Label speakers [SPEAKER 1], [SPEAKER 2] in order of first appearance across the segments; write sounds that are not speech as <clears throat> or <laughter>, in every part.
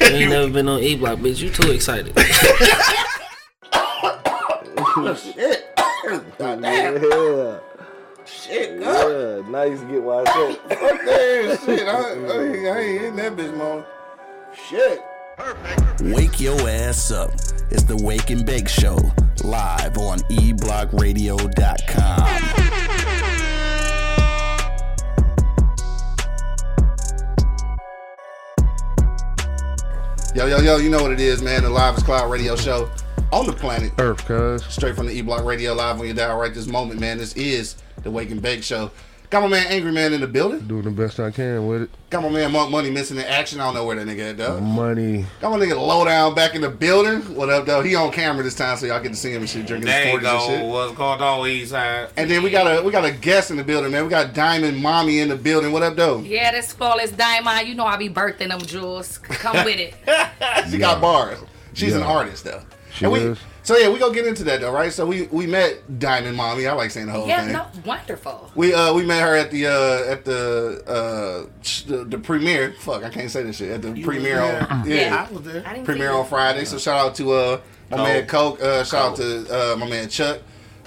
[SPEAKER 1] You ain't never been on E Block, bitch. You too excited.
[SPEAKER 2] Shit. God damn.
[SPEAKER 3] Yeah,
[SPEAKER 2] Shit, God.
[SPEAKER 3] yeah. Nice get wise up.
[SPEAKER 2] <laughs> Fuck that shit. I, I, ain't- I ain't in that bitch, mom. Shit.
[SPEAKER 4] Wake your ass up. It's the Wake and Bake Show, live on E eblockradio.com.
[SPEAKER 2] Yo, yo, yo, you know what it is, man. The Live is Cloud radio show on the planet.
[SPEAKER 5] Earth, cuz.
[SPEAKER 2] Straight from the E Block Radio live on your dial right this moment, man. This is the Wake and Bake Show. Got my man Angry Man in the building.
[SPEAKER 5] Doing the best I can with it.
[SPEAKER 2] Got my man Monk Money missing in action. I don't know where that nigga at, though.
[SPEAKER 5] Money.
[SPEAKER 2] Got my nigga Low Down back in the building. What up, though? He on camera this time, so y'all get to see him and shit, drinking
[SPEAKER 6] There you
[SPEAKER 2] his 40s and
[SPEAKER 6] go.
[SPEAKER 2] shit.
[SPEAKER 6] What's going on, Eastside?
[SPEAKER 2] And then we got a we got a guest in the building, man. We got Diamond Mommy in the building. What up, though?
[SPEAKER 7] Yeah, this flawless diamond. You know I be birthing them jewels. Come
[SPEAKER 2] <laughs>
[SPEAKER 7] with it.
[SPEAKER 2] She got bars. She's an
[SPEAKER 5] Yeah.
[SPEAKER 2] artist though.
[SPEAKER 5] She
[SPEAKER 2] and we,
[SPEAKER 5] is.
[SPEAKER 2] So yeah, we gonna get into that though, right? So we we met Diamond Mommy. I like saying the whole
[SPEAKER 7] Yeah,
[SPEAKER 2] thing.
[SPEAKER 7] no, wonderful.
[SPEAKER 2] We uh we met her at the uh at the uh sh- the, the premiere. Fuck, I can't say this shit. At the premiere on yeah,
[SPEAKER 7] Yeah.
[SPEAKER 6] I was there.
[SPEAKER 7] I didn't
[SPEAKER 2] premiere
[SPEAKER 7] think-
[SPEAKER 2] on Friday. So shout out to uh my man Coke. Uh, shout out to uh my man Chuck.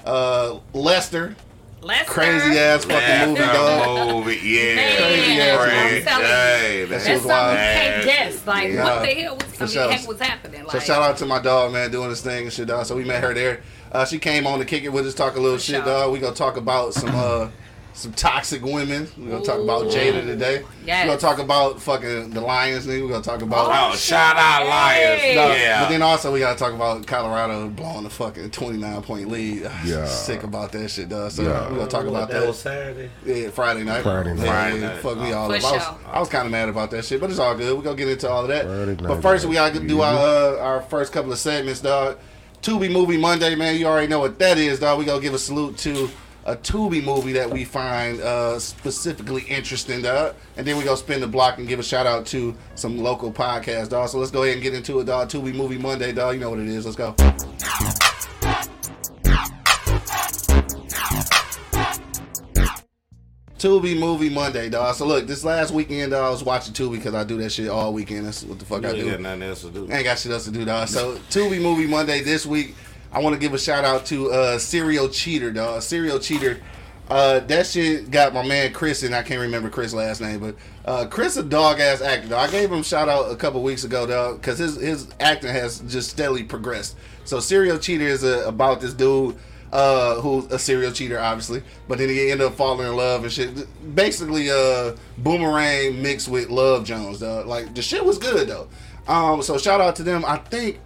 [SPEAKER 2] Uh Lester,
[SPEAKER 7] Lester.
[SPEAKER 2] crazy ass fucking movie dog.
[SPEAKER 6] movie, yeah.
[SPEAKER 7] Man,
[SPEAKER 2] Crazy ass
[SPEAKER 6] Crazy.
[SPEAKER 2] movie.
[SPEAKER 7] I'm telling you.
[SPEAKER 6] Hey,
[SPEAKER 2] That shit
[SPEAKER 7] That's
[SPEAKER 2] was
[SPEAKER 7] something
[SPEAKER 2] wild.
[SPEAKER 7] you can't guess. Like,
[SPEAKER 2] Yeah.
[SPEAKER 7] what the hell was, I mean,
[SPEAKER 2] sure.
[SPEAKER 7] heck was happening? Like,
[SPEAKER 2] So shout out to my dog, man, doing his thing and shit, dog. So we met her there. Uh, she came on to kick it with us, talk a little shit,
[SPEAKER 7] sure.
[SPEAKER 2] dog. We gonna talk about some uh, some toxic women. We gonna talk about Jada today.
[SPEAKER 7] Yes.
[SPEAKER 2] We gonna talk about fucking the Lions nigga. We gonna talk about.
[SPEAKER 6] Oh, shout out Lions.
[SPEAKER 7] Hey.
[SPEAKER 2] Dog,
[SPEAKER 6] Yeah.
[SPEAKER 2] But then also we gotta talk about Colorado blowing the fucking twenty nine point lead. <sighs>
[SPEAKER 5] Yeah.
[SPEAKER 2] Sick about that shit, dog. So
[SPEAKER 5] Yeah.
[SPEAKER 2] we gonna talk about that.
[SPEAKER 6] Saturday.
[SPEAKER 2] Yeah, Friday night.
[SPEAKER 5] Friday
[SPEAKER 2] Yeah,
[SPEAKER 5] night.
[SPEAKER 6] Friday
[SPEAKER 2] yeah,
[SPEAKER 6] night.
[SPEAKER 2] Fuck me all
[SPEAKER 7] For
[SPEAKER 2] up. I was,
[SPEAKER 7] sure.
[SPEAKER 2] I was kind of mad about that shit, but it's all good. We're going to get into all of that.
[SPEAKER 5] Friday night,
[SPEAKER 2] but first, we got to
[SPEAKER 5] baby.
[SPEAKER 2] do our, uh, our first couple of segments, dog. Tubi Movie Monday, man. You already know what that is, dog. we going to give a salute to a Tubi movie that we find uh, specifically interesting, dog. And then we going to spin the block and give a shout out to some local podcasts, dog. So let's go ahead and get into it, dog. Tubi Movie Monday, dog. You know what it is. Let's go. Tubi Movie Monday, dog. So look, this last weekend, dog, I was watching Tubi because I do that shit all weekend. That's what the fuck I
[SPEAKER 6] You
[SPEAKER 2] do.
[SPEAKER 6] got nothing else to do.
[SPEAKER 2] I ain't got shit else to do, dog. So Tubi Movie Monday this week, I want to give a shout out to uh, Serial Cheater, dog. Serial Cheater. Uh, that shit got my man Chris, and I can't remember Chris' last name, but uh, Chris a dog ass actor. Dog. I gave him a shout out a couple weeks ago, dog, because his his acting has just steadily progressed. So Serial Cheater is uh about this dude uh, who's a serial cheater, obviously, but then he ended up falling in love and shit. Basically, uh, Boomerang mixed with Love Jones, dog. Like the shit was good though. Um, so shout out to them. I think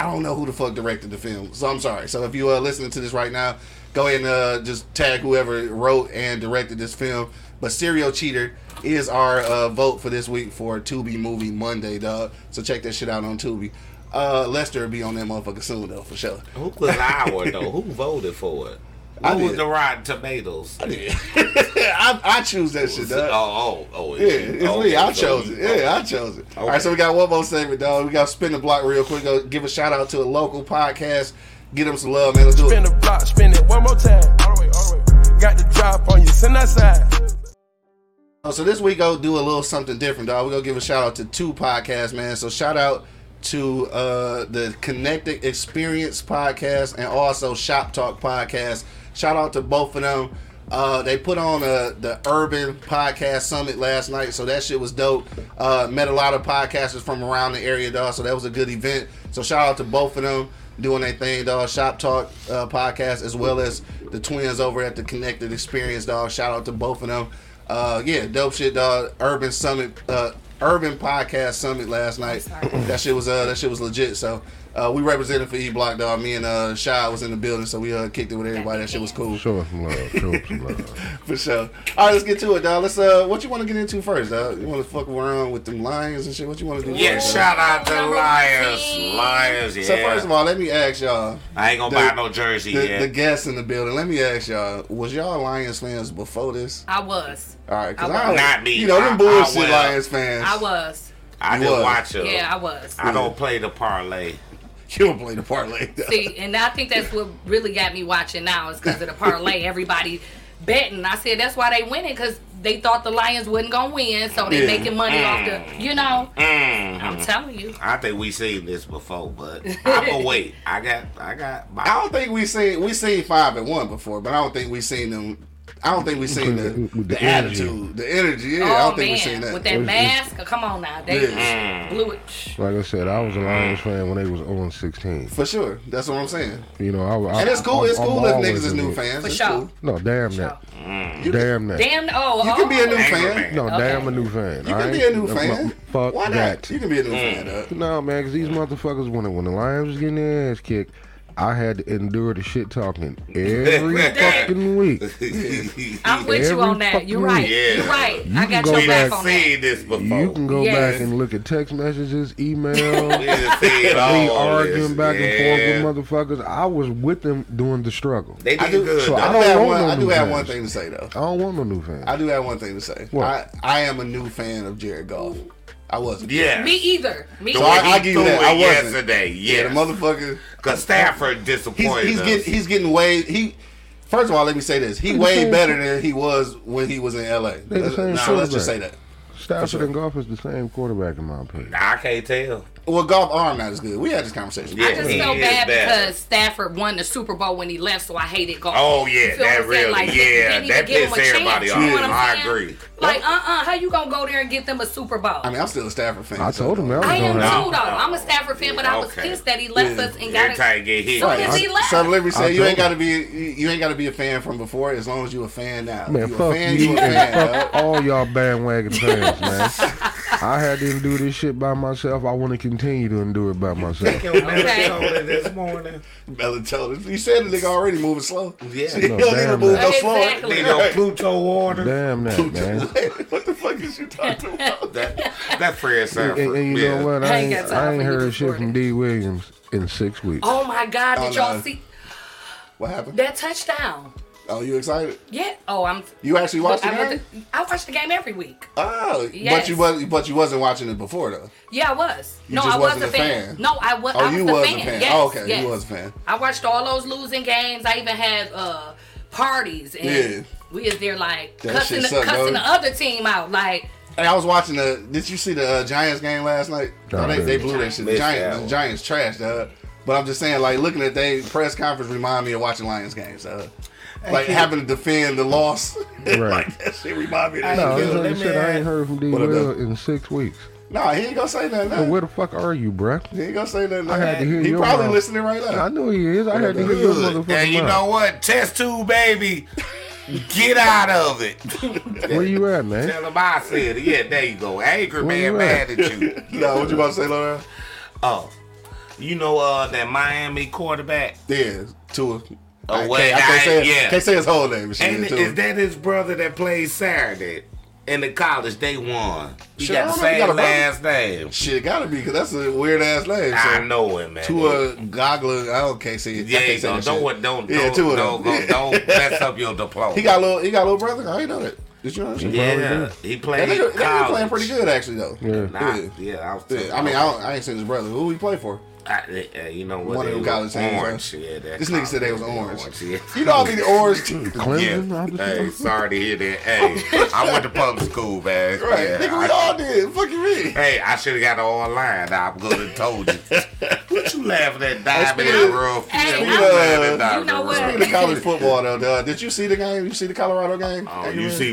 [SPEAKER 2] I don't know who the fuck directed the film, so I'm sorry. So if you are listening to this right now, go ahead and uh, just tag whoever wrote and directed this film. But Serial Cheater is our uh, vote for this week for Tubi Movie Monday, dog. So check that shit out on Tubi. Uh, Lester will be on that motherfucker soon though, for sure. <laughs>
[SPEAKER 6] Who was our though? Who voted for it? Who
[SPEAKER 2] I
[SPEAKER 6] was
[SPEAKER 2] did.
[SPEAKER 6] the Rotten Tomatoes?
[SPEAKER 2] I, I choose that shit, dog.
[SPEAKER 6] Oh, oh, oh.
[SPEAKER 2] Yeah, it's me.
[SPEAKER 6] okay,
[SPEAKER 2] I
[SPEAKER 6] so
[SPEAKER 2] chose
[SPEAKER 6] you-
[SPEAKER 2] it. Yeah, I chose it. All right,
[SPEAKER 6] Okay.
[SPEAKER 2] so we got one more segment, dog. We got to spin the block real quick. Go give a shout out to a local podcast. Get them some love, man. Let's do
[SPEAKER 8] Spin
[SPEAKER 2] it.
[SPEAKER 8] the block, spin it one more time. All the way, all the way. Got the drop on you, send that side.
[SPEAKER 2] Uh, So this week, go do a little something different, dog. We gonna give a shout out to two podcasts, man. So shout out to uh, the Connected Experience podcast and also Shop Talk podcast. Shout out to both of them. Uh, they put on uh the Urban Podcast Summit last night, so that shit was dope. Uh, met a lot of podcasters from around the area, dog. So that was a good event. So shout out to both of them doing their thing, dog. Shop Talk uh, podcast as well as the twins over at the Connected Experience, dog. Shout out to both of them. Uh, yeah, dope shit, dog. Urban Summit, uh, Urban Podcast Summit last night. That shit was uh, that shit was legit. So uh, we represented for E Block, dog. Me and uh, Shy was in the building, so we uh, kicked it with everybody. That shit was cool
[SPEAKER 5] Show us some love. Show us
[SPEAKER 2] <laughs>
[SPEAKER 5] some love.
[SPEAKER 2] for sure. All right, let's get to it, dog. Let's uh, what you want to get into first, dog? You want to fuck around with them lions and shit? What you want to do?
[SPEAKER 6] Yeah,
[SPEAKER 2] first, dawg?
[SPEAKER 6] shout out to
[SPEAKER 7] Number
[SPEAKER 6] Lions.
[SPEAKER 7] fifteen.
[SPEAKER 6] Lions, yeah.
[SPEAKER 2] So first of all, let me ask y'all.
[SPEAKER 6] I ain't gonna
[SPEAKER 2] the-
[SPEAKER 6] buy no jersey
[SPEAKER 2] The,
[SPEAKER 6] yet.
[SPEAKER 2] the guests in the building. Let me ask y'all: Was y'all Lions fans before this?
[SPEAKER 7] I was.
[SPEAKER 2] All right, because
[SPEAKER 7] I was.
[SPEAKER 2] I, don't-
[SPEAKER 6] Not me.
[SPEAKER 2] You know them
[SPEAKER 6] I-
[SPEAKER 2] bullshit
[SPEAKER 6] I will.
[SPEAKER 2] Lions fans.
[SPEAKER 7] I was.
[SPEAKER 6] I
[SPEAKER 2] you
[SPEAKER 6] didn't
[SPEAKER 2] was.
[SPEAKER 6] watch it.
[SPEAKER 7] Yeah, I was.
[SPEAKER 6] I don't play the parlay.
[SPEAKER 2] <laughs> You don't play the part like that.
[SPEAKER 7] See, and I think that's what
[SPEAKER 2] <laughs>
[SPEAKER 7] really got me watching now is because of the parlay. Everybody betting. I said that's why they winning because they thought the Lions wasn't gonna win, so they
[SPEAKER 2] Yeah. Mm. Mm-hmm.
[SPEAKER 7] making money off the. You know, I'm
[SPEAKER 6] Mm.
[SPEAKER 7] telling you.
[SPEAKER 6] I think we seen this before, but I'm
[SPEAKER 7] <laughs>
[SPEAKER 6] gonna wait. I got, I got. My,
[SPEAKER 2] I
[SPEAKER 6] <laughs>
[SPEAKER 2] don't think we seen we seen five and one before, but I don't think we seen them. I don't think we seen the,
[SPEAKER 5] With the
[SPEAKER 2] the,
[SPEAKER 5] energy.
[SPEAKER 2] attitude, the energy. Yeah, I
[SPEAKER 7] oh
[SPEAKER 2] don't think we seen
[SPEAKER 7] man,
[SPEAKER 2] that.
[SPEAKER 7] with that
[SPEAKER 5] It's-
[SPEAKER 7] mask, come on now, they
[SPEAKER 2] Yeah.
[SPEAKER 7] blew it.
[SPEAKER 5] Like I said, I was a Lions fan when they was on 16.
[SPEAKER 2] For sure, that's what I'm saying.
[SPEAKER 5] You know, I, I
[SPEAKER 2] And it's cool.
[SPEAKER 5] I,
[SPEAKER 2] It's
[SPEAKER 5] I'm
[SPEAKER 2] cool if
[SPEAKER 5] always
[SPEAKER 2] niggas is
[SPEAKER 5] a
[SPEAKER 2] new
[SPEAKER 5] big-
[SPEAKER 2] fans.
[SPEAKER 7] For
[SPEAKER 2] It's
[SPEAKER 7] sure.
[SPEAKER 2] cool.
[SPEAKER 5] No, damn that.
[SPEAKER 2] You can,
[SPEAKER 5] Damn that.
[SPEAKER 7] Mm. Damn! Oh,
[SPEAKER 2] you can be a new
[SPEAKER 7] oh.
[SPEAKER 2] fan.
[SPEAKER 6] fan.
[SPEAKER 5] No,
[SPEAKER 7] Okay.
[SPEAKER 5] damn a new fan.
[SPEAKER 2] You can
[SPEAKER 5] alright?
[SPEAKER 2] be a new
[SPEAKER 5] No,
[SPEAKER 2] fan.
[SPEAKER 5] no, Fuck
[SPEAKER 2] Why
[SPEAKER 5] that.
[SPEAKER 2] not? You can be a new
[SPEAKER 7] Mm.
[SPEAKER 2] fan. Though.
[SPEAKER 5] No, man, because these motherfuckers, when, when the Lions was getting their ass kicked, I had to endure the shit talking
[SPEAKER 2] <laughs>
[SPEAKER 5] every fucking week.
[SPEAKER 7] I'm with you
[SPEAKER 5] Every
[SPEAKER 7] on that. You're right.
[SPEAKER 5] fucking
[SPEAKER 6] week.
[SPEAKER 7] You're right.
[SPEAKER 5] You
[SPEAKER 7] I
[SPEAKER 5] can
[SPEAKER 7] got
[SPEAKER 5] go
[SPEAKER 7] your back
[SPEAKER 5] back.
[SPEAKER 7] on that.
[SPEAKER 6] seen this before.
[SPEAKER 5] You can go
[SPEAKER 7] Yes.
[SPEAKER 5] back and look at text
[SPEAKER 2] <laughs>
[SPEAKER 5] messages,
[SPEAKER 6] we
[SPEAKER 5] email, <laughs>
[SPEAKER 6] done seen all
[SPEAKER 5] me
[SPEAKER 2] Oh,
[SPEAKER 6] this.
[SPEAKER 5] arguing back
[SPEAKER 6] Yeah.
[SPEAKER 5] and forth with motherfuckers. I was with them during the struggle.
[SPEAKER 6] They did
[SPEAKER 2] I do.
[SPEAKER 6] good.
[SPEAKER 5] So
[SPEAKER 6] though.
[SPEAKER 2] I
[SPEAKER 5] I
[SPEAKER 2] do
[SPEAKER 5] don't
[SPEAKER 2] have
[SPEAKER 5] want
[SPEAKER 2] one.
[SPEAKER 5] no
[SPEAKER 2] I do
[SPEAKER 5] new
[SPEAKER 2] have
[SPEAKER 5] fans.
[SPEAKER 2] one thing to say though.
[SPEAKER 5] I don't want no new fans.
[SPEAKER 2] I do have one thing to say.
[SPEAKER 5] What?
[SPEAKER 2] I I am a new fan of Jared Goff. I wasn't.
[SPEAKER 6] yeah.
[SPEAKER 7] Me either. Me.
[SPEAKER 2] So
[SPEAKER 6] The way
[SPEAKER 2] I-
[SPEAKER 6] he
[SPEAKER 2] I give you
[SPEAKER 6] threw
[SPEAKER 2] that. I
[SPEAKER 6] it
[SPEAKER 2] wasn't.
[SPEAKER 6] yesterday.
[SPEAKER 2] Yeah, the
[SPEAKER 6] Yes.
[SPEAKER 2] motherfucker.
[SPEAKER 6] Cause Stafford
[SPEAKER 2] He's,
[SPEAKER 6] disappointed
[SPEAKER 2] he's
[SPEAKER 6] us.
[SPEAKER 2] getting he's getting way he. First of all, let me say this: he way better than he was when he was in LA.
[SPEAKER 5] They the same
[SPEAKER 2] Let's- so let's
[SPEAKER 5] quarterback.
[SPEAKER 2] just say that.
[SPEAKER 5] Stafford and Goff is the same quarterback in my opinion.
[SPEAKER 6] I can't tell.
[SPEAKER 2] Well, Goff arm not as good. We had this conversation.
[SPEAKER 6] Yeah.
[SPEAKER 7] I just
[SPEAKER 6] he
[SPEAKER 7] felt
[SPEAKER 6] is
[SPEAKER 7] bad
[SPEAKER 6] bad.
[SPEAKER 7] because Stafford won the Super Bowl when he left, so I hated golf.
[SPEAKER 6] Oh yeah,
[SPEAKER 7] You feel what
[SPEAKER 6] that
[SPEAKER 7] I'm saying?
[SPEAKER 6] really,
[SPEAKER 7] Like, they- they
[SPEAKER 6] yeah,
[SPEAKER 7] need to
[SPEAKER 6] that
[SPEAKER 7] give him
[SPEAKER 6] pissed
[SPEAKER 7] a
[SPEAKER 6] everybody
[SPEAKER 7] chance,
[SPEAKER 6] off.
[SPEAKER 7] you know what I'm
[SPEAKER 6] I
[SPEAKER 7] saying?
[SPEAKER 6] agree.
[SPEAKER 7] Like, uh, uh how you gonna go there and get them a Super Bowl?
[SPEAKER 2] I mean, I'm still a Stafford fan.
[SPEAKER 5] I
[SPEAKER 2] so-
[SPEAKER 5] told him I was
[SPEAKER 7] I am
[SPEAKER 5] going
[SPEAKER 6] No,
[SPEAKER 7] too, though.
[SPEAKER 6] no.
[SPEAKER 7] I'm a Stafford fan, but I was
[SPEAKER 6] Okay.
[SPEAKER 7] pissed that he left
[SPEAKER 2] Yeah.
[SPEAKER 7] us and
[SPEAKER 6] Every
[SPEAKER 7] got
[SPEAKER 6] time
[SPEAKER 7] it.
[SPEAKER 6] you get hit,
[SPEAKER 7] So
[SPEAKER 2] Right.
[SPEAKER 7] Because he left.
[SPEAKER 2] Southern Liberty
[SPEAKER 5] I
[SPEAKER 2] said you ain't
[SPEAKER 5] told
[SPEAKER 2] gotta be you ain't gotta be a fan from before as long as you a fan now.
[SPEAKER 5] Man,
[SPEAKER 2] you a
[SPEAKER 5] fuck
[SPEAKER 2] fan,
[SPEAKER 5] you
[SPEAKER 2] you a
[SPEAKER 5] and
[SPEAKER 2] fan.
[SPEAKER 5] fuck
[SPEAKER 2] dog.
[SPEAKER 5] all y'all
[SPEAKER 2] <laughs>
[SPEAKER 5] bandwagon fans, man. I had to endure this shit by myself. I want to continue to endure it by myself.
[SPEAKER 6] Yo, man, <laughs>
[SPEAKER 7] Okay.
[SPEAKER 6] shoulder this morning.
[SPEAKER 2] Melatonin. You said the nigga already moving slow. <laughs>
[SPEAKER 6] Yeah.
[SPEAKER 2] you don't
[SPEAKER 5] No,
[SPEAKER 2] need to
[SPEAKER 5] damn,
[SPEAKER 2] move
[SPEAKER 5] man.
[SPEAKER 2] no slower.
[SPEAKER 7] Exactly.
[SPEAKER 6] Need no Pluto water.
[SPEAKER 5] Damn that, <laughs> man.
[SPEAKER 2] <laughs> what the fuck is you talking about?
[SPEAKER 6] That
[SPEAKER 7] <laughs>
[SPEAKER 6] that Fred
[SPEAKER 5] And,
[SPEAKER 6] Sanford.
[SPEAKER 5] and you know what?
[SPEAKER 7] I
[SPEAKER 5] I
[SPEAKER 7] ain't
[SPEAKER 5] ain't,
[SPEAKER 7] got time
[SPEAKER 5] I ain't
[SPEAKER 7] for you
[SPEAKER 5] heard
[SPEAKER 7] this
[SPEAKER 5] shit
[SPEAKER 7] morning.
[SPEAKER 5] from D. Williams in six weeks.
[SPEAKER 7] Oh my God! Did
[SPEAKER 2] Oh,
[SPEAKER 7] y'all
[SPEAKER 2] no.
[SPEAKER 7] see
[SPEAKER 2] What happened?
[SPEAKER 7] that touchdown?
[SPEAKER 2] Oh, you excited?
[SPEAKER 7] Yeah. Oh, I'm.
[SPEAKER 2] You actually watched the
[SPEAKER 7] I,
[SPEAKER 2] game?
[SPEAKER 7] the, I watch the game every week.
[SPEAKER 2] Oh,
[SPEAKER 7] Yes.
[SPEAKER 2] but you was but you wasn't watching it before though.
[SPEAKER 7] Yeah, I was.
[SPEAKER 2] You
[SPEAKER 7] no,
[SPEAKER 2] just
[SPEAKER 7] I was
[SPEAKER 2] wasn't
[SPEAKER 7] a
[SPEAKER 2] a
[SPEAKER 7] fan.
[SPEAKER 2] fan.
[SPEAKER 7] No, I was.
[SPEAKER 2] Oh,
[SPEAKER 7] I was
[SPEAKER 2] you
[SPEAKER 7] a
[SPEAKER 2] was
[SPEAKER 7] fan.
[SPEAKER 2] a fan.
[SPEAKER 7] Yes,
[SPEAKER 2] Oh, okay,
[SPEAKER 7] yes.
[SPEAKER 2] you was a fan.
[SPEAKER 7] I watched all those losing games. I even had uh, parties and
[SPEAKER 2] Yeah.
[SPEAKER 7] we is there like
[SPEAKER 2] That
[SPEAKER 7] cussing,
[SPEAKER 2] shit
[SPEAKER 7] the,
[SPEAKER 2] suck,
[SPEAKER 7] cussing
[SPEAKER 2] dog.
[SPEAKER 7] the other team out. Like
[SPEAKER 2] Hey, I was watching the. Did you see the uh, Giants game last night?
[SPEAKER 5] No,
[SPEAKER 2] No,
[SPEAKER 5] I
[SPEAKER 2] they,
[SPEAKER 5] didn't.
[SPEAKER 2] they blew that shit. The
[SPEAKER 6] Missed
[SPEAKER 2] Giants,
[SPEAKER 6] that
[SPEAKER 2] the
[SPEAKER 6] one.
[SPEAKER 2] Giants trash, dog. But I'm just saying, like looking at they press conference remind me of watching Lions games, dog. Like having to defend the loss, <laughs>
[SPEAKER 5] Right.
[SPEAKER 2] like that shit remind me of that
[SPEAKER 5] No,
[SPEAKER 2] shit.
[SPEAKER 5] this
[SPEAKER 2] dog.
[SPEAKER 5] other shit I ain't heard from D.
[SPEAKER 2] What up,
[SPEAKER 5] Will
[SPEAKER 2] though?
[SPEAKER 5] in six weeks.
[SPEAKER 2] Nah, he ain't gonna say nothing.
[SPEAKER 5] Well,
[SPEAKER 2] Now.
[SPEAKER 5] where the fuck are you, bruh?
[SPEAKER 2] He ain't gonna say nothing.
[SPEAKER 5] I
[SPEAKER 2] now.
[SPEAKER 5] had to hear
[SPEAKER 2] He
[SPEAKER 5] your
[SPEAKER 2] probably
[SPEAKER 5] mouth.
[SPEAKER 2] listening right now.
[SPEAKER 5] I knew he is. I had to hear your
[SPEAKER 6] Good. And you
[SPEAKER 5] motherfucking
[SPEAKER 6] know
[SPEAKER 5] mouth.
[SPEAKER 6] what? Test two, baby. Get out of it.
[SPEAKER 5] Where you at, man?
[SPEAKER 6] Tell him I said it. Yeah, there you go. Angry
[SPEAKER 5] Where
[SPEAKER 6] man
[SPEAKER 5] you
[SPEAKER 6] mad
[SPEAKER 5] at?
[SPEAKER 2] <laughs>
[SPEAKER 6] at you.
[SPEAKER 2] no, what you about to say, Laura?
[SPEAKER 6] Oh. You know uh that Miami quarterback?
[SPEAKER 2] Yeah, Tua. I
[SPEAKER 6] Oh, wait,
[SPEAKER 2] can't, I
[SPEAKER 6] I-
[SPEAKER 2] can't, say, his-
[SPEAKER 6] yeah.
[SPEAKER 2] can't say his whole name. but shit,
[SPEAKER 6] And
[SPEAKER 2] Tua.
[SPEAKER 6] is that his brother that plays Saturday in the college? They won. He
[SPEAKER 2] Shit, I
[SPEAKER 6] got
[SPEAKER 2] don't know if he
[SPEAKER 6] the same
[SPEAKER 2] got a brother.
[SPEAKER 6] last name.
[SPEAKER 2] Shit, gotta be because that's a weird ass name. So.
[SPEAKER 6] I know it, man.
[SPEAKER 2] Tua Gogler, I don't can't see. it. I
[SPEAKER 6] Yeah,
[SPEAKER 2] can't say
[SPEAKER 6] don't
[SPEAKER 2] that
[SPEAKER 6] don't
[SPEAKER 2] shit.
[SPEAKER 6] what- don't
[SPEAKER 2] Yeah,
[SPEAKER 6] don't
[SPEAKER 2] Tua
[SPEAKER 6] don't,
[SPEAKER 2] though.
[SPEAKER 6] don't, don't mess up your
[SPEAKER 2] <laughs>
[SPEAKER 6] diploma.
[SPEAKER 2] He got a little. He got a little brother. I ain't know that. Did you know that? shit?
[SPEAKER 6] yeah. He
[SPEAKER 2] That
[SPEAKER 6] played
[SPEAKER 2] nigga, that nigga
[SPEAKER 6] college.
[SPEAKER 2] playing pretty good actually though.
[SPEAKER 5] Yeah.
[SPEAKER 6] Nah,
[SPEAKER 2] Yeah.
[SPEAKER 6] yeah. I was.
[SPEAKER 2] Yeah, I mean, I, don't, I ain't seen his brother. Who he play for?
[SPEAKER 6] I, uh, you know
[SPEAKER 2] One
[SPEAKER 6] what?
[SPEAKER 2] of
[SPEAKER 6] they
[SPEAKER 2] them
[SPEAKER 6] was
[SPEAKER 2] college teams,
[SPEAKER 6] Orange.
[SPEAKER 2] huh?
[SPEAKER 6] Yeah, that
[SPEAKER 2] This nigga said they was
[SPEAKER 6] college
[SPEAKER 2] orange.
[SPEAKER 6] yeah.
[SPEAKER 2] You
[SPEAKER 5] <laughs>
[SPEAKER 2] know I mean the orange team.
[SPEAKER 5] Clemson?
[SPEAKER 6] Yeah. Hey, sorry to hear that. Hey,
[SPEAKER 2] <laughs>
[SPEAKER 6] I went to public school, man.
[SPEAKER 2] Right,
[SPEAKER 6] Yeah,
[SPEAKER 2] nigga, we
[SPEAKER 6] I-
[SPEAKER 2] all did. Fuck you,
[SPEAKER 6] <laughs>
[SPEAKER 2] me.
[SPEAKER 6] Hey, I should have got an online. I could have told
[SPEAKER 5] <laughs>
[SPEAKER 6] you. what you laughing at? Diamond
[SPEAKER 2] speaking
[SPEAKER 6] in
[SPEAKER 2] of-
[SPEAKER 6] the rough.
[SPEAKER 7] Hey,
[SPEAKER 6] Yeah,
[SPEAKER 7] I'm-
[SPEAKER 6] what you laughing
[SPEAKER 2] you
[SPEAKER 6] at Diamond in
[SPEAKER 7] know
[SPEAKER 6] the
[SPEAKER 7] what?
[SPEAKER 6] rough?
[SPEAKER 2] Speaking of college football though, duh, did you see the game? You see the Colorado game?
[SPEAKER 6] Oh, you see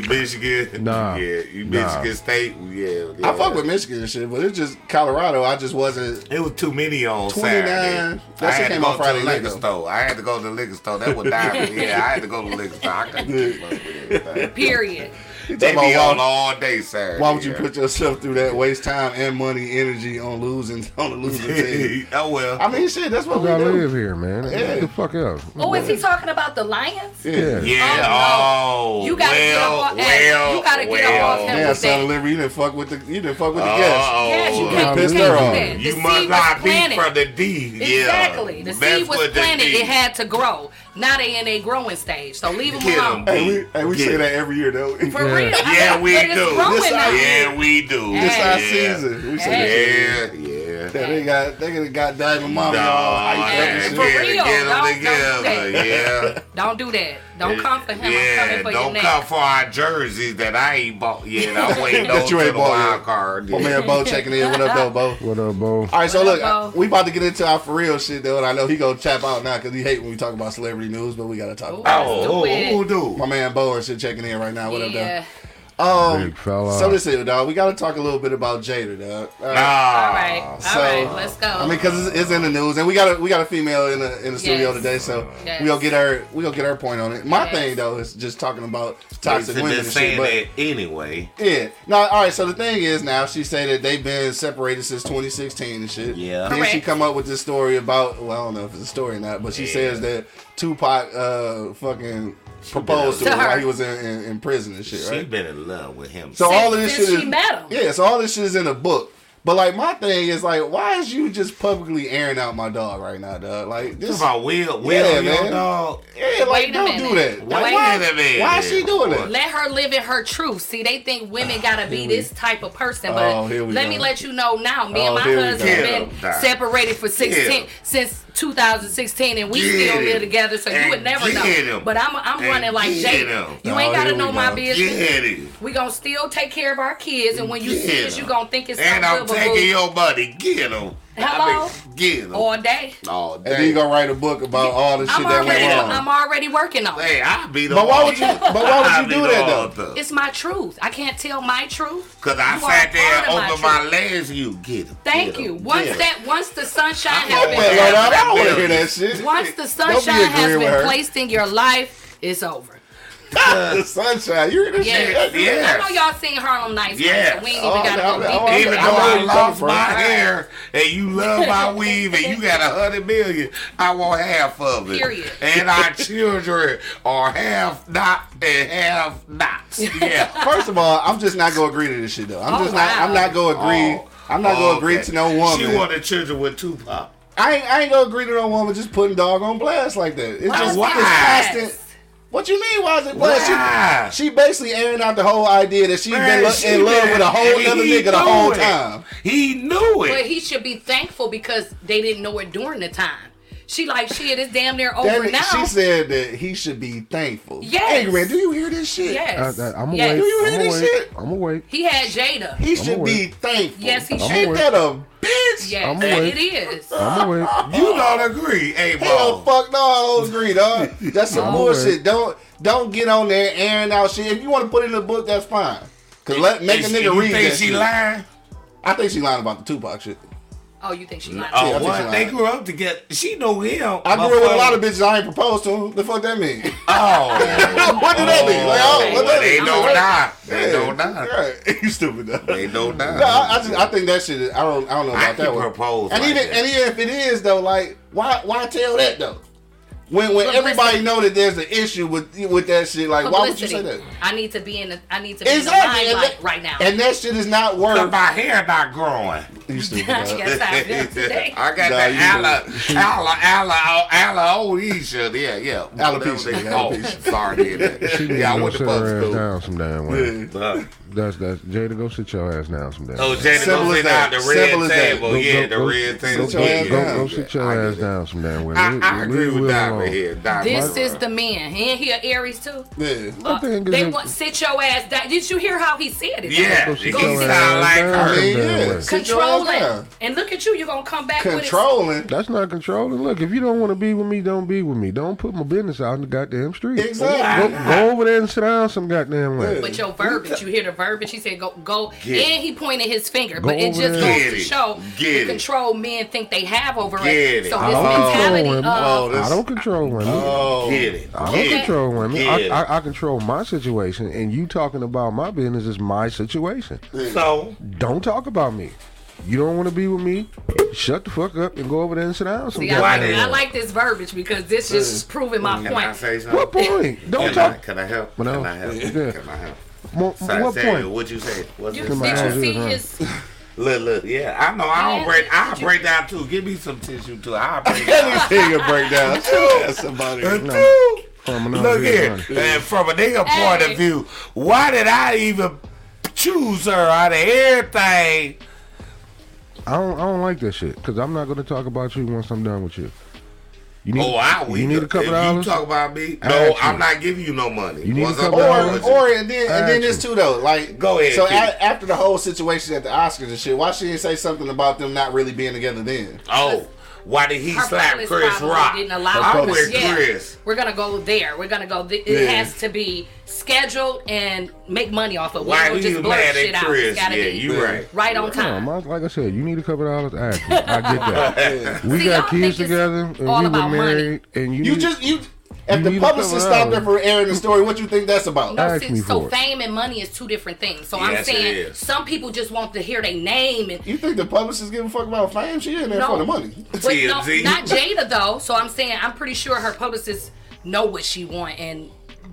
[SPEAKER 5] <laughs>
[SPEAKER 6] Michigan?
[SPEAKER 5] Nah.
[SPEAKER 6] Yeah, you
[SPEAKER 5] Nah.
[SPEAKER 6] Michigan State? Yeah, yeah.
[SPEAKER 2] I fuck with Michigan and shit, but it's just Colorado. I just wasn't.
[SPEAKER 6] It was too many on
[SPEAKER 2] 29.
[SPEAKER 6] Saturday.
[SPEAKER 2] That
[SPEAKER 6] I
[SPEAKER 2] shit
[SPEAKER 6] had to
[SPEAKER 2] came
[SPEAKER 6] go
[SPEAKER 2] out Friday
[SPEAKER 6] to the
[SPEAKER 2] night,
[SPEAKER 6] liquor
[SPEAKER 2] though.
[SPEAKER 6] store. I had to go to the liquor store. That was diamond. yeah, I had to go to the liquor store.
[SPEAKER 2] <laughs>
[SPEAKER 6] I couldn't keep up with everything.
[SPEAKER 7] period.
[SPEAKER 6] They be
[SPEAKER 2] why-
[SPEAKER 6] on all day Saturday.
[SPEAKER 2] Why would you
[SPEAKER 6] yeah.
[SPEAKER 2] put yourself through that? Waste time and money, energy on losing <laughs> on a
[SPEAKER 6] <laughs>
[SPEAKER 2] losing team.
[SPEAKER 6] oh well.
[SPEAKER 2] I mean, shit, that's what
[SPEAKER 5] Fuck,
[SPEAKER 2] we
[SPEAKER 5] I live
[SPEAKER 2] do.
[SPEAKER 5] here, man.
[SPEAKER 2] Yeah.
[SPEAKER 5] What the fuck else?
[SPEAKER 7] Oh, is he talking about the Lions?
[SPEAKER 5] Yeah.
[SPEAKER 6] yeah.
[SPEAKER 7] Oh,
[SPEAKER 6] Oh,
[SPEAKER 7] no. You gotta get
[SPEAKER 6] well,
[SPEAKER 7] up off- hey,
[SPEAKER 6] well,
[SPEAKER 7] you gotta get up
[SPEAKER 6] well.
[SPEAKER 7] off him.
[SPEAKER 2] Yeah,
[SPEAKER 7] What's that?
[SPEAKER 2] son of Liberty, you didn't fuck with the you didn't fuck with the guests.
[SPEAKER 6] Oh,
[SPEAKER 7] Yes, you
[SPEAKER 5] yeah.
[SPEAKER 7] can't
[SPEAKER 5] Pissed
[SPEAKER 7] pissed
[SPEAKER 5] her off.
[SPEAKER 7] that. The
[SPEAKER 6] You
[SPEAKER 7] seed
[SPEAKER 6] must
[SPEAKER 7] was
[SPEAKER 6] not be
[SPEAKER 7] planted.
[SPEAKER 6] from the D.
[SPEAKER 7] Exactly.
[SPEAKER 6] Yeah.
[SPEAKER 7] The seed
[SPEAKER 6] That's
[SPEAKER 7] was
[SPEAKER 6] what the
[SPEAKER 7] planted.
[SPEAKER 6] D.
[SPEAKER 7] It had to grow. Now they in a growing stage. So leave them
[SPEAKER 6] Get 'em.
[SPEAKER 7] alone.
[SPEAKER 2] Hey, we hey, we
[SPEAKER 6] Yeah.
[SPEAKER 2] say that every year though. This <laughs>
[SPEAKER 7] For real. I
[SPEAKER 6] Yeah,
[SPEAKER 7] mean,
[SPEAKER 6] we
[SPEAKER 7] but it's
[SPEAKER 6] do.
[SPEAKER 7] growing
[SPEAKER 2] This
[SPEAKER 7] now.
[SPEAKER 2] our-
[SPEAKER 6] Yeah, we do.
[SPEAKER 2] our
[SPEAKER 6] yeah.
[SPEAKER 2] season. We say
[SPEAKER 7] Hey.
[SPEAKER 2] that.
[SPEAKER 6] Yeah, yeah.
[SPEAKER 2] Yeah, they got they could got Diamond Mama.
[SPEAKER 6] No,
[SPEAKER 2] all
[SPEAKER 6] I
[SPEAKER 2] hyped up and
[SPEAKER 6] can't
[SPEAKER 2] shit.
[SPEAKER 7] For
[SPEAKER 6] get it,
[SPEAKER 7] real,
[SPEAKER 6] get
[SPEAKER 7] don't-
[SPEAKER 6] them together.
[SPEAKER 7] don't do
[SPEAKER 6] Yeah.
[SPEAKER 7] Don't do that. Don't come for him. I'm coming for
[SPEAKER 6] don't
[SPEAKER 7] your neck.
[SPEAKER 6] come for our jerseys that I ain't bought
[SPEAKER 2] <laughs>
[SPEAKER 6] yet. I'm waiting on
[SPEAKER 2] That
[SPEAKER 6] to
[SPEAKER 2] you
[SPEAKER 6] the
[SPEAKER 2] ain't bought
[SPEAKER 6] wild
[SPEAKER 2] yet.
[SPEAKER 6] card.
[SPEAKER 2] My
[SPEAKER 6] yeah.
[SPEAKER 2] man Bo checking in. What up, though, Bo?
[SPEAKER 7] <laughs>
[SPEAKER 5] What up, Bo?
[SPEAKER 2] All right, so
[SPEAKER 7] What
[SPEAKER 2] look,
[SPEAKER 7] up, Bo?
[SPEAKER 2] we about to get into our for real shit though, and I know he gonna tap out now because he hate when we talk about celebrity news, but we gotta talk.
[SPEAKER 7] Ooh,
[SPEAKER 2] about
[SPEAKER 6] Oh,
[SPEAKER 7] stupid.
[SPEAKER 6] who do?
[SPEAKER 2] it. My man Bo and shit checking in right now. What
[SPEAKER 7] yeah.
[SPEAKER 2] up, though? Um,
[SPEAKER 5] Big fella.
[SPEAKER 2] so this is dog. We gotta talk a little bit about Jada, dog. All right.
[SPEAKER 6] Nah.
[SPEAKER 7] All right. All
[SPEAKER 2] Ah, So,
[SPEAKER 7] right. Let's go.
[SPEAKER 2] I mean, because it's, it's in the news, and we got a we got a female in the in the studio
[SPEAKER 7] Yes.
[SPEAKER 2] today, so
[SPEAKER 7] Yes.
[SPEAKER 2] we gonna get her we gonna get her point on it. My
[SPEAKER 7] Yes.
[SPEAKER 2] thing though is just talking about
[SPEAKER 6] Toxic
[SPEAKER 2] toxic women and shit,
[SPEAKER 6] saying
[SPEAKER 2] but
[SPEAKER 6] that anyway.
[SPEAKER 2] yeah. Now, all right. So the thing is, now she say that they've been separated since 2016 and shit.
[SPEAKER 6] Yeah.
[SPEAKER 2] Then she
[SPEAKER 7] Correct.
[SPEAKER 2] come up with this story about well, I don't know if it's a story or not, but she
[SPEAKER 6] Yeah.
[SPEAKER 2] says that Tupac uh fucking proposed to,
[SPEAKER 7] To
[SPEAKER 2] her while
[SPEAKER 7] her.
[SPEAKER 2] he was in, in, in prison and shit,
[SPEAKER 6] She
[SPEAKER 2] right?
[SPEAKER 6] been in love with him.
[SPEAKER 2] So all of this
[SPEAKER 7] Since
[SPEAKER 2] shit
[SPEAKER 7] she
[SPEAKER 2] is
[SPEAKER 7] met him.
[SPEAKER 2] yeah. So all this shit is in a book. But like my thing is like, why is you just publicly airing out my dog right now, dog? Like
[SPEAKER 6] this
[SPEAKER 2] this.
[SPEAKER 6] about Will, Will,
[SPEAKER 2] Yeah,
[SPEAKER 6] your
[SPEAKER 2] man.
[SPEAKER 6] dog.
[SPEAKER 2] Yeah, like
[SPEAKER 7] Wait a
[SPEAKER 2] don't do
[SPEAKER 7] minute.
[SPEAKER 2] that.
[SPEAKER 6] Wait
[SPEAKER 2] Like,
[SPEAKER 6] a
[SPEAKER 2] why,
[SPEAKER 6] minute.
[SPEAKER 2] why is she doing that?
[SPEAKER 7] Let her live in her truth. See, they think women gotta be this type of person, but
[SPEAKER 2] Oh, here we
[SPEAKER 7] let
[SPEAKER 2] go.
[SPEAKER 7] me let you know now. Me
[SPEAKER 2] Oh,
[SPEAKER 7] and my
[SPEAKER 2] here we
[SPEAKER 7] husband
[SPEAKER 6] go.
[SPEAKER 7] been
[SPEAKER 6] Get 'em.
[SPEAKER 7] separated for sixteen
[SPEAKER 6] Get 'em.
[SPEAKER 7] since 2016, and we
[SPEAKER 6] Get
[SPEAKER 7] still live
[SPEAKER 6] 'em.
[SPEAKER 7] together. So you
[SPEAKER 6] And
[SPEAKER 7] would never know.
[SPEAKER 6] get 'em.
[SPEAKER 7] But I'm I'm
[SPEAKER 6] And
[SPEAKER 7] running like
[SPEAKER 6] get
[SPEAKER 7] Jay.
[SPEAKER 6] 'em.
[SPEAKER 7] You ain't
[SPEAKER 2] Oh,
[SPEAKER 7] gotta
[SPEAKER 2] here we
[SPEAKER 7] know my
[SPEAKER 2] go.
[SPEAKER 7] business.
[SPEAKER 6] Get it.
[SPEAKER 7] We gonna still take care of our kids, and when you see
[SPEAKER 6] Get
[SPEAKER 7] us, you
[SPEAKER 6] 'em.
[SPEAKER 7] gonna think it's
[SPEAKER 6] And
[SPEAKER 7] something
[SPEAKER 6] I'm
[SPEAKER 7] good, but
[SPEAKER 6] taking
[SPEAKER 7] boo,
[SPEAKER 6] your money. Get him.
[SPEAKER 7] Hello?
[SPEAKER 6] get him.
[SPEAKER 7] all day.
[SPEAKER 6] oh,
[SPEAKER 2] And then you
[SPEAKER 6] damn.
[SPEAKER 2] gonna write a book about all the shit
[SPEAKER 7] I'm
[SPEAKER 2] that
[SPEAKER 7] already
[SPEAKER 2] went wrong.
[SPEAKER 7] I'm already working on. it.
[SPEAKER 6] Hey, I be the
[SPEAKER 2] But why would you- but why would you do that, though?
[SPEAKER 7] It's my truth. I can't tell my truth.
[SPEAKER 6] Because I
[SPEAKER 7] You are
[SPEAKER 6] sat there and
[SPEAKER 7] part of
[SPEAKER 6] opened
[SPEAKER 7] truth.
[SPEAKER 6] my legs. You get him.
[SPEAKER 7] Thank you. Once that, once the sunshine
[SPEAKER 6] I
[SPEAKER 7] has
[SPEAKER 6] know
[SPEAKER 7] been,
[SPEAKER 2] Well, Lord, I don't want to
[SPEAKER 6] Bill.
[SPEAKER 2] hear that shit.
[SPEAKER 7] once the
[SPEAKER 2] Don't be
[SPEAKER 7] sunshine has
[SPEAKER 2] agreeing with
[SPEAKER 7] been
[SPEAKER 2] her.
[SPEAKER 7] placed in your life, it's over.
[SPEAKER 2] <laughs> The sunshine, you hear this
[SPEAKER 7] Yes.
[SPEAKER 2] shit?
[SPEAKER 6] Yes.
[SPEAKER 7] I know y'all seen Harlem Nights.
[SPEAKER 6] Yes.
[SPEAKER 7] so we ain't
[SPEAKER 2] Oh,
[SPEAKER 7] even
[SPEAKER 2] no,
[SPEAKER 7] gotta
[SPEAKER 2] no,
[SPEAKER 7] go
[SPEAKER 2] oh,
[SPEAKER 7] deep.
[SPEAKER 6] Even
[SPEAKER 7] into
[SPEAKER 6] though
[SPEAKER 2] I
[SPEAKER 7] that.
[SPEAKER 2] know where
[SPEAKER 6] I
[SPEAKER 2] you
[SPEAKER 6] lost
[SPEAKER 2] coming
[SPEAKER 6] my
[SPEAKER 2] from.
[SPEAKER 6] hair and you love my weave and you got a hundred million, I want half of it.
[SPEAKER 7] Period.
[SPEAKER 6] And our children are half not and half not. Yeah.
[SPEAKER 2] First of all, I'm just not gonna agree to this shit though. I'm
[SPEAKER 7] Oh,
[SPEAKER 2] just not.
[SPEAKER 7] wow.
[SPEAKER 2] I'm not gonna agree.
[SPEAKER 6] Oh,
[SPEAKER 2] I'm not gonna agree
[SPEAKER 6] okay.
[SPEAKER 2] to no woman.
[SPEAKER 6] She wanted children with Tupac.
[SPEAKER 2] I ain't. I ain't gonna agree to no woman just putting dog on blast like that. It's
[SPEAKER 6] Why?
[SPEAKER 2] just
[SPEAKER 6] Why?
[SPEAKER 2] it's constant. What you mean? Why is it blast?
[SPEAKER 6] Why?
[SPEAKER 2] She, she basically airing out the whole idea that she's
[SPEAKER 6] Man,
[SPEAKER 2] been lo-
[SPEAKER 6] she
[SPEAKER 2] in love
[SPEAKER 6] been-
[SPEAKER 2] with a whole
[SPEAKER 6] and
[SPEAKER 2] other
[SPEAKER 6] he
[SPEAKER 2] nigga the whole
[SPEAKER 6] knew it.
[SPEAKER 2] time.
[SPEAKER 6] He knew
[SPEAKER 7] But
[SPEAKER 6] it.
[SPEAKER 7] he should be thankful because they didn't know it during the time. She like shit. It's damn near
[SPEAKER 2] That-
[SPEAKER 7] over now.
[SPEAKER 2] she said that he should be thankful.
[SPEAKER 7] Yes.
[SPEAKER 2] Hey, man, do you hear this shit?
[SPEAKER 7] yes.
[SPEAKER 5] I'm
[SPEAKER 7] yes.
[SPEAKER 5] awake.
[SPEAKER 2] Do you hear
[SPEAKER 5] I'm
[SPEAKER 2] this
[SPEAKER 5] awake.
[SPEAKER 2] shit?
[SPEAKER 5] I'm awake.
[SPEAKER 7] He had Jada.
[SPEAKER 2] He should
[SPEAKER 5] aware.
[SPEAKER 2] be thankful.
[SPEAKER 7] Yes, he I'm
[SPEAKER 5] should.
[SPEAKER 2] Ain't
[SPEAKER 5] aware.
[SPEAKER 2] that a bitch?
[SPEAKER 7] yes,
[SPEAKER 5] I'm awake.
[SPEAKER 7] it is.
[SPEAKER 5] I'm
[SPEAKER 6] <laughs>
[SPEAKER 5] awake.
[SPEAKER 6] You don't agree, hey
[SPEAKER 2] Hell,
[SPEAKER 6] bro.
[SPEAKER 2] fuck no, I don't agree, dog.
[SPEAKER 5] <laughs>
[SPEAKER 2] That's some
[SPEAKER 5] I'm
[SPEAKER 2] bullshit.
[SPEAKER 5] aware.
[SPEAKER 2] Don't don't get on there airing out shit. If you want to put it in the book, that's fine. Cause let make a
[SPEAKER 6] Is-
[SPEAKER 2] nigga
[SPEAKER 6] you
[SPEAKER 2] read
[SPEAKER 6] think
[SPEAKER 2] that
[SPEAKER 6] she
[SPEAKER 2] shit.
[SPEAKER 6] lying?
[SPEAKER 2] I think she lying about the Tupac shit.
[SPEAKER 7] Oh, you think she lied?
[SPEAKER 6] Oh,
[SPEAKER 2] Yeah, I think she
[SPEAKER 6] what? They
[SPEAKER 2] lying.
[SPEAKER 6] grew up together. She know him.
[SPEAKER 2] I grew up with a lot of
[SPEAKER 6] motherfucker.
[SPEAKER 2] bitches. I ain't proposed to. Them. The fuck that
[SPEAKER 6] <laughs>
[SPEAKER 2] mean? <laughs>
[SPEAKER 6] Oh,
[SPEAKER 2] what do that mean? Like, I don't- what that
[SPEAKER 6] well, they
[SPEAKER 2] mean?
[SPEAKER 6] know not.
[SPEAKER 2] <laughs>
[SPEAKER 6] They know not.
[SPEAKER 2] Right. <laughs> You stupid dog.
[SPEAKER 6] They know not.
[SPEAKER 2] No, I, I just I think that shit. Is, I don't I don't know
[SPEAKER 6] I
[SPEAKER 2] about that
[SPEAKER 6] can
[SPEAKER 2] one.
[SPEAKER 6] propose
[SPEAKER 2] and
[SPEAKER 6] like
[SPEAKER 2] even
[SPEAKER 6] that.
[SPEAKER 2] and even if it is though, like why why tell that though? When when everybody know that there's an issue with with that shit, like why would you say that?
[SPEAKER 7] Publicity. I need to be in. The, I need to be
[SPEAKER 2] Exactly.
[SPEAKER 7] in
[SPEAKER 2] And
[SPEAKER 7] the
[SPEAKER 2] that,
[SPEAKER 7] limelight right now.
[SPEAKER 2] And that shit is not
[SPEAKER 6] Look,
[SPEAKER 2] worth.
[SPEAKER 6] my hair not growing.
[SPEAKER 2] You stupid. dog.
[SPEAKER 7] <laughs> yes, I
[SPEAKER 6] <laughs>
[SPEAKER 7] will today.
[SPEAKER 6] I got
[SPEAKER 2] Nah,
[SPEAKER 6] that
[SPEAKER 2] you
[SPEAKER 6] ala, ala, ala, alopecia. Yeah, <laughs> yeah.
[SPEAKER 2] Alopecia,
[SPEAKER 6] Whatever they
[SPEAKER 2] yeah,
[SPEAKER 6] call it.
[SPEAKER 2] alopecia.
[SPEAKER 6] Sorry to hear that.
[SPEAKER 5] She need
[SPEAKER 6] Yeah, I
[SPEAKER 5] to go
[SPEAKER 6] went to
[SPEAKER 5] sit
[SPEAKER 6] public
[SPEAKER 5] her ass
[SPEAKER 6] school.
[SPEAKER 5] down some damn way.
[SPEAKER 6] Uh,
[SPEAKER 5] That's that's Jada. Go sit your ass down some damn.
[SPEAKER 6] Oh,
[SPEAKER 5] way.
[SPEAKER 6] Jada,
[SPEAKER 2] Simple
[SPEAKER 6] go
[SPEAKER 2] as
[SPEAKER 6] sit
[SPEAKER 2] that.
[SPEAKER 6] down at the
[SPEAKER 2] Simple
[SPEAKER 6] red
[SPEAKER 2] as that.
[SPEAKER 6] table.
[SPEAKER 5] Go-
[SPEAKER 6] yeah,
[SPEAKER 5] go-
[SPEAKER 6] the
[SPEAKER 5] go-
[SPEAKER 6] red
[SPEAKER 5] Go,
[SPEAKER 6] table.
[SPEAKER 5] go,
[SPEAKER 6] yeah,
[SPEAKER 5] go,
[SPEAKER 6] yeah,
[SPEAKER 5] go
[SPEAKER 6] yeah.
[SPEAKER 5] sit
[SPEAKER 6] I
[SPEAKER 5] your
[SPEAKER 6] get
[SPEAKER 5] ass
[SPEAKER 6] it.
[SPEAKER 5] down some damn way.
[SPEAKER 6] I,
[SPEAKER 5] Leave-
[SPEAKER 6] I
[SPEAKER 5] leave
[SPEAKER 6] agree with
[SPEAKER 5] Will
[SPEAKER 6] Diamond
[SPEAKER 5] alone.
[SPEAKER 6] here. Diamond
[SPEAKER 7] This
[SPEAKER 6] Run.
[SPEAKER 7] is the man. He ain't he an Aries too?
[SPEAKER 2] Yeah.
[SPEAKER 7] Uh,
[SPEAKER 5] thing is
[SPEAKER 7] they
[SPEAKER 5] that-
[SPEAKER 7] want sit your ass down. Did you hear how he said it?
[SPEAKER 6] Yeah,
[SPEAKER 5] Go
[SPEAKER 6] he
[SPEAKER 5] sit your
[SPEAKER 6] sound
[SPEAKER 5] ass
[SPEAKER 6] like
[SPEAKER 5] down
[SPEAKER 6] her.
[SPEAKER 5] some
[SPEAKER 2] I mean,
[SPEAKER 5] damn
[SPEAKER 2] yeah.
[SPEAKER 5] way.
[SPEAKER 2] Sit your ass
[SPEAKER 7] Control it.
[SPEAKER 2] down.
[SPEAKER 7] And look at you. You're gonna come back
[SPEAKER 2] Controlling.
[SPEAKER 5] That's not controlling. Look, if you don't want to be with me, don't be with me. Don't put my business out in the goddamn street. Go,
[SPEAKER 2] Exactly.
[SPEAKER 5] go over there and sit down some goddamn way.
[SPEAKER 7] with it. But your verbiage, you hear the verbiage. He said, "Go, go,"
[SPEAKER 6] Get it.
[SPEAKER 7] and he pointed his finger.
[SPEAKER 5] Go
[SPEAKER 7] but it
[SPEAKER 5] over there.
[SPEAKER 7] just goes
[SPEAKER 6] Get
[SPEAKER 7] to
[SPEAKER 6] it.
[SPEAKER 7] show
[SPEAKER 6] Get
[SPEAKER 7] the
[SPEAKER 6] it.
[SPEAKER 7] control men think they have over
[SPEAKER 6] Get
[SPEAKER 7] us.
[SPEAKER 6] it.
[SPEAKER 7] So
[SPEAKER 5] I
[SPEAKER 7] this
[SPEAKER 5] don't control
[SPEAKER 7] mentality uh, of
[SPEAKER 5] women.
[SPEAKER 2] Oh, this-
[SPEAKER 5] I don't control women.
[SPEAKER 2] Oh.
[SPEAKER 6] Get it.
[SPEAKER 5] I
[SPEAKER 6] Get
[SPEAKER 5] don't
[SPEAKER 6] it.
[SPEAKER 5] control women.
[SPEAKER 6] Get
[SPEAKER 5] I, I, I control my situation, and you talking about my business is my situation.
[SPEAKER 6] So
[SPEAKER 5] Don't talk about me. You don't want to be with me? Shut the fuck up and go over there and sit down some
[SPEAKER 7] See, I,
[SPEAKER 5] goddamn
[SPEAKER 7] like,
[SPEAKER 6] did-
[SPEAKER 7] I
[SPEAKER 5] way.
[SPEAKER 7] like this verbiage because this is just proving my
[SPEAKER 6] Can I
[SPEAKER 7] point.
[SPEAKER 6] say something?
[SPEAKER 5] What
[SPEAKER 6] <laughs>
[SPEAKER 5] point? Don't
[SPEAKER 6] Can I,
[SPEAKER 5] talk.
[SPEAKER 6] can I help?
[SPEAKER 5] Well,
[SPEAKER 6] Can
[SPEAKER 5] no.
[SPEAKER 6] I help?
[SPEAKER 5] Yeah.
[SPEAKER 6] Can I help?
[SPEAKER 5] Mo-
[SPEAKER 6] Sorry,
[SPEAKER 5] what
[SPEAKER 6] Samuel,
[SPEAKER 5] point?
[SPEAKER 6] What'd you say? What's
[SPEAKER 7] You,
[SPEAKER 6] it?
[SPEAKER 7] did
[SPEAKER 5] my eyes
[SPEAKER 7] you see
[SPEAKER 5] is running.
[SPEAKER 7] his?
[SPEAKER 6] Look, look, yeah. I know. I don't
[SPEAKER 7] Yeah.
[SPEAKER 6] break. I break down too. Give me some tissue
[SPEAKER 5] <laughs>
[SPEAKER 6] too. I
[SPEAKER 2] This
[SPEAKER 6] break down. Uh,
[SPEAKER 2] nigga
[SPEAKER 6] <laughs>
[SPEAKER 2] breakdown. That's somebody.
[SPEAKER 6] Too.
[SPEAKER 5] From another
[SPEAKER 6] Look here,
[SPEAKER 5] reason.
[SPEAKER 6] and from a nigga point
[SPEAKER 7] Hey.
[SPEAKER 6] of view, why did I even choose her out of everything?
[SPEAKER 5] I don't, I don't like that shit because I'm not going to talk about you once I'm done with you. You need,
[SPEAKER 6] Oh, I will.
[SPEAKER 5] you need a couple
[SPEAKER 6] if
[SPEAKER 5] dollars.
[SPEAKER 6] You talk about me?
[SPEAKER 5] I
[SPEAKER 6] No,
[SPEAKER 5] got you.
[SPEAKER 6] I'm not giving you no money.
[SPEAKER 5] You need a
[SPEAKER 6] Once I'm
[SPEAKER 5] couple
[SPEAKER 6] done
[SPEAKER 5] dollars.
[SPEAKER 2] Or,
[SPEAKER 6] with you-
[SPEAKER 2] or and then and then this too though, like
[SPEAKER 6] Go ahead,
[SPEAKER 2] So a,
[SPEAKER 6] Keith.
[SPEAKER 2] after the whole situation at the Oscars and shit, why she didn't say something about them not really being together then?
[SPEAKER 6] oh, why did he
[SPEAKER 7] Her
[SPEAKER 6] slap
[SPEAKER 7] publicist
[SPEAKER 6] Chris
[SPEAKER 7] probably
[SPEAKER 6] Rock?
[SPEAKER 7] Didn't allow
[SPEAKER 6] I'm
[SPEAKER 7] her-
[SPEAKER 6] with
[SPEAKER 7] yeah,
[SPEAKER 6] Chris.
[SPEAKER 7] We're gonna go there. We're gonna go. Th- it
[SPEAKER 2] Yeah.
[SPEAKER 7] has to be scheduled and make money off of. We
[SPEAKER 6] Why
[SPEAKER 7] don't
[SPEAKER 6] he
[SPEAKER 7] just
[SPEAKER 6] was
[SPEAKER 7] blurt
[SPEAKER 6] mad
[SPEAKER 7] shit
[SPEAKER 6] at
[SPEAKER 7] out.
[SPEAKER 6] Chris?
[SPEAKER 7] It's gotta
[SPEAKER 6] Yeah,
[SPEAKER 7] be
[SPEAKER 6] you right.
[SPEAKER 7] right on
[SPEAKER 5] Um,
[SPEAKER 7] time.
[SPEAKER 5] I- like I said, you need a couple dollars. Ask me. I get
[SPEAKER 6] <laughs>
[SPEAKER 5] that. We
[SPEAKER 7] See,
[SPEAKER 5] got
[SPEAKER 7] y'all think
[SPEAKER 5] kids
[SPEAKER 7] it's
[SPEAKER 5] together and we
[SPEAKER 7] all
[SPEAKER 5] were
[SPEAKER 7] about money.
[SPEAKER 5] married, and you,
[SPEAKER 2] You
[SPEAKER 5] need-
[SPEAKER 2] just you if
[SPEAKER 5] you need
[SPEAKER 2] the
[SPEAKER 5] to
[SPEAKER 2] publicist
[SPEAKER 5] cover
[SPEAKER 2] stopped her
[SPEAKER 5] up.
[SPEAKER 2] for airing the story, what you think that's about?
[SPEAKER 5] Uh,
[SPEAKER 7] No,
[SPEAKER 5] Ask me
[SPEAKER 7] see, so
[SPEAKER 5] for it.
[SPEAKER 7] fame and money is two different things. So I'm
[SPEAKER 6] Yes, it
[SPEAKER 7] saying
[SPEAKER 6] is.
[SPEAKER 7] some people just want to hear their name and
[SPEAKER 2] you think the publicist give a fuck about fame? She in there
[SPEAKER 7] No.
[SPEAKER 2] for the money.
[SPEAKER 7] Wait, no,
[SPEAKER 6] TMZ.
[SPEAKER 7] not Jada though. So I'm saying I'm pretty sure her publicists know what she want and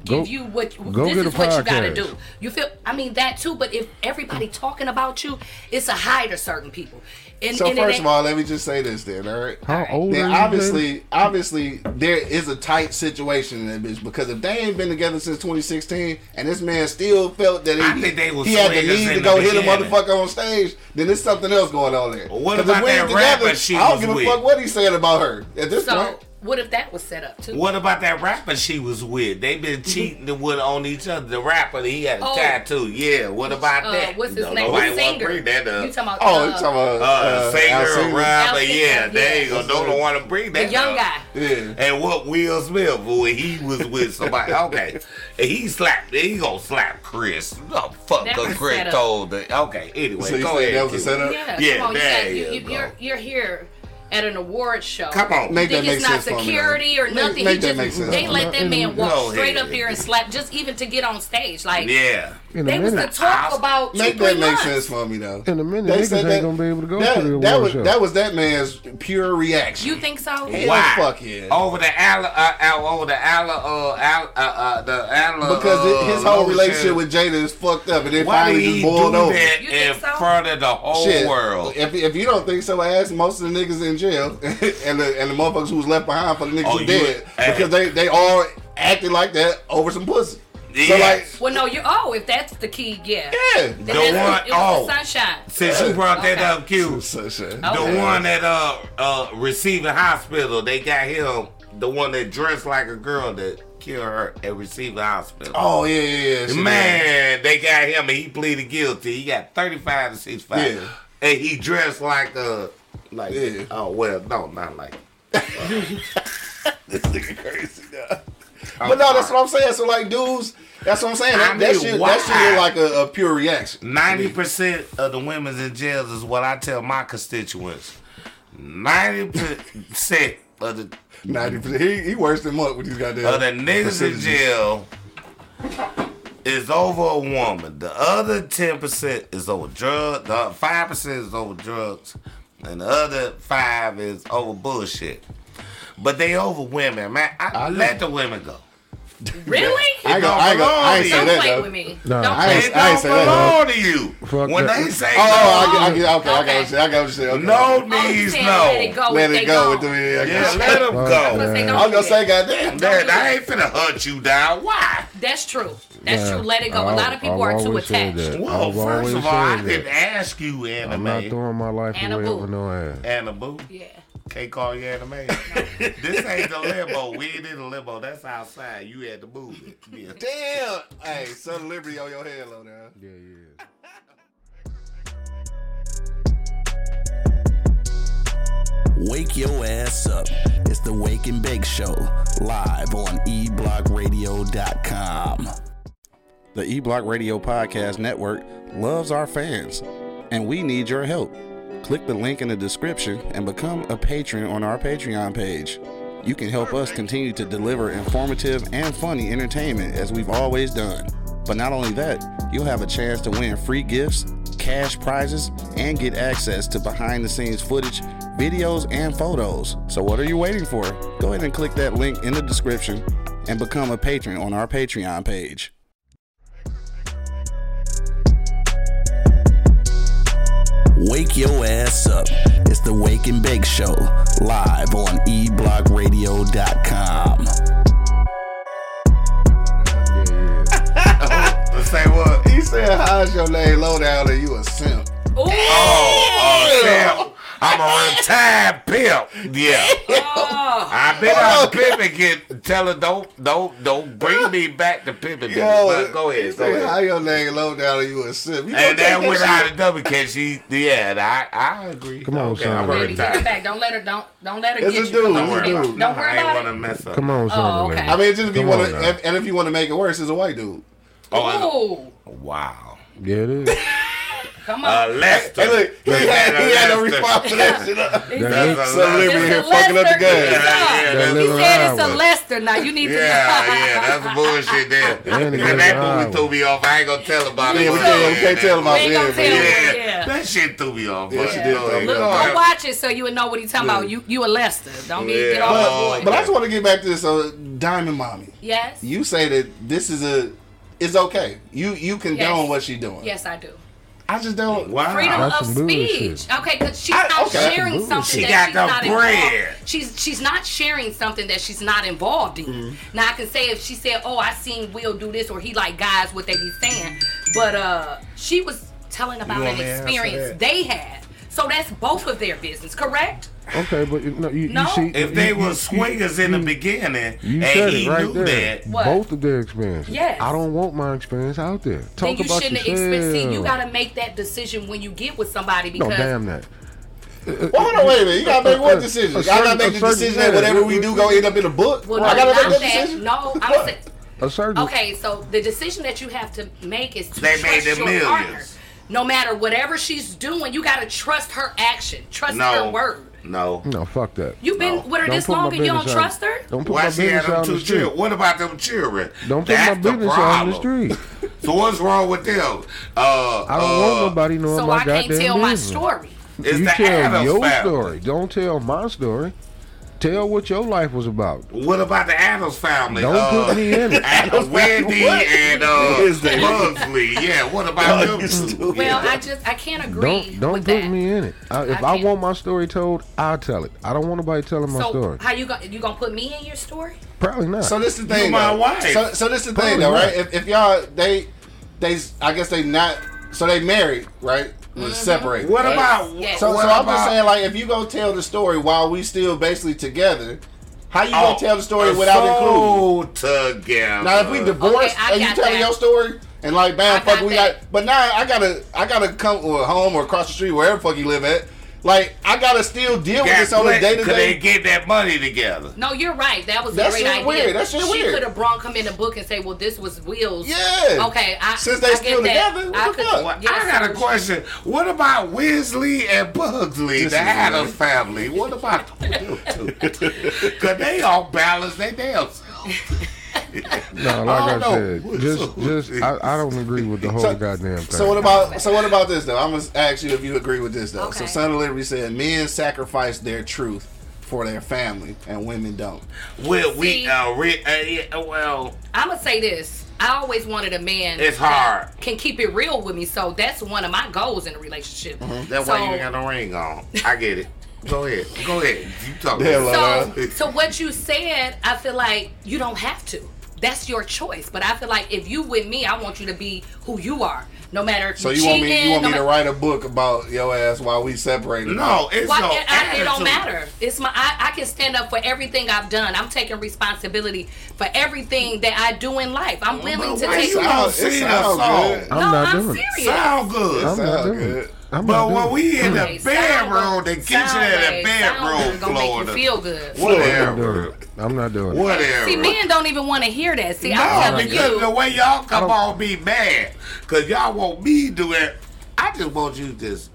[SPEAKER 5] Go-
[SPEAKER 7] give you what
[SPEAKER 5] go
[SPEAKER 7] this
[SPEAKER 5] get
[SPEAKER 7] is
[SPEAKER 5] a
[SPEAKER 7] what you gotta
[SPEAKER 5] podcast.
[SPEAKER 7] do. You feel? I mean that too. But if everybody talking about you, it's a hide to certain people. And,
[SPEAKER 2] So
[SPEAKER 7] and it
[SPEAKER 2] first
[SPEAKER 7] ain't-
[SPEAKER 2] of all, let me just say this then, all right?
[SPEAKER 5] how old are
[SPEAKER 2] Then
[SPEAKER 5] you? baby?
[SPEAKER 2] obviously, obviously, there is a tight situation in that bitch because if they ain't been together since 2016, and this man still felt that he,
[SPEAKER 6] I think they was
[SPEAKER 2] he had the
[SPEAKER 6] swingers
[SPEAKER 2] need
[SPEAKER 6] in
[SPEAKER 2] to
[SPEAKER 6] the
[SPEAKER 2] go hit a
[SPEAKER 6] beginning.
[SPEAKER 2] motherfucker on stage, then there's something else going on there.
[SPEAKER 6] Well, what
[SPEAKER 2] 'Cause
[SPEAKER 6] about
[SPEAKER 2] if we ain't
[SPEAKER 6] that rapper she
[SPEAKER 2] I don't
[SPEAKER 6] was
[SPEAKER 2] give a
[SPEAKER 6] with?
[SPEAKER 2] fuck what he said about her at this
[SPEAKER 7] so
[SPEAKER 2] point.
[SPEAKER 7] what if that was set up too?
[SPEAKER 6] What about that rapper she was with? They been cheating and with on each other. The rapper he had a
[SPEAKER 7] Mm-hmm. Oh.
[SPEAKER 6] tattoo. Yeah, what about
[SPEAKER 7] Uh,
[SPEAKER 6] that?
[SPEAKER 7] what's his
[SPEAKER 6] No,
[SPEAKER 7] name?
[SPEAKER 6] nobody
[SPEAKER 7] The
[SPEAKER 6] wanna
[SPEAKER 7] singer.
[SPEAKER 6] Bring that up.
[SPEAKER 7] You talking about?
[SPEAKER 2] Oh,
[SPEAKER 7] uh,
[SPEAKER 2] you talking about
[SPEAKER 6] uh,
[SPEAKER 2] uh, Al
[SPEAKER 6] singer,
[SPEAKER 2] Singer?
[SPEAKER 6] rapper.
[SPEAKER 7] Al Singer,
[SPEAKER 6] Yeah, there you
[SPEAKER 7] yeah.
[SPEAKER 6] go. Don't want to bring
[SPEAKER 7] the
[SPEAKER 6] that
[SPEAKER 7] young
[SPEAKER 6] up.
[SPEAKER 7] guy?
[SPEAKER 2] Yeah.
[SPEAKER 6] And what Will Smith when he was with
[SPEAKER 7] <laughs>
[SPEAKER 6] somebody? Okay, and he slapped. He gonna slap Chris. No fuck,
[SPEAKER 7] That
[SPEAKER 6] 'cause
[SPEAKER 7] was set
[SPEAKER 6] Chris
[SPEAKER 7] up.
[SPEAKER 6] told. The, okay, anyway,
[SPEAKER 2] So you
[SPEAKER 6] go
[SPEAKER 2] said
[SPEAKER 6] ahead.
[SPEAKER 2] that was a
[SPEAKER 6] Q.
[SPEAKER 2] setup?
[SPEAKER 7] Yeah,
[SPEAKER 6] Yeah,
[SPEAKER 7] come on, you,
[SPEAKER 6] there
[SPEAKER 7] got, you,
[SPEAKER 6] you
[SPEAKER 7] you,
[SPEAKER 6] go.
[SPEAKER 7] you're you're here at an award show.
[SPEAKER 6] Come on,
[SPEAKER 2] Make that
[SPEAKER 7] think
[SPEAKER 2] make
[SPEAKER 7] it's not
[SPEAKER 2] sense for me.
[SPEAKER 7] security or
[SPEAKER 2] Make-
[SPEAKER 7] nothing.
[SPEAKER 2] make
[SPEAKER 7] he
[SPEAKER 2] that
[SPEAKER 7] just,
[SPEAKER 2] make sense.
[SPEAKER 7] They let that man walk
[SPEAKER 6] No,
[SPEAKER 7] straight
[SPEAKER 6] yeah.
[SPEAKER 7] up here and slap, just even to get on stage. Like
[SPEAKER 6] yeah.
[SPEAKER 5] In a
[SPEAKER 7] they was the
[SPEAKER 5] minute.
[SPEAKER 7] talk
[SPEAKER 6] I-
[SPEAKER 7] about two,
[SPEAKER 2] Make
[SPEAKER 7] three
[SPEAKER 2] that make
[SPEAKER 7] months.
[SPEAKER 2] sense for me though.
[SPEAKER 5] In a minute,
[SPEAKER 2] They
[SPEAKER 5] niggas
[SPEAKER 2] said
[SPEAKER 5] ain't
[SPEAKER 2] that-
[SPEAKER 5] gonna be able to go
[SPEAKER 2] that,
[SPEAKER 5] to the
[SPEAKER 2] that
[SPEAKER 5] award
[SPEAKER 2] was
[SPEAKER 5] show.
[SPEAKER 2] that was that man's pure reaction.
[SPEAKER 7] You think so?
[SPEAKER 2] Hell fuck yeah.
[SPEAKER 6] Over the Ala, uh, uh, over the Ala, uh, Ala, uh, uh, the Ala.
[SPEAKER 2] because
[SPEAKER 6] uh,
[SPEAKER 2] it- his whole
[SPEAKER 6] lotion.
[SPEAKER 2] relationship with Jada is fucked up, and then
[SPEAKER 6] Why did
[SPEAKER 2] finally
[SPEAKER 6] he
[SPEAKER 2] just
[SPEAKER 6] do
[SPEAKER 2] boiled over.
[SPEAKER 6] that
[SPEAKER 7] You
[SPEAKER 6] in
[SPEAKER 7] think so?
[SPEAKER 6] front of the whole
[SPEAKER 2] Shit.
[SPEAKER 6] world?
[SPEAKER 2] If, if you don't think so, ask most of the niggas in jail <laughs> and the and the motherfuckers who was left behind for the niggas
[SPEAKER 6] Oh,
[SPEAKER 2] who
[SPEAKER 6] you-
[SPEAKER 2] dead
[SPEAKER 6] hey.
[SPEAKER 2] because they they all acted like that over some pussy. So
[SPEAKER 6] Yeah.
[SPEAKER 2] like,
[SPEAKER 7] Well, no, you're. Oh, if that's the key, yeah.
[SPEAKER 2] yeah.
[SPEAKER 7] Then
[SPEAKER 6] The
[SPEAKER 7] that's-
[SPEAKER 6] one-
[SPEAKER 7] it was
[SPEAKER 6] oh.
[SPEAKER 7] the sunshine.
[SPEAKER 6] Since
[SPEAKER 2] uh,
[SPEAKER 6] you brought that
[SPEAKER 7] Okay.
[SPEAKER 6] up, Q,
[SPEAKER 2] Sunshine.
[SPEAKER 6] the
[SPEAKER 7] Okay.
[SPEAKER 6] one at uh, uh, receiving hospital, they got him. The one that dressed like a girl that killed her at receiving hospital.
[SPEAKER 2] Oh yeah, yeah, yeah. shit.
[SPEAKER 6] Man, they got him and he pleaded guilty. He got 35 to 65.
[SPEAKER 2] Yeah.
[SPEAKER 6] And he dressed like a, like,
[SPEAKER 2] Yeah.
[SPEAKER 6] oh, well, no, not like.
[SPEAKER 2] this nigga crazy. dog. But no, that's what I'm saying. So like, dudes, that's what I'm saying. That,
[SPEAKER 6] I
[SPEAKER 2] that
[SPEAKER 6] mean,
[SPEAKER 2] shit,
[SPEAKER 6] why?
[SPEAKER 2] that shit look like a, a pure reaction.
[SPEAKER 6] Ninety percent of the women's in jails is what I tell my constituents. Ninety percent of the
[SPEAKER 2] Ninety percent. He, he worse than Muck with these goddamn.
[SPEAKER 6] of the niggas in
[SPEAKER 2] percentages.
[SPEAKER 6] jail is over a woman. The other ten percent is over drugs. The five percent is over drugs, and the other five is over bullshit. But they over women, man. I, let the women go.
[SPEAKER 7] Really?
[SPEAKER 2] I ain't gonna,
[SPEAKER 6] don't
[SPEAKER 2] I ain't gonna, I
[SPEAKER 6] belong
[SPEAKER 2] ain't
[SPEAKER 6] to
[SPEAKER 2] say
[SPEAKER 7] Don't
[SPEAKER 6] you.
[SPEAKER 2] that
[SPEAKER 7] play
[SPEAKER 2] though.
[SPEAKER 7] with me.
[SPEAKER 5] Nah,
[SPEAKER 7] Don't
[SPEAKER 2] I
[SPEAKER 7] play
[SPEAKER 2] ain't-
[SPEAKER 6] It
[SPEAKER 7] with
[SPEAKER 2] I
[SPEAKER 6] don't
[SPEAKER 2] say that, huh?
[SPEAKER 6] belong to you.
[SPEAKER 5] Fuck
[SPEAKER 6] when
[SPEAKER 5] that.
[SPEAKER 6] they say
[SPEAKER 2] Oh, I
[SPEAKER 6] no,
[SPEAKER 2] get, I get, okay, I got what
[SPEAKER 7] Okay.
[SPEAKER 2] you say. I got what you say. Okay.
[SPEAKER 6] no
[SPEAKER 7] me. Oh, you
[SPEAKER 6] means
[SPEAKER 7] saying
[SPEAKER 6] no.
[SPEAKER 7] Let it go.
[SPEAKER 2] let
[SPEAKER 7] if they
[SPEAKER 2] it go. With
[SPEAKER 7] gone.
[SPEAKER 2] the, yeah, I
[SPEAKER 6] Yeah,
[SPEAKER 2] got you. <laughs>
[SPEAKER 6] let them
[SPEAKER 5] Fuck
[SPEAKER 6] go.
[SPEAKER 7] They
[SPEAKER 5] that.
[SPEAKER 7] don't
[SPEAKER 2] I was gonna
[SPEAKER 7] do that.
[SPEAKER 2] say, goddamn.
[SPEAKER 6] Dad, I ain't finna hunt you down. Why?
[SPEAKER 7] That's true. That's
[SPEAKER 5] Yeah,
[SPEAKER 7] true. Let it go. A
[SPEAKER 2] Oh,
[SPEAKER 5] I've-
[SPEAKER 7] lot of people
[SPEAKER 5] I've
[SPEAKER 7] are too
[SPEAKER 5] always said
[SPEAKER 7] attached.
[SPEAKER 5] that.
[SPEAKER 6] Well,
[SPEAKER 5] I've always
[SPEAKER 6] Oh, first of all, I
[SPEAKER 5] said
[SPEAKER 6] didn't
[SPEAKER 5] that.
[SPEAKER 6] ask you,
[SPEAKER 5] I'm not
[SPEAKER 6] anime.
[SPEAKER 5] throwing my life
[SPEAKER 7] And a
[SPEAKER 5] away
[SPEAKER 7] boo.
[SPEAKER 5] over no ass.
[SPEAKER 6] Anaboo.
[SPEAKER 7] Yeah.
[SPEAKER 6] Can't call you anime. <laughs> this ain't the limbo. We ain't in the limbo. That's outside. You had to move it. Yeah.
[SPEAKER 2] Damn. Hey, Southern Liberty on your head, low down.
[SPEAKER 5] Yeah, yeah.
[SPEAKER 4] Wake your ass up. It's the Wake and Bake Show, live on E eblockradio.com.
[SPEAKER 9] The E Block Radio Podcast Network loves our fans, and we need your help. Click the link in the description and become a patron on our Patreon page. You can help us continue to deliver informative and funny entertainment as we've always done. But not only that, you'll have a chance to win free gifts, cash prizes, and get access to behind the scenes footage, videos, and photos. So, what are you waiting for? Go ahead and click that link in the description and become a patron on our Patreon page.
[SPEAKER 4] Wake your ass up. It's the Wake and Bake Show, live on E eblockradio.com.
[SPEAKER 5] Yeah, yeah.
[SPEAKER 6] Let's say what?
[SPEAKER 2] He said, "How's your name, low down, and you a simp."
[SPEAKER 7] Ooh.
[SPEAKER 6] Oh, pimp. I'm a retired pimp. Yeah.
[SPEAKER 7] Oh,
[SPEAKER 6] I've been out pimping, get tell her don't don't don't bring me back to pimping. But go ahead, go
[SPEAKER 2] How
[SPEAKER 6] ahead.
[SPEAKER 2] your name low down and you a sip? You gonna
[SPEAKER 6] And that
[SPEAKER 2] take
[SPEAKER 6] went
[SPEAKER 2] shit?
[SPEAKER 6] out of double catch. She, yeah, and I, I agree.
[SPEAKER 5] Come on,
[SPEAKER 6] okay,
[SPEAKER 5] son.
[SPEAKER 6] I'm a
[SPEAKER 5] Ready,
[SPEAKER 7] Baby, take it
[SPEAKER 6] retired.
[SPEAKER 7] back. Don't let her. Don't don't let her
[SPEAKER 2] It's
[SPEAKER 7] get
[SPEAKER 2] a
[SPEAKER 7] you.
[SPEAKER 2] dude,
[SPEAKER 7] Don't
[SPEAKER 2] it's a
[SPEAKER 7] worry about
[SPEAKER 2] dude.
[SPEAKER 7] it. Don't worry
[SPEAKER 6] I ain't
[SPEAKER 7] about
[SPEAKER 6] want to
[SPEAKER 7] it.
[SPEAKER 6] mess up.
[SPEAKER 5] Come on, son.
[SPEAKER 7] okay.
[SPEAKER 2] I mean, just if you
[SPEAKER 5] Come
[SPEAKER 2] want
[SPEAKER 5] on
[SPEAKER 2] to,
[SPEAKER 5] now.
[SPEAKER 2] and if you want to make it worse, it's a white dude.
[SPEAKER 6] Oh,
[SPEAKER 7] Ooh,
[SPEAKER 6] wow.
[SPEAKER 5] Yeah, it is.
[SPEAKER 7] come
[SPEAKER 6] Uh,
[SPEAKER 7] on.
[SPEAKER 6] Lester.
[SPEAKER 2] Hey, look, he had, he had no response to that shit.
[SPEAKER 5] That
[SPEAKER 6] That's a
[SPEAKER 2] Some
[SPEAKER 6] Lester.
[SPEAKER 2] liberal here
[SPEAKER 7] It's a
[SPEAKER 2] fucking up the
[SPEAKER 7] Lester.
[SPEAKER 2] game.
[SPEAKER 6] Yeah,
[SPEAKER 5] That
[SPEAKER 6] yeah,
[SPEAKER 7] He
[SPEAKER 5] little
[SPEAKER 7] said it's a
[SPEAKER 5] Iowa.
[SPEAKER 7] Lester. Now you need
[SPEAKER 6] <laughs>
[SPEAKER 7] to. <laughs>
[SPEAKER 6] Yeah, yeah, that's bullshit there.
[SPEAKER 5] Man,
[SPEAKER 6] And
[SPEAKER 5] it goes
[SPEAKER 6] that
[SPEAKER 5] wild.
[SPEAKER 6] movie threw me off. I ain't gonna tell about it.
[SPEAKER 2] Yeah, we
[SPEAKER 6] but-
[SPEAKER 2] can't, we can't tell him
[SPEAKER 7] We
[SPEAKER 2] out
[SPEAKER 7] ain't gonna
[SPEAKER 2] there,
[SPEAKER 7] tell him.
[SPEAKER 2] man.
[SPEAKER 6] Yeah,
[SPEAKER 7] Yeah.
[SPEAKER 6] that shit threw me off.
[SPEAKER 2] Yeah,
[SPEAKER 6] but-
[SPEAKER 2] she did throw me
[SPEAKER 7] Look,
[SPEAKER 2] off.
[SPEAKER 7] go watch it so you would know what he's talking about. You you a Lester. Don't need to get
[SPEAKER 6] Yeah.
[SPEAKER 7] all
[SPEAKER 6] Oh,
[SPEAKER 7] oh,
[SPEAKER 2] But I just want to get back to this. Uh, Diamond Mommy,
[SPEAKER 7] Yes.
[SPEAKER 2] you say that this is a, it's okay. You you condone
[SPEAKER 7] Yes.
[SPEAKER 2] what she doing.
[SPEAKER 7] Yes, I do.
[SPEAKER 2] I just don't.
[SPEAKER 6] Wow.
[SPEAKER 7] Freedom
[SPEAKER 5] That's
[SPEAKER 7] of
[SPEAKER 5] some
[SPEAKER 7] speech.
[SPEAKER 5] bullshit.
[SPEAKER 7] Okay, because she's
[SPEAKER 2] I-
[SPEAKER 7] not
[SPEAKER 2] okay, that's
[SPEAKER 7] sharing
[SPEAKER 5] some
[SPEAKER 7] something
[SPEAKER 6] bullshit.
[SPEAKER 7] that
[SPEAKER 6] She
[SPEAKER 7] she's
[SPEAKER 6] got
[SPEAKER 7] not
[SPEAKER 6] the bread.
[SPEAKER 7] involved. She's she's not sharing something that she's not involved in. Now I can say if she said, "Oh, I seen Will do this," or he like guys what they be saying, but uh, she was telling about
[SPEAKER 6] want
[SPEAKER 7] an
[SPEAKER 6] me to answer
[SPEAKER 7] experience
[SPEAKER 6] that?
[SPEAKER 7] they had. So that's both of their business, correct?
[SPEAKER 5] Okay, but you, no, you,
[SPEAKER 7] No.
[SPEAKER 5] you see,
[SPEAKER 6] If
[SPEAKER 5] you- <laughs>
[SPEAKER 6] they
[SPEAKER 5] you-
[SPEAKER 6] were swingers in the beginning,
[SPEAKER 5] you
[SPEAKER 6] and
[SPEAKER 5] said
[SPEAKER 6] he
[SPEAKER 5] it right
[SPEAKER 6] knew
[SPEAKER 5] there.
[SPEAKER 6] that,
[SPEAKER 7] What?
[SPEAKER 5] Both of their experiences.
[SPEAKER 7] Yes.
[SPEAKER 5] I don't want my experience out there. Talk
[SPEAKER 7] then you
[SPEAKER 5] about
[SPEAKER 7] shouldn't
[SPEAKER 5] yourself.
[SPEAKER 7] expect. See, you gotta make that decision when you get with somebody
[SPEAKER 5] no,
[SPEAKER 7] because
[SPEAKER 5] damn that.
[SPEAKER 2] Well, hold on, wait a minute. You gotta make
[SPEAKER 5] Uh,
[SPEAKER 2] one
[SPEAKER 5] uh,
[SPEAKER 2] decision.
[SPEAKER 5] a
[SPEAKER 2] I gotta make
[SPEAKER 5] certain-
[SPEAKER 2] the
[SPEAKER 5] a certain-
[SPEAKER 2] decision that
[SPEAKER 5] yeah.
[SPEAKER 2] whatever we do gonna end up in a book.
[SPEAKER 7] Well, no,
[SPEAKER 2] I gotta
[SPEAKER 7] not
[SPEAKER 2] make that
[SPEAKER 7] that.
[SPEAKER 2] decision.
[SPEAKER 7] No, I'm saying.
[SPEAKER 5] A certain.
[SPEAKER 7] Okay, so the decision that you have to make is to
[SPEAKER 6] They made
[SPEAKER 7] trust
[SPEAKER 6] them
[SPEAKER 7] your
[SPEAKER 6] millions.
[SPEAKER 7] partner. No matter whatever she's doing, you gotta trust her action, trust her
[SPEAKER 6] no,
[SPEAKER 7] word.
[SPEAKER 6] no.
[SPEAKER 5] No, fuck that.
[SPEAKER 7] You've been
[SPEAKER 6] No.
[SPEAKER 7] with her
[SPEAKER 5] Don't
[SPEAKER 7] this
[SPEAKER 5] put my
[SPEAKER 7] long and you don't
[SPEAKER 5] business out-
[SPEAKER 7] trust her.
[SPEAKER 5] Don't put
[SPEAKER 6] Why
[SPEAKER 5] my
[SPEAKER 6] she had
[SPEAKER 5] business
[SPEAKER 6] them
[SPEAKER 5] out in
[SPEAKER 6] two
[SPEAKER 5] the street.
[SPEAKER 6] children? What about them children?
[SPEAKER 5] Don't put
[SPEAKER 6] That's
[SPEAKER 5] my
[SPEAKER 6] the
[SPEAKER 5] business out in the
[SPEAKER 6] problem.
[SPEAKER 5] street.
[SPEAKER 6] So what's wrong with them? Uh,
[SPEAKER 5] I don't
[SPEAKER 6] uh,
[SPEAKER 5] want nobody knowing
[SPEAKER 7] So
[SPEAKER 5] my
[SPEAKER 7] I can't
[SPEAKER 5] goddamn
[SPEAKER 7] tell my
[SPEAKER 5] business.
[SPEAKER 7] story.
[SPEAKER 6] It's
[SPEAKER 5] you
[SPEAKER 6] the
[SPEAKER 5] tell
[SPEAKER 6] Adams
[SPEAKER 5] your
[SPEAKER 6] family.
[SPEAKER 5] story. Don't tell my story. Tell what your life was about.
[SPEAKER 6] What about the Adams family?
[SPEAKER 5] Don't
[SPEAKER 6] uh,
[SPEAKER 5] put me
[SPEAKER 2] <laughs>
[SPEAKER 5] in
[SPEAKER 6] <laughs>
[SPEAKER 5] it.
[SPEAKER 6] Adam Wendy
[SPEAKER 2] What?
[SPEAKER 6] and uh,
[SPEAKER 2] Is that-
[SPEAKER 6] Bugsley. Yeah, what
[SPEAKER 2] <laughs>
[SPEAKER 6] about them? two?
[SPEAKER 7] Well, I just I can't agree
[SPEAKER 5] Don't don't
[SPEAKER 7] with
[SPEAKER 5] put
[SPEAKER 7] that.
[SPEAKER 5] me in it. I, if
[SPEAKER 7] I
[SPEAKER 5] I,
[SPEAKER 7] can't.
[SPEAKER 5] want my story told, I'll tell it. I don't want nobody telling my
[SPEAKER 7] so
[SPEAKER 5] story.
[SPEAKER 7] how you gonna you gonna put me in your story?
[SPEAKER 5] Probably not.
[SPEAKER 2] So this is the thing.
[SPEAKER 6] my
[SPEAKER 2] though.
[SPEAKER 6] wife.
[SPEAKER 2] So, so this is the thing
[SPEAKER 5] Probably
[SPEAKER 2] though,
[SPEAKER 5] not.
[SPEAKER 2] right? If, if y'all they they I guess they not so they married, right?
[SPEAKER 7] Mm-hmm.
[SPEAKER 2] Was separated.
[SPEAKER 6] What
[SPEAKER 2] right?
[SPEAKER 6] about
[SPEAKER 7] Yes.
[SPEAKER 2] So,
[SPEAKER 6] what
[SPEAKER 2] so I'm
[SPEAKER 6] about-
[SPEAKER 2] just saying, like, if you go tell the story while we still basically together, how you
[SPEAKER 6] Oh,
[SPEAKER 2] gonna tell the story without including?
[SPEAKER 6] so together.
[SPEAKER 2] Now, if we divorced
[SPEAKER 7] uh, Okay, I
[SPEAKER 2] and you
[SPEAKER 7] got
[SPEAKER 2] telling
[SPEAKER 7] that.
[SPEAKER 2] your story and like, bam,
[SPEAKER 7] I
[SPEAKER 2] fuck,
[SPEAKER 7] got
[SPEAKER 2] we
[SPEAKER 7] that.
[SPEAKER 2] got. But now I gotta, I gotta come or home or across the street, wherever fuck you live at. Like, I gotta still deal with
[SPEAKER 6] Got
[SPEAKER 2] this on a
[SPEAKER 6] clicked,
[SPEAKER 2] day to
[SPEAKER 6] 'cause they
[SPEAKER 2] day.
[SPEAKER 6] get that money together.
[SPEAKER 7] No, you're right. That was a
[SPEAKER 2] That
[SPEAKER 7] great
[SPEAKER 2] shit
[SPEAKER 7] idea.
[SPEAKER 2] weird. That shit
[SPEAKER 7] she
[SPEAKER 2] weird.
[SPEAKER 7] could have brought him in the book and say, "Well, this was Will's."
[SPEAKER 2] Yeah.
[SPEAKER 7] Okay. I,
[SPEAKER 2] Since they
[SPEAKER 7] I get
[SPEAKER 2] still
[SPEAKER 7] that.
[SPEAKER 2] together, what
[SPEAKER 7] I
[SPEAKER 2] the
[SPEAKER 7] could,
[SPEAKER 2] fuck?
[SPEAKER 6] Well,
[SPEAKER 7] get
[SPEAKER 6] I got a
[SPEAKER 7] solution.
[SPEAKER 6] question. What about Wesley and Bugsley,
[SPEAKER 2] This
[SPEAKER 6] the
[SPEAKER 2] is
[SPEAKER 6] Adams
[SPEAKER 2] weird.
[SPEAKER 6] family? What about them two? <laughs> Because they all balance their damn self.
[SPEAKER 5] no, like I,
[SPEAKER 2] don't know.
[SPEAKER 5] said, just just I, I don't agree with the whole goddamn thing.
[SPEAKER 2] So what about so what about this though? I'm gonna ask you if you agree with this though. So
[SPEAKER 7] Okay.
[SPEAKER 2] Son of Liberty said men sacrifice their truth for their family and women don't.
[SPEAKER 6] Well, we,
[SPEAKER 7] See?
[SPEAKER 6] uh, re- uh, yeah, well,
[SPEAKER 7] I'm gonna say this. I always wanted a man
[SPEAKER 6] it's hard.
[SPEAKER 7] can keep it real with me. So that's one of my goals in a relationship.
[SPEAKER 6] That's
[SPEAKER 7] so,
[SPEAKER 6] why Mm-hmm. you ain't got no ring on. I get it. Go ahead. Go ahead. You talk.
[SPEAKER 2] Damn, Lola.
[SPEAKER 7] so, so what you said, I feel like you don't have to. That's your choice. But I feel like if you with me, I want you to be who you are. No matter if
[SPEAKER 2] So
[SPEAKER 7] you
[SPEAKER 2] you want
[SPEAKER 7] cheating,
[SPEAKER 2] me you want
[SPEAKER 7] no
[SPEAKER 2] me to
[SPEAKER 7] ma-
[SPEAKER 2] write a book about your ass while we separated?
[SPEAKER 6] No, it's
[SPEAKER 7] Why,
[SPEAKER 6] no
[SPEAKER 7] it, I, it don't
[SPEAKER 6] attitude.
[SPEAKER 7] matter. It's my I, I can stand up for everything I've done. I'm taking responsibility for everything that I do in life. I'm willing
[SPEAKER 6] But
[SPEAKER 7] to
[SPEAKER 6] why
[SPEAKER 7] take.
[SPEAKER 6] you
[SPEAKER 7] No,
[SPEAKER 6] don't
[SPEAKER 2] sound-
[SPEAKER 6] sing
[SPEAKER 2] it
[SPEAKER 6] a
[SPEAKER 2] sound
[SPEAKER 6] song?
[SPEAKER 2] good.
[SPEAKER 5] I'm not
[SPEAKER 7] I'm
[SPEAKER 5] doing it.
[SPEAKER 7] serious.
[SPEAKER 6] Sound
[SPEAKER 5] I'm
[SPEAKER 6] good.
[SPEAKER 5] not
[SPEAKER 2] Sound
[SPEAKER 5] doing it.
[SPEAKER 2] good.
[SPEAKER 5] I'm
[SPEAKER 6] But
[SPEAKER 5] not doing
[SPEAKER 6] when
[SPEAKER 5] it.
[SPEAKER 6] we in the
[SPEAKER 7] Okay, sound
[SPEAKER 6] bedroom, the
[SPEAKER 7] wave-
[SPEAKER 6] kitchen
[SPEAKER 7] sound
[SPEAKER 6] and the
[SPEAKER 7] wave- sound
[SPEAKER 6] bedroom
[SPEAKER 7] wave gonna make you
[SPEAKER 6] floor, the-
[SPEAKER 7] feel good.
[SPEAKER 5] I'm not doing
[SPEAKER 6] whatever,
[SPEAKER 5] it. I'm not doing it.
[SPEAKER 6] whatever.
[SPEAKER 7] See, men don't even want to hear that. See, I'm
[SPEAKER 6] No,
[SPEAKER 7] telling
[SPEAKER 6] because
[SPEAKER 7] you.
[SPEAKER 6] the way y'all
[SPEAKER 5] I
[SPEAKER 6] come
[SPEAKER 5] don't-
[SPEAKER 6] on me mad, cause y'all want me to do it. I just want you just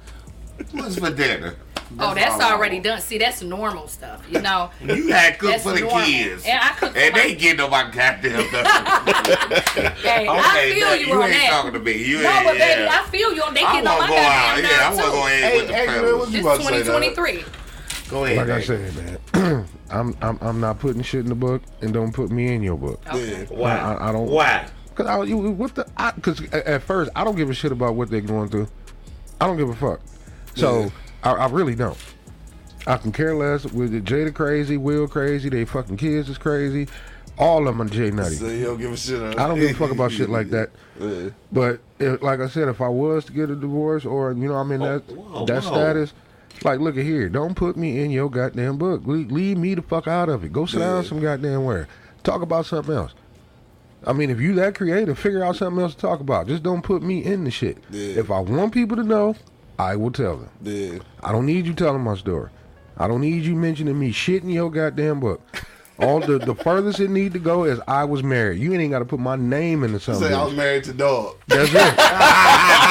[SPEAKER 6] what's for dinner.
[SPEAKER 7] oh, that's
[SPEAKER 6] all I
[SPEAKER 7] already
[SPEAKER 6] want.
[SPEAKER 7] done. See, that's normal stuff, you know.
[SPEAKER 6] <laughs> You had cook
[SPEAKER 7] That's
[SPEAKER 6] for the
[SPEAKER 7] normal.
[SPEAKER 6] kids,
[SPEAKER 7] And I cook for
[SPEAKER 6] and
[SPEAKER 7] my-
[SPEAKER 6] they get on my goddamn. nerves.
[SPEAKER 7] <laughs> Hey, I
[SPEAKER 6] Okay,
[SPEAKER 7] feel
[SPEAKER 6] now,
[SPEAKER 7] you,
[SPEAKER 6] you
[SPEAKER 7] on
[SPEAKER 6] ain't
[SPEAKER 7] that.
[SPEAKER 6] talking to me. You
[SPEAKER 7] no,
[SPEAKER 6] ain't-
[SPEAKER 7] but baby,
[SPEAKER 6] yeah.
[SPEAKER 7] I feel you on. They
[SPEAKER 6] I
[SPEAKER 7] getting on
[SPEAKER 6] want
[SPEAKER 7] my
[SPEAKER 6] to go out.
[SPEAKER 7] goddamn
[SPEAKER 6] Yeah, I want to go
[SPEAKER 7] nerves
[SPEAKER 6] in
[SPEAKER 2] Hey,
[SPEAKER 6] with the
[SPEAKER 2] hey, girl, what
[SPEAKER 6] fellas.
[SPEAKER 2] you
[SPEAKER 7] too.
[SPEAKER 2] about
[SPEAKER 7] It's
[SPEAKER 2] to say? though?
[SPEAKER 7] 2023.
[SPEAKER 6] Go ahead.
[SPEAKER 5] Like I
[SPEAKER 6] Ace.
[SPEAKER 5] said, man, <clears throat> I'm, I'm I'm not putting shit in the book, and don't put me in your book.
[SPEAKER 7] Okay.
[SPEAKER 6] Why?
[SPEAKER 5] I- I don't-
[SPEAKER 6] Why?
[SPEAKER 5] Cause I, you- what the? I, Cause a- at first I don't give a shit about what they're going through. I don't give a fuck. So I, I really don't. I can care less with the Jada crazy, Will crazy, they fucking kids is crazy. All of them are Jay Nutty.
[SPEAKER 2] So you don't give a shit.
[SPEAKER 5] I don't give a fuck about shit like that.
[SPEAKER 2] Yeah.
[SPEAKER 5] But if, like I said, if I was to get a divorce or you know I'm in that
[SPEAKER 6] whoa,
[SPEAKER 5] that
[SPEAKER 6] whoa.
[SPEAKER 5] status, like look at here, don't put me in your goddamn book. Le- Leave, me the fuck out of it. Go sit down some goddamn where. Talk about something else. I mean, if you that creative, figure out something else to talk about. Just don't put me in the shit.
[SPEAKER 2] Yeah.
[SPEAKER 5] If I want people to know, I will tell them.
[SPEAKER 2] Yeah.
[SPEAKER 5] I don't need you telling my story. I don't need you mentioning me shit in your goddamn book. All the, the furthest it need to go is I was married. You ain't got to put my name into something.
[SPEAKER 2] Say I was married to dog. <laughs>
[SPEAKER 5] That's it.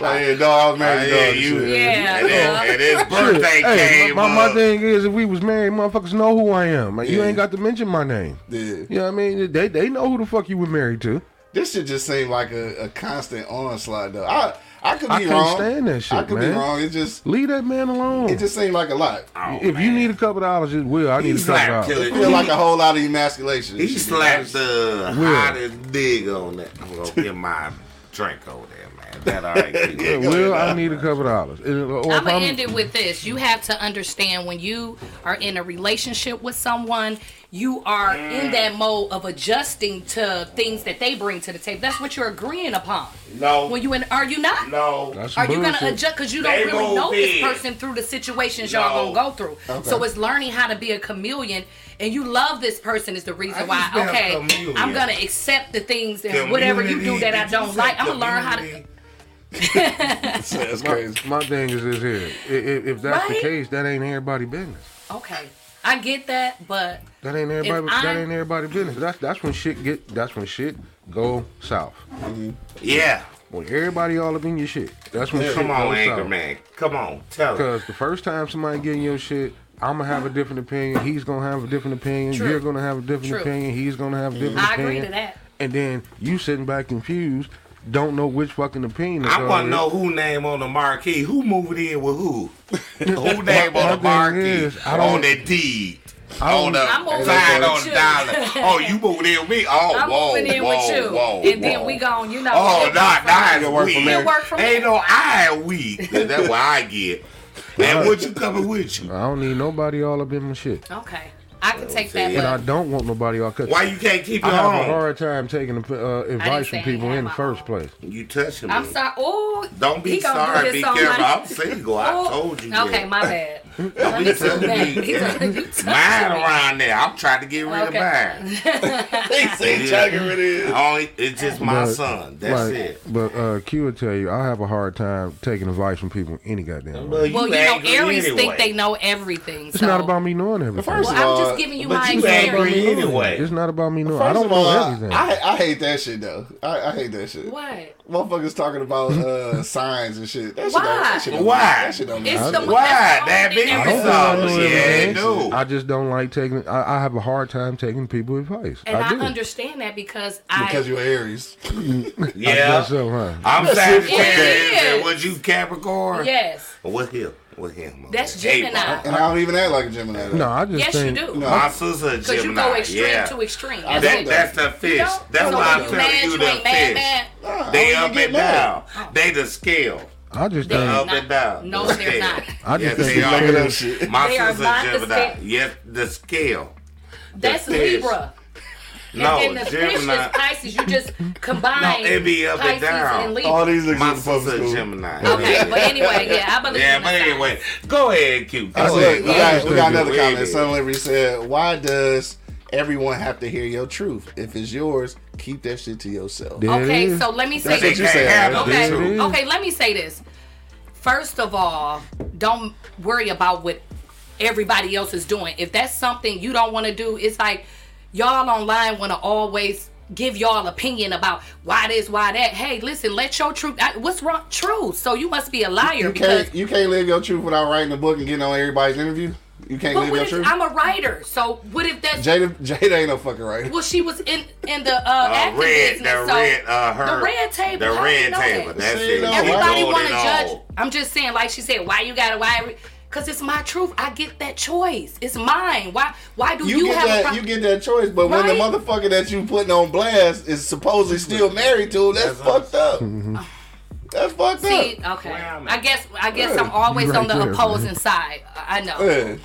[SPEAKER 2] Like, yeah, dog, I was
[SPEAKER 6] Yeah,
[SPEAKER 2] married to dog.
[SPEAKER 6] you.
[SPEAKER 7] Yeah,
[SPEAKER 6] And,
[SPEAKER 7] yeah.
[SPEAKER 6] then- and his
[SPEAKER 5] Shit.
[SPEAKER 6] birthday
[SPEAKER 5] Hey,
[SPEAKER 6] came
[SPEAKER 5] my, my
[SPEAKER 6] up.
[SPEAKER 5] thing is, if we was married, motherfuckers know who I am. Like, You
[SPEAKER 2] Yeah.
[SPEAKER 5] ain't got to mention my name.
[SPEAKER 2] Yeah.
[SPEAKER 5] You know what I mean? They they know who the fuck you were married to.
[SPEAKER 2] This should just seem like a, a constant onslaught, though. I I could be
[SPEAKER 5] I can't
[SPEAKER 2] wrong.
[SPEAKER 5] stand that shit,
[SPEAKER 2] I could
[SPEAKER 5] man.
[SPEAKER 2] be wrong. It just
[SPEAKER 5] Leave that man alone.
[SPEAKER 2] it just seemed like a lot. I
[SPEAKER 5] if you need a couple dollars, just will. I need
[SPEAKER 6] He
[SPEAKER 5] a couple
[SPEAKER 6] slapped
[SPEAKER 5] dollars.
[SPEAKER 6] it.
[SPEAKER 2] feel like a whole lot of emasculation.
[SPEAKER 6] He
[SPEAKER 2] Shit,
[SPEAKER 6] slapped the
[SPEAKER 5] Will.
[SPEAKER 6] hottest dig on that. I'm gonna get my drink over there, man. That
[SPEAKER 2] <laughs>
[SPEAKER 6] all right.
[SPEAKER 5] Yeah,
[SPEAKER 6] Keith.
[SPEAKER 5] Will, I need a couple dollars. And- uh, or
[SPEAKER 7] I'm
[SPEAKER 5] if
[SPEAKER 7] gonna
[SPEAKER 5] I'm-
[SPEAKER 7] end it with this. You have to understand when you are in a relationship with someone, you are in
[SPEAKER 6] Mm.
[SPEAKER 7] that mode of adjusting to things that they bring to the table. That's what you're agreeing upon.
[SPEAKER 6] No.
[SPEAKER 7] When you in, are you not?
[SPEAKER 6] No.
[SPEAKER 5] That's
[SPEAKER 7] Are you
[SPEAKER 5] bullshit.
[SPEAKER 7] gonna adjust because you don't
[SPEAKER 6] They
[SPEAKER 7] really
[SPEAKER 6] won't
[SPEAKER 7] know this
[SPEAKER 6] be.
[SPEAKER 7] person through the situations y'all
[SPEAKER 6] No.
[SPEAKER 7] gonna go through? So it's learning how to be a chameleon, and you love this person is the reason
[SPEAKER 6] I
[SPEAKER 7] why.
[SPEAKER 6] just been a
[SPEAKER 7] Okay,
[SPEAKER 6] chameleon.
[SPEAKER 7] I'm gonna accept the things and whatever you do
[SPEAKER 6] Community.
[SPEAKER 7] that I
[SPEAKER 6] Did you
[SPEAKER 7] don't
[SPEAKER 6] say
[SPEAKER 7] like. I'm gonna learn how to.
[SPEAKER 6] community?
[SPEAKER 2] That's
[SPEAKER 5] <laughs>
[SPEAKER 2] that's
[SPEAKER 5] my,
[SPEAKER 2] crazy.
[SPEAKER 5] my thing is this here. I- If, if that's the
[SPEAKER 7] Right?
[SPEAKER 5] case, that ain't everybody business.
[SPEAKER 7] Okay, I get that, but
[SPEAKER 5] That ain't everybody. That
[SPEAKER 7] I'm-
[SPEAKER 5] ain't everybody business. That's that's when shit get. That's when shit go south.
[SPEAKER 6] Yeah.
[SPEAKER 5] When everybody all up in your shit. That's when shit
[SPEAKER 6] Come on,
[SPEAKER 5] goes
[SPEAKER 6] anchor
[SPEAKER 5] south.
[SPEAKER 6] man. Come on, tell us.
[SPEAKER 5] Because the first time somebody get in your shit, I'm gonna have a different opinion. He's gonna have a different opinion.
[SPEAKER 7] True.
[SPEAKER 5] You're gonna have a different
[SPEAKER 7] True.
[SPEAKER 5] opinion. He's gonna have a different
[SPEAKER 7] I agree
[SPEAKER 5] opinion.
[SPEAKER 7] to that.
[SPEAKER 5] And then you sitting back confused, don't know which fucking opinion.
[SPEAKER 6] I want
[SPEAKER 5] to
[SPEAKER 6] to know who name on the marquee. Who moved in with who?
[SPEAKER 5] <laughs>
[SPEAKER 6] who name
[SPEAKER 5] my
[SPEAKER 6] on the
[SPEAKER 5] thing
[SPEAKER 6] marquee?
[SPEAKER 5] is, I don't-
[SPEAKER 6] on the deed.
[SPEAKER 5] I don't-
[SPEAKER 6] On the
[SPEAKER 7] I'm moving
[SPEAKER 6] sign
[SPEAKER 7] with
[SPEAKER 6] on the
[SPEAKER 7] you.
[SPEAKER 6] dollar. Oh, you
[SPEAKER 7] <laughs>
[SPEAKER 6] moved in with me? Oh,
[SPEAKER 7] I'm
[SPEAKER 6] whoa,
[SPEAKER 7] moving in
[SPEAKER 6] whoa,
[SPEAKER 7] with you,
[SPEAKER 6] whoa,
[SPEAKER 7] and then
[SPEAKER 6] whoa.
[SPEAKER 7] we gone. You know.
[SPEAKER 6] Oh,
[SPEAKER 7] it
[SPEAKER 6] nah,
[SPEAKER 7] comes
[SPEAKER 6] nah,
[SPEAKER 7] from-
[SPEAKER 6] it's
[SPEAKER 2] work from
[SPEAKER 6] weak.
[SPEAKER 2] there. It
[SPEAKER 7] work from
[SPEAKER 6] Ain't
[SPEAKER 7] there.
[SPEAKER 6] no I weak. That's what I
[SPEAKER 5] <laughs>
[SPEAKER 6] get. And what you coming with you?
[SPEAKER 5] I don't need nobody all up in my shit.
[SPEAKER 7] Okay, I can take
[SPEAKER 6] see.
[SPEAKER 5] And I
[SPEAKER 7] that.
[SPEAKER 5] don't want nobody all. Cause
[SPEAKER 6] Why you can't keep
[SPEAKER 5] I
[SPEAKER 6] your
[SPEAKER 5] have a
[SPEAKER 6] own?
[SPEAKER 5] hard time taking uh, advice
[SPEAKER 7] say
[SPEAKER 5] from
[SPEAKER 7] I
[SPEAKER 5] people
[SPEAKER 7] have
[SPEAKER 5] in the
[SPEAKER 7] my
[SPEAKER 5] first
[SPEAKER 7] own.
[SPEAKER 5] place.
[SPEAKER 6] You touching me?
[SPEAKER 7] I'm sorry. Oh,
[SPEAKER 6] Don't be
[SPEAKER 7] he gonna do
[SPEAKER 6] sorry.
[SPEAKER 7] this
[SPEAKER 6] Be
[SPEAKER 7] on
[SPEAKER 6] careful.
[SPEAKER 7] my-
[SPEAKER 6] I'm single.
[SPEAKER 7] <laughs>
[SPEAKER 6] I
[SPEAKER 7] Oh,
[SPEAKER 6] told you.
[SPEAKER 7] Okay,
[SPEAKER 6] that. <laughs>
[SPEAKER 7] my bad.
[SPEAKER 6] Don't be touching me.
[SPEAKER 7] <laughs> He said, "You touched
[SPEAKER 6] Mine
[SPEAKER 7] me."
[SPEAKER 6] around there. I'm trying to get rid
[SPEAKER 7] Okay.
[SPEAKER 6] of
[SPEAKER 7] <laughs>
[SPEAKER 6] mine.
[SPEAKER 2] They say trying to get rid of it.
[SPEAKER 6] Only, it's just my
[SPEAKER 5] But,
[SPEAKER 6] son. That's
[SPEAKER 5] like,
[SPEAKER 6] it.
[SPEAKER 5] But uh, Q will tell you, I have a hard time taking advice from people any goddamn. way.
[SPEAKER 7] Well, you know,
[SPEAKER 6] angry
[SPEAKER 7] Aries think
[SPEAKER 6] anyway.
[SPEAKER 7] they know everything.
[SPEAKER 5] It's
[SPEAKER 7] so-
[SPEAKER 5] not about me knowing everything.
[SPEAKER 2] first First
[SPEAKER 7] Well,
[SPEAKER 2] of
[SPEAKER 7] I'm
[SPEAKER 2] all,
[SPEAKER 7] just giving you
[SPEAKER 6] but
[SPEAKER 7] my
[SPEAKER 6] you
[SPEAKER 7] experience.
[SPEAKER 6] angry anyway.
[SPEAKER 5] It's not about me knowing.
[SPEAKER 2] First
[SPEAKER 5] I don't
[SPEAKER 2] of all,
[SPEAKER 5] know everything.
[SPEAKER 2] I, I hate that shit though. I, I hate that shit.
[SPEAKER 7] What?
[SPEAKER 2] Motherfuckers talking about
[SPEAKER 5] <laughs>
[SPEAKER 2] uh, signs and shit. That shit
[SPEAKER 7] Why?
[SPEAKER 2] Don't, that shit don't,
[SPEAKER 6] Why?
[SPEAKER 2] That shit don't
[SPEAKER 7] It's
[SPEAKER 2] matter.
[SPEAKER 7] the
[SPEAKER 6] Why?
[SPEAKER 7] that's
[SPEAKER 6] That
[SPEAKER 7] the only thing
[SPEAKER 6] big
[SPEAKER 7] that
[SPEAKER 5] I don't
[SPEAKER 7] matters.
[SPEAKER 5] know I know
[SPEAKER 6] Yeah,
[SPEAKER 5] everything.
[SPEAKER 6] dude.
[SPEAKER 5] I just don't like taking. I, I have a hard time taking people advice.
[SPEAKER 7] And I
[SPEAKER 5] do.
[SPEAKER 7] understand that because I
[SPEAKER 2] because you're Aries.
[SPEAKER 5] I
[SPEAKER 6] Yeah.
[SPEAKER 5] guess uh, so, huh?
[SPEAKER 6] I'm Sagittarius.
[SPEAKER 7] Yeah.
[SPEAKER 6] and What you Capricorn?
[SPEAKER 7] yes,
[SPEAKER 6] What him? What him?
[SPEAKER 7] That's
[SPEAKER 6] Hey, bro.
[SPEAKER 7] Gemini.
[SPEAKER 5] Uh,
[SPEAKER 2] And I don't even act like a Gemini. though.
[SPEAKER 5] No, I just
[SPEAKER 7] yes you
[SPEAKER 5] think.
[SPEAKER 7] do.
[SPEAKER 6] My sister's a
[SPEAKER 7] Because
[SPEAKER 6] Gemini.
[SPEAKER 7] you go extreme
[SPEAKER 6] yeah.
[SPEAKER 7] to extreme.
[SPEAKER 2] I
[SPEAKER 7] That's
[SPEAKER 6] That,
[SPEAKER 7] it.
[SPEAKER 6] that's the fish.
[SPEAKER 7] You know?
[SPEAKER 6] That's
[SPEAKER 7] So
[SPEAKER 6] why
[SPEAKER 7] when
[SPEAKER 6] I'm
[SPEAKER 7] you
[SPEAKER 6] telling
[SPEAKER 7] mad,
[SPEAKER 6] you
[SPEAKER 7] you
[SPEAKER 6] the
[SPEAKER 7] ain't mad,
[SPEAKER 6] fish.
[SPEAKER 7] mad.
[SPEAKER 2] Nah,
[SPEAKER 6] They
[SPEAKER 2] I
[SPEAKER 6] up
[SPEAKER 2] don't even get
[SPEAKER 6] and
[SPEAKER 2] mad.
[SPEAKER 6] down.
[SPEAKER 7] Oh.
[SPEAKER 6] They the scale.
[SPEAKER 5] I just
[SPEAKER 7] They're
[SPEAKER 5] think.
[SPEAKER 6] Up
[SPEAKER 7] not-
[SPEAKER 6] and down.
[SPEAKER 7] No,
[SPEAKER 6] The
[SPEAKER 7] they're
[SPEAKER 6] scale.
[SPEAKER 7] not.
[SPEAKER 5] I just
[SPEAKER 6] Yes,
[SPEAKER 5] think.
[SPEAKER 6] they
[SPEAKER 2] Look at that
[SPEAKER 6] <laughs>
[SPEAKER 5] Aquarius-
[SPEAKER 2] shit.
[SPEAKER 6] My
[SPEAKER 7] They are
[SPEAKER 6] sister's
[SPEAKER 7] not the
[SPEAKER 6] Gemini.
[SPEAKER 7] scale.
[SPEAKER 6] Yes, the scale.
[SPEAKER 7] That's
[SPEAKER 6] The fish.
[SPEAKER 7] Libra.
[SPEAKER 6] No,
[SPEAKER 7] and then the fish is
[SPEAKER 6] Gemini.
[SPEAKER 7] Pisces. You just
[SPEAKER 5] <laughs>
[SPEAKER 7] combine
[SPEAKER 6] No, it be up and
[SPEAKER 7] Pisces
[SPEAKER 6] down.
[SPEAKER 7] and
[SPEAKER 2] All
[SPEAKER 7] Libra.
[SPEAKER 2] these niggas
[SPEAKER 6] My
[SPEAKER 2] in public
[SPEAKER 6] sister's a
[SPEAKER 2] school.
[SPEAKER 6] Gemini.
[SPEAKER 7] Okay, but anyway, yeah, I believe
[SPEAKER 6] Yeah,
[SPEAKER 7] in
[SPEAKER 6] but
[SPEAKER 7] the
[SPEAKER 6] anyway, go ahead, Q. Go
[SPEAKER 2] That's
[SPEAKER 6] ahead.
[SPEAKER 2] it. We got,
[SPEAKER 5] Yeah.
[SPEAKER 2] we got another
[SPEAKER 6] Wait a
[SPEAKER 2] comment.
[SPEAKER 6] minute.
[SPEAKER 2] Son Liberty said, "Why does everyone have to hear your truth? If it's yours, keep that shit to yourself."
[SPEAKER 5] There it
[SPEAKER 7] Okay,
[SPEAKER 5] is.
[SPEAKER 7] so let me say
[SPEAKER 2] That's what
[SPEAKER 7] this.
[SPEAKER 2] you said.
[SPEAKER 6] have
[SPEAKER 2] right?
[SPEAKER 6] it.
[SPEAKER 7] Okay.
[SPEAKER 5] There it is.
[SPEAKER 7] Okay, let me say this. First of all, don't worry about what everybody else is doing. If that's something you don't want to do, it's like y'all online want to always give y'all opinion about why this, why that. Hey, listen, let your truth. I, what's wrong? True. So you must be a liar
[SPEAKER 2] You
[SPEAKER 7] because.
[SPEAKER 2] can't you can't live your truth without writing a book and getting on everybody's interview. You can't
[SPEAKER 7] But
[SPEAKER 2] live
[SPEAKER 7] what
[SPEAKER 2] your
[SPEAKER 7] if
[SPEAKER 2] truth.
[SPEAKER 7] I'm a writer? So what if that's
[SPEAKER 2] Jada Jada ain't no fucking writer.
[SPEAKER 7] well? She was in in the uh,
[SPEAKER 6] Uh,
[SPEAKER 7] acting
[SPEAKER 6] red, the
[SPEAKER 7] business. so
[SPEAKER 6] red, uh, her,
[SPEAKER 7] the red table.
[SPEAKER 6] the
[SPEAKER 7] how you
[SPEAKER 6] red
[SPEAKER 7] know
[SPEAKER 6] table.
[SPEAKER 7] that?
[SPEAKER 6] That's
[SPEAKER 2] See,
[SPEAKER 6] it.
[SPEAKER 2] no,
[SPEAKER 6] You
[SPEAKER 7] Everybody
[SPEAKER 6] told
[SPEAKER 7] want to
[SPEAKER 6] it
[SPEAKER 7] judge.
[SPEAKER 6] all.
[SPEAKER 7] I'm just saying, like she said, why you gotta why? every- Cause it's my truth. I get that choice. It's mine. Why? Why do
[SPEAKER 2] You,
[SPEAKER 7] you,
[SPEAKER 2] get
[SPEAKER 7] have a
[SPEAKER 2] that you
[SPEAKER 7] problem?
[SPEAKER 2] get that choice, but when the
[SPEAKER 7] Right?
[SPEAKER 2] motherfucker that you putting on blast is supposedly still married to, that's, fucked up.
[SPEAKER 6] <laughs>
[SPEAKER 2] That's fucked
[SPEAKER 7] See,
[SPEAKER 2] up.
[SPEAKER 7] okay.
[SPEAKER 6] Wow, man.
[SPEAKER 7] I guess I guess
[SPEAKER 2] Yeah,
[SPEAKER 7] I'm always
[SPEAKER 5] you
[SPEAKER 7] on
[SPEAKER 5] right
[SPEAKER 7] the
[SPEAKER 5] there,
[SPEAKER 7] opposing side. I I know.
[SPEAKER 2] Yeah.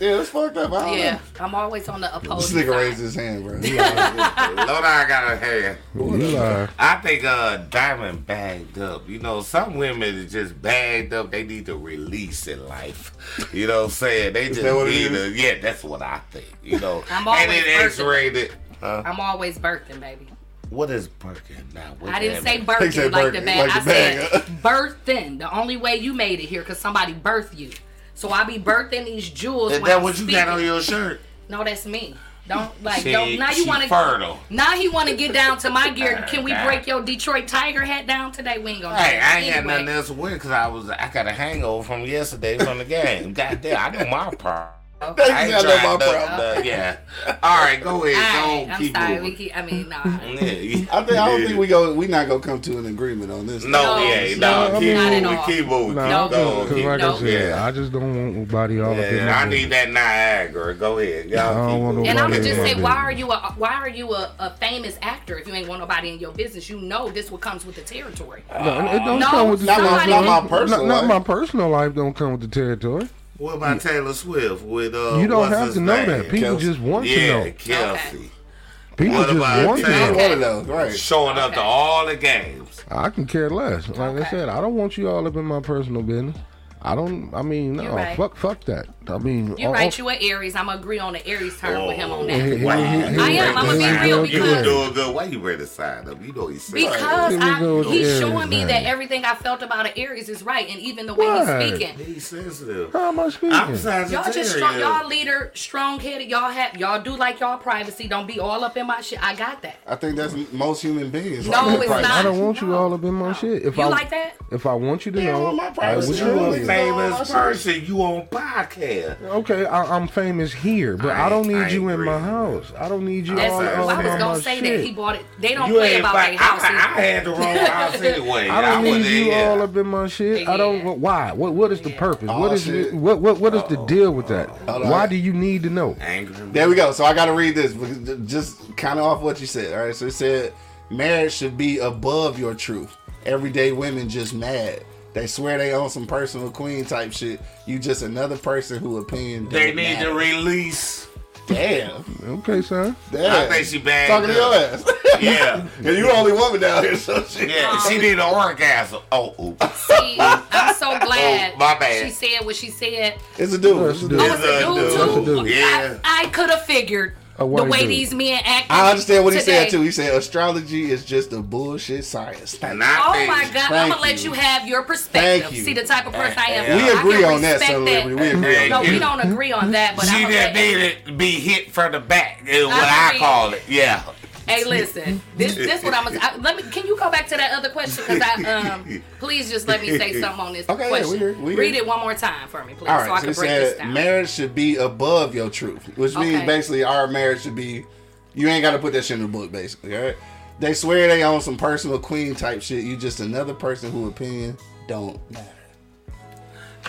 [SPEAKER 2] Yeah, that's fucked up. I don't
[SPEAKER 7] Yeah,
[SPEAKER 2] know.
[SPEAKER 7] I'm always on the opposing
[SPEAKER 2] This nigga
[SPEAKER 7] side.
[SPEAKER 2] raised his hand, bro.
[SPEAKER 6] Lodi got a hand.
[SPEAKER 5] You lie.
[SPEAKER 6] I think uh Diamond bagged up. You know, some women is just bagged up. They need to release in life. You know what I'm saying? They just
[SPEAKER 2] that what it
[SPEAKER 6] need
[SPEAKER 2] is?
[SPEAKER 6] to yeah, that's what I think. You know.
[SPEAKER 7] I'm
[SPEAKER 6] and
[SPEAKER 7] always
[SPEAKER 6] it
[SPEAKER 7] first
[SPEAKER 6] X
[SPEAKER 7] of-
[SPEAKER 6] rated. Huh?
[SPEAKER 7] I'm always birthing, baby.
[SPEAKER 6] What is Birkin now? What
[SPEAKER 7] I
[SPEAKER 6] that
[SPEAKER 7] didn't say
[SPEAKER 6] mean?
[SPEAKER 2] He said
[SPEAKER 7] birthing like the
[SPEAKER 2] birthing,
[SPEAKER 7] bag.
[SPEAKER 2] like
[SPEAKER 7] I
[SPEAKER 2] the bag. <laughs>
[SPEAKER 7] said birthing. The only way you made it here because somebody birthed you. So I be birthing these jewels.
[SPEAKER 6] Is
[SPEAKER 7] when
[SPEAKER 6] that
[SPEAKER 7] I'm
[SPEAKER 6] what you got
[SPEAKER 7] speaking.
[SPEAKER 6] on your shirt?
[SPEAKER 7] No, that's me. Don't like.
[SPEAKER 6] She-
[SPEAKER 7] don't, now
[SPEAKER 6] she
[SPEAKER 7] you want to
[SPEAKER 6] fertile.
[SPEAKER 7] Now he want to get down to my gear. Can
[SPEAKER 6] <laughs>
[SPEAKER 7] we
[SPEAKER 6] God.
[SPEAKER 7] break your Detroit Tiger hat down today? We ain't gonna. do
[SPEAKER 6] Hey,
[SPEAKER 7] that.
[SPEAKER 6] I ain't got
[SPEAKER 7] Anyway,
[SPEAKER 6] nothing else to wear because I was I got a hangover from yesterday from the game. God damn, I know my part. I ain't
[SPEAKER 2] I know
[SPEAKER 6] trying
[SPEAKER 2] my
[SPEAKER 6] nothing,
[SPEAKER 2] problem.
[SPEAKER 6] but yeah. All right, go ahead.
[SPEAKER 7] all
[SPEAKER 6] go
[SPEAKER 7] right, I'm
[SPEAKER 6] keep
[SPEAKER 7] sorry.
[SPEAKER 6] moving.
[SPEAKER 7] We keep, I
[SPEAKER 6] <laughs>
[SPEAKER 7] mean, nah.
[SPEAKER 6] Yeah, you-
[SPEAKER 2] I think I don't think we go. We not gonna come to an agreement on this.
[SPEAKER 6] No,
[SPEAKER 7] No,
[SPEAKER 6] yeah,
[SPEAKER 7] no,
[SPEAKER 6] no,
[SPEAKER 5] not
[SPEAKER 6] keep
[SPEAKER 5] at
[SPEAKER 6] moving,
[SPEAKER 7] all.
[SPEAKER 6] keep moving.
[SPEAKER 5] Nah,
[SPEAKER 7] No,
[SPEAKER 5] I'm just-
[SPEAKER 6] go,
[SPEAKER 5] cause
[SPEAKER 6] keep
[SPEAKER 5] like
[SPEAKER 7] no.
[SPEAKER 5] I said,
[SPEAKER 6] Yeah.
[SPEAKER 5] I just don't want nobody all up in
[SPEAKER 6] Yeah,
[SPEAKER 5] my
[SPEAKER 6] I need
[SPEAKER 5] business.
[SPEAKER 6] that Niagara. Go ahead. Y'all
[SPEAKER 5] I don't
[SPEAKER 6] keep
[SPEAKER 5] want
[SPEAKER 6] moving.
[SPEAKER 7] And
[SPEAKER 5] Nobody
[SPEAKER 7] I'm just
[SPEAKER 5] in my
[SPEAKER 7] say,
[SPEAKER 5] business.
[SPEAKER 7] why are you a why are you a, a famous actor if you ain't want nobody in your business? You know this what comes with the territory.
[SPEAKER 5] No, it don't
[SPEAKER 7] No,
[SPEAKER 5] come with the
[SPEAKER 7] not my-
[SPEAKER 5] territory.
[SPEAKER 7] not my
[SPEAKER 2] personal
[SPEAKER 5] Not, not
[SPEAKER 2] life.
[SPEAKER 5] my personal life. Don't come with the territory.
[SPEAKER 6] What about Taylor Swift with uh?
[SPEAKER 5] you don't
[SPEAKER 6] what's
[SPEAKER 5] have
[SPEAKER 6] his
[SPEAKER 5] to know
[SPEAKER 6] name?
[SPEAKER 5] that. People
[SPEAKER 2] Kelsey.
[SPEAKER 5] just want
[SPEAKER 6] yeah,
[SPEAKER 5] to know.
[SPEAKER 6] Kelsey
[SPEAKER 7] Okay.
[SPEAKER 5] People
[SPEAKER 6] What
[SPEAKER 5] just
[SPEAKER 6] about
[SPEAKER 5] want to
[SPEAKER 2] Neither
[SPEAKER 5] know.
[SPEAKER 6] Taylor?
[SPEAKER 2] one of those, right?
[SPEAKER 6] showing up to
[SPEAKER 7] Okay.
[SPEAKER 6] all the games.
[SPEAKER 5] I can care less. Like I
[SPEAKER 7] Okay.
[SPEAKER 5] said, I don't want you all up in my personal business. I don't. I mean, no.
[SPEAKER 7] You're right.
[SPEAKER 5] Fuck, fuck that. I mean, uh,
[SPEAKER 7] You're
[SPEAKER 5] all-
[SPEAKER 7] right, you a Aries. I'm gonna agree on the Aries term with him on
[SPEAKER 5] all-
[SPEAKER 7] that.
[SPEAKER 5] oh, he- he- he-
[SPEAKER 7] I am,
[SPEAKER 5] he-
[SPEAKER 7] I'ma be
[SPEAKER 5] he
[SPEAKER 7] real
[SPEAKER 5] real
[SPEAKER 6] You
[SPEAKER 7] because-
[SPEAKER 6] were
[SPEAKER 5] good.
[SPEAKER 6] doing good. Why you ready to sign up? You know he's sick.
[SPEAKER 7] Because
[SPEAKER 5] Here we go
[SPEAKER 7] I,
[SPEAKER 5] with
[SPEAKER 7] he's
[SPEAKER 5] Aries,
[SPEAKER 7] showing me
[SPEAKER 5] man.
[SPEAKER 7] that everything I felt about an Aries is right, and even the way
[SPEAKER 5] Right.
[SPEAKER 7] he's speaking.
[SPEAKER 6] he's sensitive.
[SPEAKER 5] How am I
[SPEAKER 6] I'm
[SPEAKER 5] speaking?
[SPEAKER 6] Sagittarius.
[SPEAKER 7] Y'all just strong, y'all leader, strong headed. Y'all have y'all do like y'all privacy. Don't be all up in my shit. I got that.
[SPEAKER 2] I think that's most human beings.
[SPEAKER 7] No,
[SPEAKER 2] like that
[SPEAKER 7] it's
[SPEAKER 2] price.
[SPEAKER 7] not.
[SPEAKER 5] I don't want you
[SPEAKER 7] No,
[SPEAKER 5] all up in my
[SPEAKER 7] no.
[SPEAKER 5] shit. If
[SPEAKER 7] You
[SPEAKER 5] I
[SPEAKER 7] like that?
[SPEAKER 5] if I want you to
[SPEAKER 2] Yeah,
[SPEAKER 5] know,
[SPEAKER 2] my
[SPEAKER 5] I
[SPEAKER 2] privacy
[SPEAKER 5] wish you
[SPEAKER 2] is
[SPEAKER 5] love
[SPEAKER 2] really
[SPEAKER 5] me.
[SPEAKER 2] good.
[SPEAKER 6] famous person. You on podcast.
[SPEAKER 5] Okay, I, I'm famous here, but
[SPEAKER 6] I
[SPEAKER 5] I, don't
[SPEAKER 6] ain't-
[SPEAKER 5] need
[SPEAKER 6] I
[SPEAKER 5] you
[SPEAKER 6] ain't
[SPEAKER 5] in my
[SPEAKER 6] agree.
[SPEAKER 5] house. I don't need you
[SPEAKER 7] That's
[SPEAKER 2] Oh,
[SPEAKER 5] all.
[SPEAKER 6] sorry.
[SPEAKER 5] all
[SPEAKER 7] I was
[SPEAKER 5] about
[SPEAKER 7] gonna
[SPEAKER 5] my
[SPEAKER 7] say
[SPEAKER 5] shit.
[SPEAKER 7] that he bought it. They don't
[SPEAKER 6] You
[SPEAKER 7] play
[SPEAKER 6] ain't
[SPEAKER 7] about
[SPEAKER 6] fi-
[SPEAKER 7] their house.
[SPEAKER 6] I, I
[SPEAKER 7] either.
[SPEAKER 6] had the wrong
[SPEAKER 7] <laughs>
[SPEAKER 6] house anyway.
[SPEAKER 5] I don't
[SPEAKER 6] wasn't
[SPEAKER 5] need you
[SPEAKER 6] here.
[SPEAKER 5] all up in my shit. I
[SPEAKER 7] Yeah.
[SPEAKER 5] don't. Why? What? What is the purpose?
[SPEAKER 2] Oh,
[SPEAKER 5] what is?
[SPEAKER 2] shit.
[SPEAKER 5] it- What? What? What is the deal with that?
[SPEAKER 2] on.
[SPEAKER 5] Why do you need to know?
[SPEAKER 6] angry.
[SPEAKER 2] There we go. So I got to read this, because- just kind of off what you said. All right. So it said marriage should be above your truth. Everyday women just mad. They swear they own some personal queen type shit. You just another person who opinion.
[SPEAKER 6] They
[SPEAKER 2] don't
[SPEAKER 6] need to
[SPEAKER 2] matter.
[SPEAKER 6] release.
[SPEAKER 2] Damn.
[SPEAKER 5] Okay, son.
[SPEAKER 2] Damn.
[SPEAKER 6] I think she bagged
[SPEAKER 2] Talking to
[SPEAKER 6] up.
[SPEAKER 2] your ass. <laughs>
[SPEAKER 6] Yeah.
[SPEAKER 2] and you the only woman down here, so shit.
[SPEAKER 6] Yeah,
[SPEAKER 7] Oh.
[SPEAKER 6] she did an orgasm. Oh,
[SPEAKER 7] <laughs>
[SPEAKER 6] ooh.
[SPEAKER 7] See,
[SPEAKER 2] <laughs>
[SPEAKER 7] I'm so glad
[SPEAKER 6] Oh, my bad.
[SPEAKER 7] she said what she said.
[SPEAKER 2] It's a dude.
[SPEAKER 5] Let's
[SPEAKER 2] It's a
[SPEAKER 5] do
[SPEAKER 2] dude.
[SPEAKER 5] it.
[SPEAKER 7] Oh, it's
[SPEAKER 5] dude.
[SPEAKER 6] It's a
[SPEAKER 7] a dude, too.
[SPEAKER 5] It's a dude.
[SPEAKER 6] Yeah.
[SPEAKER 7] I, I could have figured
[SPEAKER 5] A
[SPEAKER 7] the
[SPEAKER 5] white
[SPEAKER 7] way
[SPEAKER 5] dude.
[SPEAKER 7] these men act.
[SPEAKER 2] I understand what he
[SPEAKER 7] today.
[SPEAKER 2] said too. He said astrology is just a bullshit science. Thank
[SPEAKER 6] And
[SPEAKER 2] you.
[SPEAKER 6] I
[SPEAKER 7] Oh
[SPEAKER 6] think
[SPEAKER 7] my God! I'm
[SPEAKER 2] Thank
[SPEAKER 7] gonna let
[SPEAKER 2] you.
[SPEAKER 7] you have your perspective.
[SPEAKER 2] Thank you.
[SPEAKER 7] See the type of person I am.
[SPEAKER 6] We
[SPEAKER 7] I can
[SPEAKER 2] agree on that,
[SPEAKER 7] respect
[SPEAKER 2] son, Liberty. We agree
[SPEAKER 6] on
[SPEAKER 7] No,
[SPEAKER 6] that.
[SPEAKER 7] we don't agree on that. But
[SPEAKER 6] she
[SPEAKER 7] I'm
[SPEAKER 6] just
[SPEAKER 7] let,
[SPEAKER 6] needed to be hit from the back. Is what
[SPEAKER 7] I
[SPEAKER 6] I
[SPEAKER 7] agree.
[SPEAKER 6] call it. Yeah.
[SPEAKER 7] Hey, listen. This this what I'm. I, let me. Can you go back to that other question? Because I um. Please just let me say something on
[SPEAKER 2] <laughs>
[SPEAKER 7] this
[SPEAKER 2] Okay, yeah,
[SPEAKER 7] question.
[SPEAKER 2] we hear- we hear.
[SPEAKER 7] Read it one more time for me, please,
[SPEAKER 2] All
[SPEAKER 7] so I
[SPEAKER 2] right, so,
[SPEAKER 7] can
[SPEAKER 2] he
[SPEAKER 7] break this
[SPEAKER 2] said
[SPEAKER 7] down.
[SPEAKER 2] marriage should be above your truth, which means
[SPEAKER 7] Okay.
[SPEAKER 2] basically our marriage should be. You ain't got to put that shit in the book, basically. All right, they swear they own some personal queen type shit. You just another person who opinion don't matter.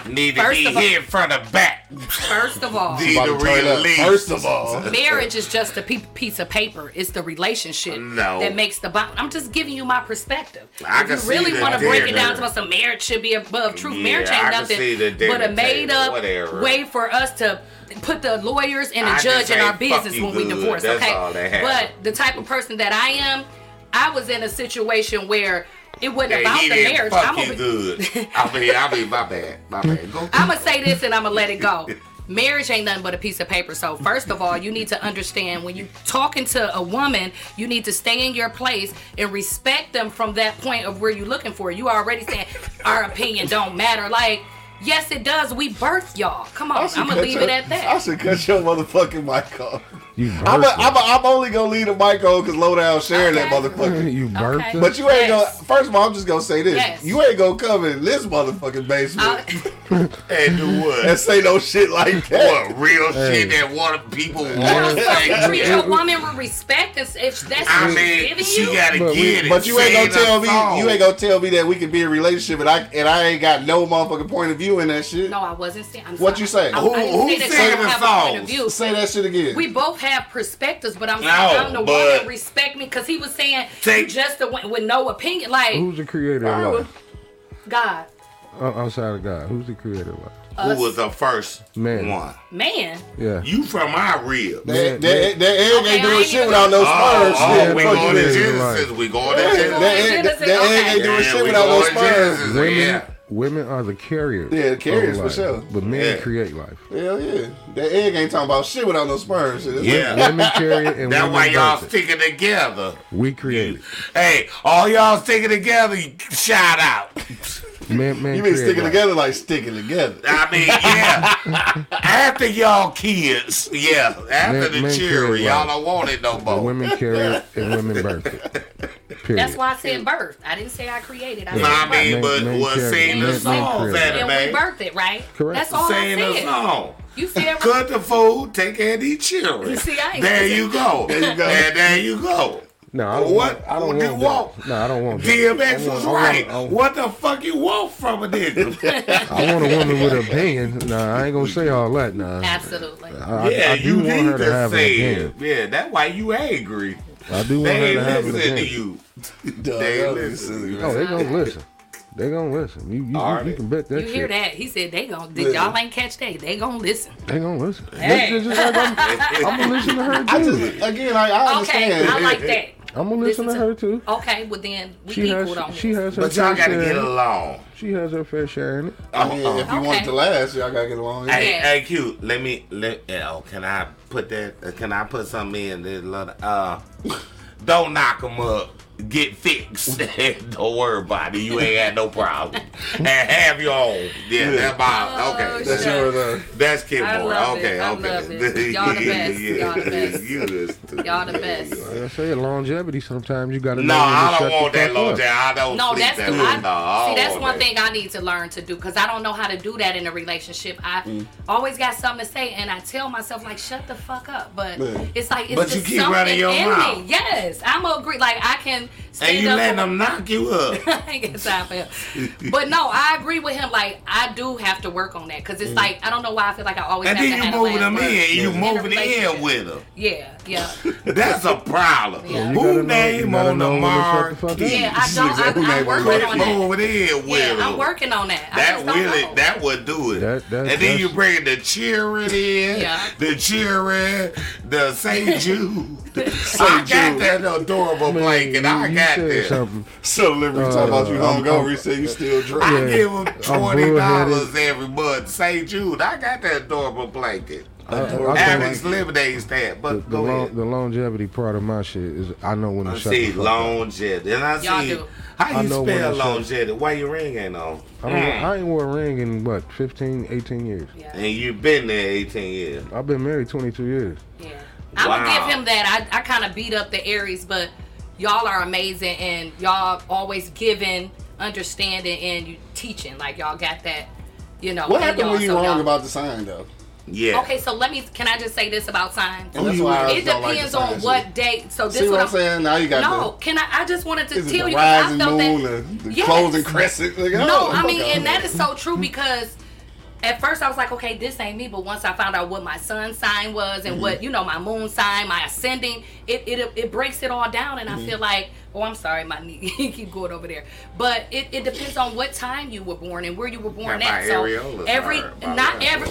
[SPEAKER 6] Need to
[SPEAKER 7] First
[SPEAKER 6] be
[SPEAKER 7] of all-
[SPEAKER 6] hit from the back.
[SPEAKER 7] First of all,
[SPEAKER 6] Need
[SPEAKER 2] About
[SPEAKER 6] to
[SPEAKER 2] to turn up.
[SPEAKER 6] release.
[SPEAKER 2] First of all,
[SPEAKER 7] marriage is just a pe- piece of paper. It's the relationship
[SPEAKER 6] No.
[SPEAKER 7] that makes the bond. I'm just giving you my perspective.
[SPEAKER 6] I
[SPEAKER 7] if
[SPEAKER 6] can
[SPEAKER 7] you
[SPEAKER 6] see
[SPEAKER 7] really
[SPEAKER 6] the
[SPEAKER 7] want to break it
[SPEAKER 6] dinner.
[SPEAKER 7] down to some marriage should be above truth.
[SPEAKER 6] Yeah,
[SPEAKER 7] marriage
[SPEAKER 6] I
[SPEAKER 7] ain't
[SPEAKER 6] can
[SPEAKER 7] nothing
[SPEAKER 6] see the dinner
[SPEAKER 7] but a made
[SPEAKER 6] table,
[SPEAKER 7] up
[SPEAKER 6] whatever.
[SPEAKER 7] way for us to put the lawyers and the
[SPEAKER 6] I
[SPEAKER 7] judge
[SPEAKER 6] just
[SPEAKER 7] in our
[SPEAKER 6] ain't fuck
[SPEAKER 7] business
[SPEAKER 6] you
[SPEAKER 7] when we
[SPEAKER 6] good.
[SPEAKER 7] divorce.
[SPEAKER 6] That's
[SPEAKER 7] okay,
[SPEAKER 6] all that happened.
[SPEAKER 7] but the type of person that I am, I was in a situation where it wasn't
[SPEAKER 6] Hey,
[SPEAKER 7] about
[SPEAKER 6] he
[SPEAKER 7] the
[SPEAKER 6] didn't
[SPEAKER 7] marriage.
[SPEAKER 6] fuck
[SPEAKER 7] I'm
[SPEAKER 6] you
[SPEAKER 7] gonna be- <laughs>
[SPEAKER 6] good. I mean, I mean, my bad, my bad. Go.
[SPEAKER 7] I'm gonna say this and I'm gonna let it go. Marriage ain't nothing but a piece of paper. So first of all, you need to understand when you talking to a woman, you need to stay in your place and respect them from that point of where you're looking for. You already saying our opinion don't matter. Like, yes, it does. We birth y'all. Come on,
[SPEAKER 2] should
[SPEAKER 7] I'm gonna
[SPEAKER 2] cut
[SPEAKER 7] leave
[SPEAKER 2] your-
[SPEAKER 7] it at
[SPEAKER 2] I
[SPEAKER 7] that.
[SPEAKER 2] should cut your motherfucking mic off.
[SPEAKER 5] You
[SPEAKER 2] I'm, a,
[SPEAKER 5] birthed
[SPEAKER 2] I'm, a, I'm only gonna leave the mic on because Lowdown sharing that
[SPEAKER 7] Okay.
[SPEAKER 5] it.
[SPEAKER 2] motherfucker.
[SPEAKER 5] You birthed
[SPEAKER 7] Okay.
[SPEAKER 5] it.
[SPEAKER 2] But you ain't
[SPEAKER 7] Yes.
[SPEAKER 2] gonna. First of all, I'm just gonna say this:
[SPEAKER 7] Yes.
[SPEAKER 2] you ain't gonna come in this motherfucking basement
[SPEAKER 7] I- <laughs>
[SPEAKER 6] And do
[SPEAKER 2] and
[SPEAKER 6] what?
[SPEAKER 2] say no shit like that.
[SPEAKER 6] What real shit that what people want
[SPEAKER 7] Also,
[SPEAKER 6] to say.
[SPEAKER 7] treat your woman with respect. If if that's
[SPEAKER 6] I
[SPEAKER 7] what she's
[SPEAKER 6] mean,
[SPEAKER 7] giving
[SPEAKER 6] she
[SPEAKER 7] you.
[SPEAKER 6] gotta
[SPEAKER 5] But we-
[SPEAKER 6] get it.
[SPEAKER 2] But you ain't
[SPEAKER 6] Say
[SPEAKER 2] gonna
[SPEAKER 6] the
[SPEAKER 2] tell me
[SPEAKER 6] song.
[SPEAKER 2] you ain't gonna tell me that we can be in a relationship and I and I ain't got no motherfucking point of view in that shit.
[SPEAKER 7] no, I wasn't saying. I'm
[SPEAKER 2] What
[SPEAKER 7] sorry.
[SPEAKER 2] you say?
[SPEAKER 7] I, I
[SPEAKER 2] Who-
[SPEAKER 7] didn't
[SPEAKER 6] who
[SPEAKER 7] say that
[SPEAKER 6] sang
[SPEAKER 7] you
[SPEAKER 6] the
[SPEAKER 7] don't have a point of
[SPEAKER 6] songs?
[SPEAKER 7] view.
[SPEAKER 2] Say that shit again.
[SPEAKER 7] We both have perspectives, but I'm
[SPEAKER 6] No,
[SPEAKER 7] saying I'm the one
[SPEAKER 6] but-
[SPEAKER 7] that respect me because he was saying
[SPEAKER 6] Take-
[SPEAKER 7] you just the one with no opinion. Like
[SPEAKER 5] Who's the creator of life? Uh,
[SPEAKER 7] God,
[SPEAKER 5] O- Outside of God, who's the creator of life?
[SPEAKER 7] Us.
[SPEAKER 6] who was the first
[SPEAKER 5] Man.
[SPEAKER 6] one.
[SPEAKER 7] Man,
[SPEAKER 5] Yeah.
[SPEAKER 6] You from my rib.
[SPEAKER 2] They, they, they, egg
[SPEAKER 7] Okay,
[SPEAKER 2] ain't
[SPEAKER 7] I
[SPEAKER 2] doing
[SPEAKER 7] ain't
[SPEAKER 2] shit
[SPEAKER 7] even-
[SPEAKER 2] without no
[SPEAKER 6] Oh,
[SPEAKER 2] Spurs.
[SPEAKER 6] oh,
[SPEAKER 2] Yeah,
[SPEAKER 6] we
[SPEAKER 2] fuck you,
[SPEAKER 6] going to
[SPEAKER 5] is.
[SPEAKER 2] nigga.
[SPEAKER 6] Genesis. We going to
[SPEAKER 2] That
[SPEAKER 6] Genesis.
[SPEAKER 2] that egg
[SPEAKER 7] Genesis,
[SPEAKER 2] that egg ain't
[SPEAKER 7] okay.
[SPEAKER 2] doing
[SPEAKER 6] Yeah,
[SPEAKER 2] shit
[SPEAKER 6] we
[SPEAKER 2] without no
[SPEAKER 6] going Genesis.
[SPEAKER 2] Spurs.
[SPEAKER 5] Women,
[SPEAKER 6] Yeah.
[SPEAKER 5] women are the carriers.
[SPEAKER 2] Yeah, the carriers,
[SPEAKER 5] of
[SPEAKER 2] for
[SPEAKER 5] life,
[SPEAKER 2] sure.
[SPEAKER 5] But men
[SPEAKER 6] Yeah.
[SPEAKER 5] create life.
[SPEAKER 2] Hell yeah. That egg ain't talking about shit without no Spurs. Shit, that's-
[SPEAKER 6] Yeah.
[SPEAKER 5] Women carry
[SPEAKER 6] <laughs>
[SPEAKER 5] it and
[SPEAKER 6] That's
[SPEAKER 5] women
[SPEAKER 6] why y'all
[SPEAKER 5] birth it.
[SPEAKER 6] sticking together.
[SPEAKER 5] We create it.
[SPEAKER 6] Hey, all y'all sticking together, shout out.
[SPEAKER 5] Man, man
[SPEAKER 2] You been
[SPEAKER 5] create
[SPEAKER 2] sticking
[SPEAKER 5] life.
[SPEAKER 2] together like sticking together.
[SPEAKER 6] I mean,
[SPEAKER 2] <laughs>
[SPEAKER 6] yeah. after y'all kids, yeah. After
[SPEAKER 5] Men-
[SPEAKER 6] the
[SPEAKER 5] men
[SPEAKER 6] cheering,
[SPEAKER 5] create
[SPEAKER 6] y'all
[SPEAKER 5] life.
[SPEAKER 6] don't want it no
[SPEAKER 5] But
[SPEAKER 6] more.
[SPEAKER 5] women carry it and women birth it. Period.
[SPEAKER 7] that's why I said birth. I didn't say I created. I
[SPEAKER 6] No,
[SPEAKER 7] said
[SPEAKER 6] I
[SPEAKER 7] birth.
[SPEAKER 6] mean,
[SPEAKER 5] Men-
[SPEAKER 6] but
[SPEAKER 5] men
[SPEAKER 6] was
[SPEAKER 5] carry-
[SPEAKER 6] singing the
[SPEAKER 7] men- men
[SPEAKER 6] songs
[SPEAKER 5] carry.
[SPEAKER 6] at it,
[SPEAKER 7] And
[SPEAKER 6] man.
[SPEAKER 7] we birthed it, right?
[SPEAKER 5] Correct.
[SPEAKER 7] That's all
[SPEAKER 6] Singing
[SPEAKER 7] I
[SPEAKER 6] the
[SPEAKER 7] said.
[SPEAKER 6] song.
[SPEAKER 7] You said
[SPEAKER 6] Cut the food, take care of these children.
[SPEAKER 7] You see, I ain't-
[SPEAKER 6] there you go.
[SPEAKER 2] There you go.
[SPEAKER 6] And there you go.
[SPEAKER 5] No, I don't
[SPEAKER 6] What
[SPEAKER 5] want. I don't
[SPEAKER 6] would you
[SPEAKER 5] want.
[SPEAKER 6] want?
[SPEAKER 5] that. No, I don't want. that.
[SPEAKER 6] DMX
[SPEAKER 5] I want-
[SPEAKER 6] was
[SPEAKER 5] I want-
[SPEAKER 6] right.
[SPEAKER 5] I want-
[SPEAKER 6] What the fuck you want from a nigga?
[SPEAKER 5] I want a woman with an opinion. Nah, I ain't gonna say all that. Nah.
[SPEAKER 7] Absolutely.
[SPEAKER 6] <laughs>
[SPEAKER 5] I,
[SPEAKER 6] yeah,
[SPEAKER 5] I, I
[SPEAKER 6] you
[SPEAKER 5] do want her
[SPEAKER 6] need
[SPEAKER 5] to
[SPEAKER 6] to
[SPEAKER 5] have an
[SPEAKER 6] say
[SPEAKER 5] opinion.
[SPEAKER 6] it. Yeah, that's why you angry.
[SPEAKER 5] I do want her
[SPEAKER 6] They
[SPEAKER 5] to have
[SPEAKER 6] ain't
[SPEAKER 5] an
[SPEAKER 6] listen to
[SPEAKER 5] opinion.
[SPEAKER 6] you.
[SPEAKER 2] <laughs> Duh,
[SPEAKER 6] They
[SPEAKER 2] that was
[SPEAKER 6] listen.
[SPEAKER 2] silly, man.
[SPEAKER 5] No, they gonna listen. They gonna listen. You you, you, you can bet that.
[SPEAKER 7] You hear
[SPEAKER 5] shit.
[SPEAKER 7] that? He said they gon' did
[SPEAKER 2] Listen.
[SPEAKER 7] y'all ain't catch that. They gon' listen.
[SPEAKER 5] They gonna listen.
[SPEAKER 7] Hey.
[SPEAKER 5] That's just like
[SPEAKER 6] <laughs>
[SPEAKER 5] I'm, I'm gonna listen to her
[SPEAKER 2] I
[SPEAKER 5] too.
[SPEAKER 2] just again, like, I
[SPEAKER 7] Okay,
[SPEAKER 2] understand.
[SPEAKER 7] I like that.
[SPEAKER 5] I'm gonna listen,
[SPEAKER 7] Listen
[SPEAKER 5] to
[SPEAKER 7] to-
[SPEAKER 5] her too.
[SPEAKER 7] Okay, well then we
[SPEAKER 5] She
[SPEAKER 7] equaled on
[SPEAKER 5] has she
[SPEAKER 7] this.
[SPEAKER 5] has her
[SPEAKER 6] But
[SPEAKER 5] fair
[SPEAKER 6] y'all gotta
[SPEAKER 5] share.
[SPEAKER 6] get
[SPEAKER 5] in it.
[SPEAKER 6] along. Uh-huh.
[SPEAKER 5] She has her fair share in it.
[SPEAKER 2] I mean, if you want it
[SPEAKER 7] Okay.
[SPEAKER 2] to last, y'all gotta get along.
[SPEAKER 6] Hey,
[SPEAKER 7] Yeah.
[SPEAKER 6] hey, cute. Let me. Let, oh, can I put that? uh, Can I put something in? This little, uh, don't knock them up. Get fixed. <laughs> don't worry about it. You ain't had no
[SPEAKER 7] <laughs>
[SPEAKER 6] problem. and have your own. Yeah, that's my. Okay,
[SPEAKER 7] Oh,
[SPEAKER 2] That's
[SPEAKER 7] shit.
[SPEAKER 2] yours. Uh,
[SPEAKER 6] that's Kim
[SPEAKER 7] I
[SPEAKER 6] Moore.
[SPEAKER 7] love
[SPEAKER 6] Okay,
[SPEAKER 7] it. I
[SPEAKER 6] okay.
[SPEAKER 7] love it. Y'all
[SPEAKER 6] <laughs>
[SPEAKER 7] the best. Y'all the best.
[SPEAKER 6] You the-
[SPEAKER 7] Y'all the best.
[SPEAKER 5] Like I say, longevity. Sometimes you gotta.
[SPEAKER 6] No,
[SPEAKER 5] know when to
[SPEAKER 6] I
[SPEAKER 5] shut
[SPEAKER 6] don't
[SPEAKER 5] the
[SPEAKER 6] want that
[SPEAKER 5] fuck up.
[SPEAKER 6] long I don't.
[SPEAKER 7] No,
[SPEAKER 6] sleep
[SPEAKER 7] that's
[SPEAKER 6] that
[SPEAKER 7] the,
[SPEAKER 6] way.
[SPEAKER 7] I,
[SPEAKER 6] No, I
[SPEAKER 7] see.
[SPEAKER 6] don't
[SPEAKER 7] That's
[SPEAKER 6] want
[SPEAKER 7] one
[SPEAKER 6] that.
[SPEAKER 7] thing I need to learn to do because I don't know how to do that in a relationship. I
[SPEAKER 6] Mm.
[SPEAKER 7] always got something to say, and I tell myself like, "Shut the fuck up," but it's like it's
[SPEAKER 6] But
[SPEAKER 7] just
[SPEAKER 6] you keep
[SPEAKER 7] something
[SPEAKER 6] running your
[SPEAKER 7] in
[SPEAKER 6] mouth.
[SPEAKER 7] me. Yes, I'm a agree. Like I can stand
[SPEAKER 6] And you
[SPEAKER 7] up
[SPEAKER 6] letting
[SPEAKER 7] for-
[SPEAKER 6] them knock you up.
[SPEAKER 7] <laughs> I ain't got time for him. But no, I agree with him. Like I do have to work on that because it's like I don't know why I feel like I always
[SPEAKER 6] Mm. And
[SPEAKER 7] have
[SPEAKER 6] then
[SPEAKER 7] to
[SPEAKER 6] you
[SPEAKER 7] have the
[SPEAKER 6] moving them
[SPEAKER 7] last word
[SPEAKER 6] in. You
[SPEAKER 7] a
[SPEAKER 6] moving in
[SPEAKER 7] relationship.
[SPEAKER 6] with them.
[SPEAKER 7] Yeah,
[SPEAKER 6] <laughs>
[SPEAKER 7] yeah,
[SPEAKER 6] That's a problem.
[SPEAKER 7] Yeah.
[SPEAKER 5] You gotta
[SPEAKER 6] Who
[SPEAKER 5] know- you
[SPEAKER 6] name
[SPEAKER 5] gotta
[SPEAKER 6] on the
[SPEAKER 5] know when to shut the
[SPEAKER 6] mark?
[SPEAKER 5] fuck up.
[SPEAKER 7] yeah. I don't. I, I'm working
[SPEAKER 6] Quit
[SPEAKER 7] on that.
[SPEAKER 6] moving in with
[SPEAKER 7] Yeah, I'm
[SPEAKER 6] them.
[SPEAKER 7] working on that. I
[SPEAKER 6] That
[SPEAKER 7] just don't
[SPEAKER 6] will
[SPEAKER 7] know.
[SPEAKER 6] it. That would do it.
[SPEAKER 5] That- that-
[SPEAKER 6] and then you
[SPEAKER 5] that's-
[SPEAKER 6] bring the cheering in,
[SPEAKER 7] Yeah.
[SPEAKER 6] the cheering, the St. Jude. I got
[SPEAKER 2] Jude.
[SPEAKER 6] that adorable
[SPEAKER 5] Man,
[SPEAKER 6] blanket. I
[SPEAKER 5] you- you
[SPEAKER 6] got
[SPEAKER 5] said
[SPEAKER 6] that.
[SPEAKER 5] something.
[SPEAKER 2] so liberty talking about you
[SPEAKER 5] Uh,
[SPEAKER 2] home go.
[SPEAKER 5] I'm-
[SPEAKER 2] We say you still
[SPEAKER 6] I
[SPEAKER 2] drunk.
[SPEAKER 5] Yeah.
[SPEAKER 6] give them twenty dollars
[SPEAKER 5] bullheaded.
[SPEAKER 6] every month, St. Jude. I got that adorable blanket.
[SPEAKER 5] I- I
[SPEAKER 6] Average
[SPEAKER 5] think
[SPEAKER 6] lemonade stand,
[SPEAKER 5] The,
[SPEAKER 6] but
[SPEAKER 5] the,
[SPEAKER 6] go ahead.
[SPEAKER 5] long, the longevity part of my shit is I know when to
[SPEAKER 6] I
[SPEAKER 5] shut the
[SPEAKER 6] see
[SPEAKER 5] fuck up.
[SPEAKER 6] longevity. And I
[SPEAKER 7] Y'all
[SPEAKER 6] see
[SPEAKER 7] do.
[SPEAKER 6] how
[SPEAKER 5] I
[SPEAKER 6] you
[SPEAKER 5] know when
[SPEAKER 6] spell
[SPEAKER 5] to shut-
[SPEAKER 6] longevity. Why your ring ain't on? Mm.
[SPEAKER 5] I, don't, I ain't wore a ring in what 15, 18 years.
[SPEAKER 7] Yeah.
[SPEAKER 6] And you've been there 18 years.
[SPEAKER 5] I've been married twenty two years.
[SPEAKER 7] Yeah. I'm gonna
[SPEAKER 6] Wow.
[SPEAKER 7] give him that. I, I kind of beat up the Aries, but y'all are amazing and y'all always giving, understanding, and you teaching. Like y'all got that, you know.
[SPEAKER 2] What
[SPEAKER 7] in
[SPEAKER 2] happened
[SPEAKER 7] y'all,
[SPEAKER 2] when you
[SPEAKER 7] so
[SPEAKER 2] wrong
[SPEAKER 7] y'all-
[SPEAKER 2] about the sign though?
[SPEAKER 6] Yeah.
[SPEAKER 7] Okay, so let me. Can I just say this about signs?
[SPEAKER 2] And that's why I
[SPEAKER 7] It
[SPEAKER 2] don't like the
[SPEAKER 7] depends
[SPEAKER 2] sign
[SPEAKER 7] on
[SPEAKER 2] shit.
[SPEAKER 7] what date. So this
[SPEAKER 2] See
[SPEAKER 7] is
[SPEAKER 2] what I'm saying? Now you got
[SPEAKER 7] No,
[SPEAKER 2] the.
[SPEAKER 7] can I? I just wanted to
[SPEAKER 2] Is it
[SPEAKER 7] tell
[SPEAKER 2] the
[SPEAKER 7] you that
[SPEAKER 2] rising
[SPEAKER 7] I felt
[SPEAKER 2] moon,
[SPEAKER 7] that.
[SPEAKER 2] and the
[SPEAKER 7] Yes.
[SPEAKER 2] closing crescent? Like,
[SPEAKER 7] No,
[SPEAKER 2] oh,
[SPEAKER 7] I mean,
[SPEAKER 2] fuck
[SPEAKER 7] and
[SPEAKER 2] all
[SPEAKER 7] that is so true because at first I was like, okay, this ain't me. But once I found out what my sun sign was and what you know my moon sign, my ascending, it it, it breaks it all down, and I feel like, oh, I'm sorry, my knee <laughs> keep going over there. But it, it depends on what time you were born and where you were
[SPEAKER 6] Got
[SPEAKER 7] born
[SPEAKER 6] my
[SPEAKER 7] at. So
[SPEAKER 6] areolas
[SPEAKER 7] every
[SPEAKER 6] hurt, my
[SPEAKER 7] not
[SPEAKER 6] left.
[SPEAKER 7] every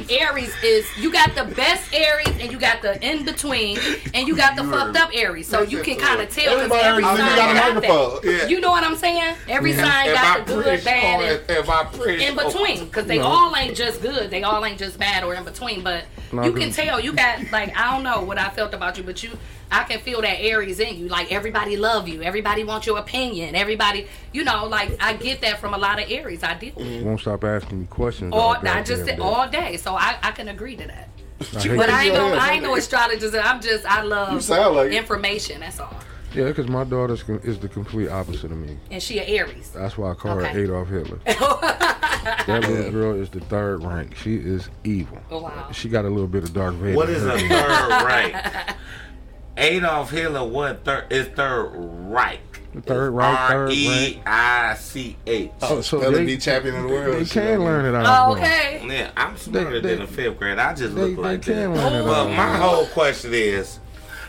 [SPEAKER 7] every Aries is you got the best Aries and you got the in between and you got the
[SPEAKER 6] You
[SPEAKER 7] fucked
[SPEAKER 6] are-
[SPEAKER 7] up Aries. So you can kind of tell 'cause
[SPEAKER 2] Everybody
[SPEAKER 7] every
[SPEAKER 2] Aries
[SPEAKER 7] sign
[SPEAKER 2] nigga got a
[SPEAKER 7] got that.
[SPEAKER 2] microphone.
[SPEAKER 6] Yeah.
[SPEAKER 7] You know what I'm saying? Every sign
[SPEAKER 6] If I
[SPEAKER 7] got the
[SPEAKER 6] preach
[SPEAKER 7] good, bad,
[SPEAKER 6] or
[SPEAKER 7] and
[SPEAKER 6] if, if I preach
[SPEAKER 7] in
[SPEAKER 6] or-
[SPEAKER 7] between because they
[SPEAKER 5] No.
[SPEAKER 7] all ain't just good they all ain't just bad or in between but
[SPEAKER 5] No, I
[SPEAKER 7] you
[SPEAKER 5] agree
[SPEAKER 7] can
[SPEAKER 5] with
[SPEAKER 7] tell you got like i don't know what i felt about you but you i can feel that aries in you like everybody love you everybody wants your opinion everybody you know like i get that from a lot of aries i deal with it.
[SPEAKER 5] Won't stop asking me questions.
[SPEAKER 7] all
[SPEAKER 5] goddamn
[SPEAKER 7] i just
[SPEAKER 5] day.
[SPEAKER 7] all day so i i can agree to that
[SPEAKER 5] I hate
[SPEAKER 7] but I
[SPEAKER 5] that.
[SPEAKER 7] ain't, no,
[SPEAKER 2] Yeah,
[SPEAKER 7] I ain't no astrologist. I'm just, I
[SPEAKER 2] You
[SPEAKER 7] love
[SPEAKER 2] sound like it.
[SPEAKER 7] information. That's all.
[SPEAKER 5] Yeah, because my daughter is the complete opposite of me.
[SPEAKER 7] And she a Aries.
[SPEAKER 5] That's why I call her
[SPEAKER 7] Okay.
[SPEAKER 5] Adolf
[SPEAKER 7] <laughs>
[SPEAKER 5] Hitler. that little girl is the third rank. She is evil.
[SPEAKER 7] Oh, wow.
[SPEAKER 5] She got a little bit of Darth Vader.
[SPEAKER 6] What
[SPEAKER 5] in <laughs>
[SPEAKER 6] is
[SPEAKER 5] her
[SPEAKER 6] a <laughs>
[SPEAKER 5] in her.
[SPEAKER 6] third
[SPEAKER 7] <laughs>
[SPEAKER 6] right? Adolf Hitler was third is third right.
[SPEAKER 5] third rank?
[SPEAKER 6] R
[SPEAKER 5] Third
[SPEAKER 6] E
[SPEAKER 5] rank.
[SPEAKER 6] I C H.
[SPEAKER 5] So, Oh, so
[SPEAKER 2] Spelling
[SPEAKER 5] they,
[SPEAKER 2] bee champion of the world.
[SPEAKER 5] they
[SPEAKER 2] shit, I
[SPEAKER 5] can
[SPEAKER 2] mean.
[SPEAKER 5] learn it out.
[SPEAKER 7] Oh, okay.
[SPEAKER 6] Yeah, I'm smarter
[SPEAKER 5] They-
[SPEAKER 6] than a fifth grade. I just
[SPEAKER 5] They,
[SPEAKER 6] look
[SPEAKER 5] they
[SPEAKER 6] like
[SPEAKER 5] can
[SPEAKER 6] that.
[SPEAKER 5] learn it
[SPEAKER 6] But
[SPEAKER 5] out.
[SPEAKER 6] my whole question is,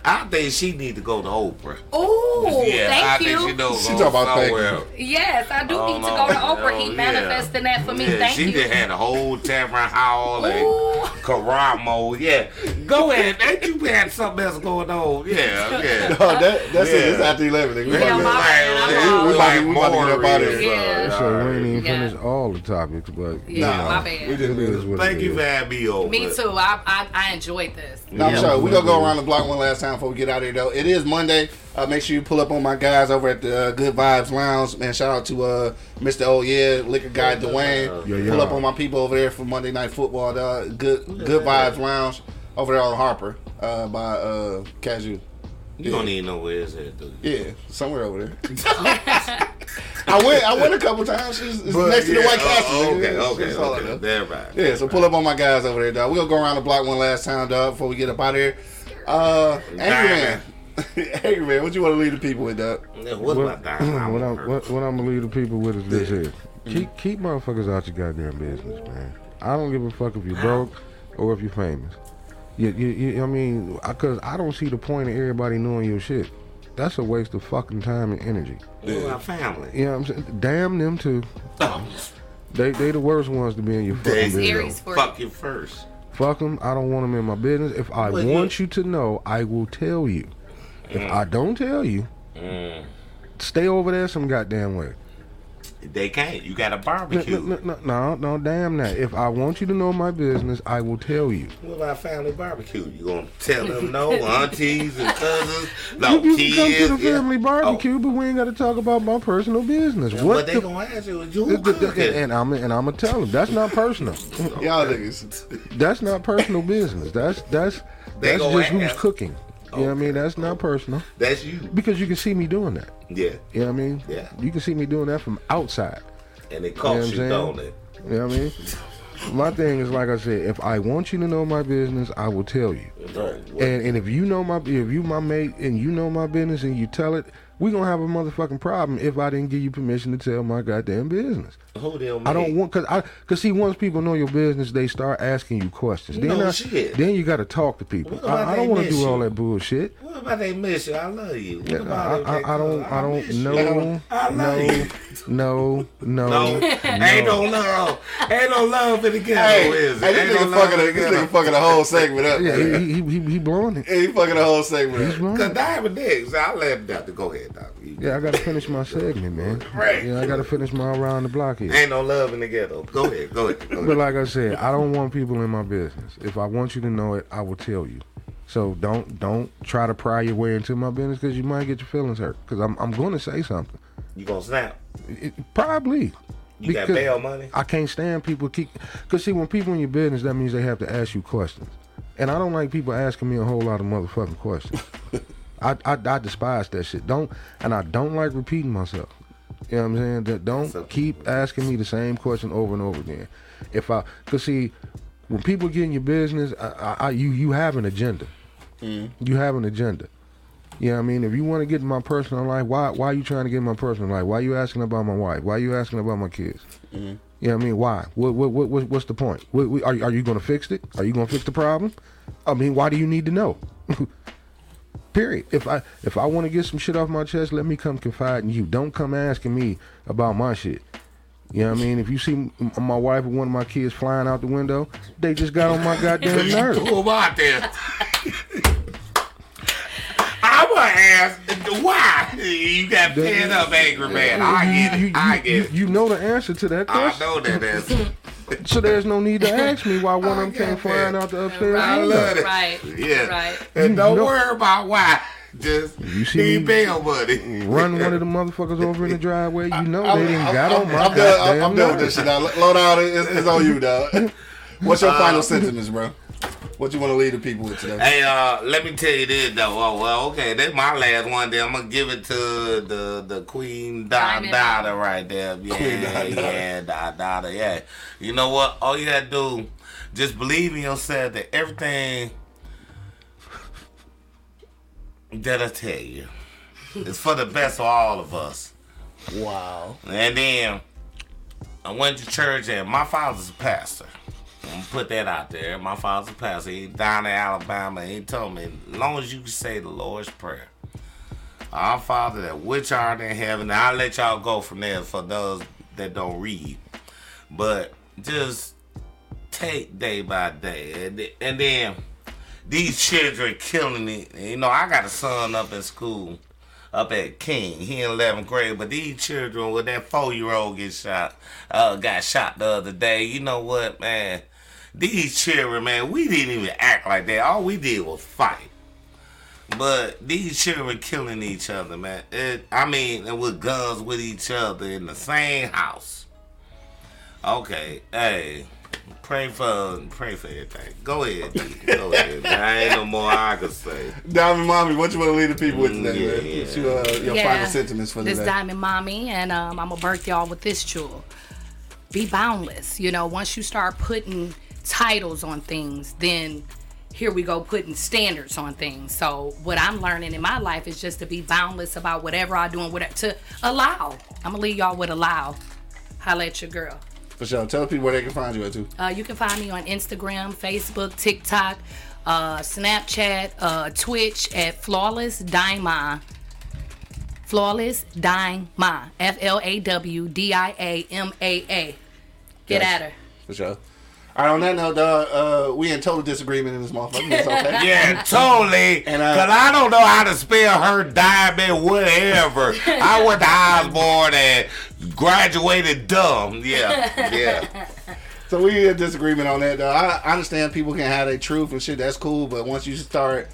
[SPEAKER 6] I think she need to go to Oprah.
[SPEAKER 7] Ooh,
[SPEAKER 6] yeah, I
[SPEAKER 7] thank you.
[SPEAKER 6] think she knows
[SPEAKER 2] She talking about thank
[SPEAKER 6] somewhere.
[SPEAKER 7] Yes, I do
[SPEAKER 6] Oh,
[SPEAKER 7] need to
[SPEAKER 6] no.
[SPEAKER 7] go to Oprah.
[SPEAKER 6] Oh,
[SPEAKER 7] he
[SPEAKER 6] yeah.
[SPEAKER 7] manifesting that for me.
[SPEAKER 6] Yeah,
[SPEAKER 7] thank
[SPEAKER 6] she
[SPEAKER 7] you.
[SPEAKER 6] just had a whole Tamron Hall
[SPEAKER 7] Ooh.
[SPEAKER 6] and Karamo. Yeah, go ahead. Ain't you had something else going on?
[SPEAKER 7] <laughs>
[SPEAKER 6] Yeah, yeah.
[SPEAKER 2] Oh, that, that's it. It's
[SPEAKER 6] Yeah.
[SPEAKER 2] after 11. nigga. We
[SPEAKER 7] Yeah,
[SPEAKER 2] about to-
[SPEAKER 7] my bad, I'm
[SPEAKER 2] Yeah, we- we
[SPEAKER 6] all-
[SPEAKER 2] about to- we about to get up out of here.
[SPEAKER 7] Yeah.
[SPEAKER 5] So we ain't even
[SPEAKER 7] Yeah.
[SPEAKER 5] finished all the topics, but
[SPEAKER 7] Yeah,
[SPEAKER 2] Nah,
[SPEAKER 7] my bad.
[SPEAKER 2] We didn't
[SPEAKER 5] it is what
[SPEAKER 6] Thank
[SPEAKER 5] it
[SPEAKER 6] you
[SPEAKER 5] is.
[SPEAKER 6] for having me over.
[SPEAKER 7] Me too. I, I I enjoyed this.
[SPEAKER 2] No, I'm sorry. We're going to go around the block one last time before we get out of here, though. It is Monday. Uh, make sure you pull up on my guys over at the uh, Good Vibes Lounge. Man, shout out to uh, Mr. Oh Yeah, liquor guy Dwayne.
[SPEAKER 5] Yeah, yeah.
[SPEAKER 2] Pull up on my people over there for Monday Night Football. Dog. Good Good Vibes Lounge over there on Harper uh, by uh, Cashew.
[SPEAKER 6] You don't even know where it's at, dude.
[SPEAKER 2] Yeah, somewhere over there.
[SPEAKER 7] <laughs>
[SPEAKER 2] I went I went a couple times. It's, it's next to the White Castle.
[SPEAKER 6] Oh,
[SPEAKER 2] nigga.
[SPEAKER 6] okay,
[SPEAKER 2] It's-
[SPEAKER 6] okay,
[SPEAKER 2] it's all I know.
[SPEAKER 6] okay. There, right.
[SPEAKER 2] Yeah, so pull up on my guys over there, dog. We'll go around the block one last time, dog, before we get up out of here. Uh, Angry Man. <laughs> Angry Man, what you want to leave the people with, dog?
[SPEAKER 6] Yeah, What's my
[SPEAKER 2] <laughs>
[SPEAKER 5] What, <clears throat>
[SPEAKER 6] time?
[SPEAKER 5] what I'm, what, what I'm gonna leave the people with is this here. Keep keep motherfuckers out your goddamn business, man. I don't give a fuck if you're broke or if you're famous. You, you, you, I mean, because I don't see the point of everybody knowing your shit. That's a waste of fucking time and energy.
[SPEAKER 6] Who my family.
[SPEAKER 5] You know what I'm saying? Damn them too. They they the worst ones to be in your
[SPEAKER 6] They-
[SPEAKER 5] fucking business.
[SPEAKER 7] Aries for
[SPEAKER 6] Fuck you first.
[SPEAKER 5] Fuck them. I don't want them in my business. If I
[SPEAKER 6] Well,
[SPEAKER 5] want you to know, I will tell you. If I don't tell you, stay over there some goddamn way.
[SPEAKER 6] They can't. You got a
[SPEAKER 5] No,
[SPEAKER 6] barbecue.
[SPEAKER 5] no, no, no, no, no, damn that. If I want you to know my business, I will tell you.
[SPEAKER 6] With our family barbecue, you gonna tell them <laughs> no aunties and cousins, no
[SPEAKER 5] you you
[SPEAKER 6] kids.
[SPEAKER 5] can come to the
[SPEAKER 6] yeah.
[SPEAKER 5] family barbecue, but we ain't got to talk about my personal business.
[SPEAKER 6] Oh,
[SPEAKER 5] what
[SPEAKER 6] but they
[SPEAKER 5] the?
[SPEAKER 6] gonna ask you, you
[SPEAKER 5] the- the-
[SPEAKER 6] cooking?
[SPEAKER 5] and I'm and I'm gonna tell them that's not personal.
[SPEAKER 2] Y'all
[SPEAKER 6] <laughs>
[SPEAKER 2] niggas.
[SPEAKER 5] That's not personal business. That's that's
[SPEAKER 6] They
[SPEAKER 5] that's
[SPEAKER 6] gonna
[SPEAKER 5] just who's
[SPEAKER 6] ask.
[SPEAKER 5] cooking. You know what I mean? That's not personal
[SPEAKER 6] That's you.
[SPEAKER 5] because you can see me doing that.
[SPEAKER 6] Yeah,
[SPEAKER 5] You know what I mean?
[SPEAKER 6] Yeah.
[SPEAKER 5] You can see me doing that from outside.
[SPEAKER 6] and it costs
[SPEAKER 5] You
[SPEAKER 6] you,
[SPEAKER 5] know what I'm
[SPEAKER 6] don't it?
[SPEAKER 5] You know what I mean? my thing is like I said, if I want you to know my business, I will tell you.
[SPEAKER 6] Right.
[SPEAKER 5] And and if you know my if you my mate and you know my business and you tell it, we gonna have a motherfucking problem if I didn't give you permission to tell my goddamn business.
[SPEAKER 6] Who they
[SPEAKER 5] I don't want cause I cause see once people know your business, they start asking you questions. Then
[SPEAKER 6] No
[SPEAKER 5] I,
[SPEAKER 6] shit.
[SPEAKER 5] then you gotta talk to people.
[SPEAKER 6] What about
[SPEAKER 5] I, I don't
[SPEAKER 6] they
[SPEAKER 5] want to
[SPEAKER 6] miss
[SPEAKER 5] do all
[SPEAKER 6] you?
[SPEAKER 5] that bullshit.
[SPEAKER 6] What about they miss you? I love you. What
[SPEAKER 5] I,
[SPEAKER 6] about if
[SPEAKER 5] I,
[SPEAKER 6] they
[SPEAKER 5] I don't
[SPEAKER 6] cook?
[SPEAKER 5] I
[SPEAKER 6] miss
[SPEAKER 5] don't
[SPEAKER 6] you.
[SPEAKER 5] no
[SPEAKER 6] I love
[SPEAKER 5] no
[SPEAKER 6] you.
[SPEAKER 5] no
[SPEAKER 6] No,
[SPEAKER 5] no
[SPEAKER 6] ain't no love. Ain't no love in the ghetto,
[SPEAKER 2] Hey,
[SPEAKER 6] is it?
[SPEAKER 2] hey,
[SPEAKER 6] Ain't
[SPEAKER 2] this,
[SPEAKER 6] no
[SPEAKER 2] nigga
[SPEAKER 6] love
[SPEAKER 2] fucking the,
[SPEAKER 6] in the
[SPEAKER 2] this
[SPEAKER 6] ghetto.
[SPEAKER 2] nigga fucking the whole segment up.
[SPEAKER 5] <laughs> <laughs> Yeah, he he he, he blowing it.
[SPEAKER 2] He fucking the whole segment
[SPEAKER 5] He's
[SPEAKER 2] up.
[SPEAKER 5] blowing
[SPEAKER 6] Cause
[SPEAKER 5] it.
[SPEAKER 6] Diamond X, I laughed out. Go ahead, Doc. You-
[SPEAKER 5] Yeah, I gotta finish my segment, man.
[SPEAKER 6] Right.
[SPEAKER 5] Yeah, I gotta finish my around the block here.
[SPEAKER 6] Ain't no love in the ghetto. Go ahead. Go ahead. Go ahead.
[SPEAKER 5] But like I said, I don't want people in my business. If I want you to know it, I will tell you. So don't don't try to pry your way into my business because you might get your feelings hurt. Because I'm I'm going to say something.
[SPEAKER 6] you gonna snap?
[SPEAKER 5] It, probably.
[SPEAKER 6] You got bail <laughs> money?
[SPEAKER 5] I can't stand people keep. Because see, when people in your business, that means they have to ask you questions, and I don't like people asking me a whole lot of motherfucking questions. I, I I despise that shit. Don't and I don't like repeating myself. You know what I'm saying? That don't
[SPEAKER 6] So-
[SPEAKER 5] keep asking me the same question over and over again. If I, cause see, when people get in your business, I, I, I you you have an agenda. You have an agenda. You know what I mean? If you want to get in my personal life, why why are you trying to get in my personal life? Why are you asking about my wife? Why are you asking about my kids?
[SPEAKER 6] Mm-hmm.
[SPEAKER 5] You know what I mean? Why? What what, what, what what's the point? What, what, are you- are you going to fix it? Are you going to fix the problem? I mean, why do you need to know? <laughs> Period. If I if I want to get some shit off my chest, let me come confide in you. Don't come asking me about my shit. You know what I mean? If you see m- my wife or one of my kids flying out the window, they just got on my
[SPEAKER 6] <laughs>
[SPEAKER 5] goddamn nerves.
[SPEAKER 6] Who am out there? I'm gonna ask why you got fed up, angry man. I get
[SPEAKER 5] You,
[SPEAKER 6] it. I
[SPEAKER 5] you-
[SPEAKER 6] get it.
[SPEAKER 5] you know the answer to that
[SPEAKER 6] I
[SPEAKER 5] question. <laughs>
[SPEAKER 6] know that answer.
[SPEAKER 5] So there's no need to
[SPEAKER 2] <laughs>
[SPEAKER 5] ask me why one
[SPEAKER 6] I
[SPEAKER 2] Oh,
[SPEAKER 5] of them came
[SPEAKER 6] got
[SPEAKER 5] flying
[SPEAKER 6] that.
[SPEAKER 5] out the upstairs.
[SPEAKER 6] I
[SPEAKER 5] window.
[SPEAKER 6] love it.
[SPEAKER 7] Right.
[SPEAKER 6] Yeah.
[SPEAKER 7] Right.
[SPEAKER 6] And don't
[SPEAKER 5] know-
[SPEAKER 6] worry about why. Just
[SPEAKER 5] You see
[SPEAKER 6] need
[SPEAKER 5] me-
[SPEAKER 6] bail money.
[SPEAKER 5] Run one of the motherfuckers over in the driveway. You know they didn't got on my
[SPEAKER 2] I'm done, I'm,
[SPEAKER 5] goddamn
[SPEAKER 2] I'm done with this
[SPEAKER 5] nerves.
[SPEAKER 2] shit, dog. Low down, it's, it's on you,
[SPEAKER 5] <laughs>
[SPEAKER 2] dog. What's your final sentiments, bro? What you want to leave the people with today?
[SPEAKER 6] <laughs> Uh, Hey, uh, let me tell you this though. Oh, well, okay, that's my last one. Then I'm gonna give it to the the Queen Don
[SPEAKER 7] Diamond.
[SPEAKER 6] Dada right there.
[SPEAKER 2] <laughs>
[SPEAKER 6] Yeah,
[SPEAKER 2] Queen Don Dada.
[SPEAKER 6] yeah, Don Dada. Yeah, you know what? All you gotta do, just believe in yourself that everything that I tell you is for the best of all of us.
[SPEAKER 2] Wow.
[SPEAKER 6] And then I went to church, and my father's a pastor. I'm gonna put that out there. My father's a pastor. He down in Alabama. and He told me, as long as you can say the Lord's prayer, our Father that which art in heaven. Now, I'll let y'all go from there for those that don't read, but just take day by day, and, th- and then these children killing it. You know, I got a son up in school, up at King. He in 11th grade, but these children with that four year old get shot, uh, got shot the other day. You know what, man? These children, man, we didn't even act like that. All we did was fight. But these children killing each other, man. It, I mean, and with guns with each other in the same house. Okay, hey, pray for pray for everything. Go ahead, D. go ahead. Man. I ain't no more I can say.
[SPEAKER 2] Diamond Mommy, what you want to leave the people with
[SPEAKER 6] Mm,
[SPEAKER 2] today,
[SPEAKER 6] yeah,
[SPEAKER 2] man?
[SPEAKER 6] yeah.
[SPEAKER 2] What's your, uh, your final sentiments for
[SPEAKER 7] this
[SPEAKER 2] today?
[SPEAKER 7] diamond mommy, and um, I'm gonna birth y'all with this jewel. Be boundless. You know, once you start putting titles on things, then here we go putting standards on things. So what I'm learning in my life is just to be boundless about whatever I do and whatever to allow. I'm gonna leave y'all with allow. Holla at your girl.
[SPEAKER 2] for sure. Tell people where they can find you at, too.
[SPEAKER 7] Uh, you can find me on Instagram, Facebook, TikTok, uh, Snapchat, uh, Twitch at Flawless Dima. Flawless Dima. F L A W D I A M A A.
[SPEAKER 2] Yes.
[SPEAKER 7] Get at her.
[SPEAKER 2] For sure. All right, on that note, dog, uh, we in total disagreement in this motherfucker. It's okay.
[SPEAKER 6] <laughs> Yeah, totally.
[SPEAKER 2] And, uh,
[SPEAKER 6] Cause I don't know how to spell her diamond, whatever. I went to Osborne and graduated dumb. Yeah, yeah.
[SPEAKER 2] So we in disagreement on that, though. I, I understand people can have their truth and shit. That's cool, but once you start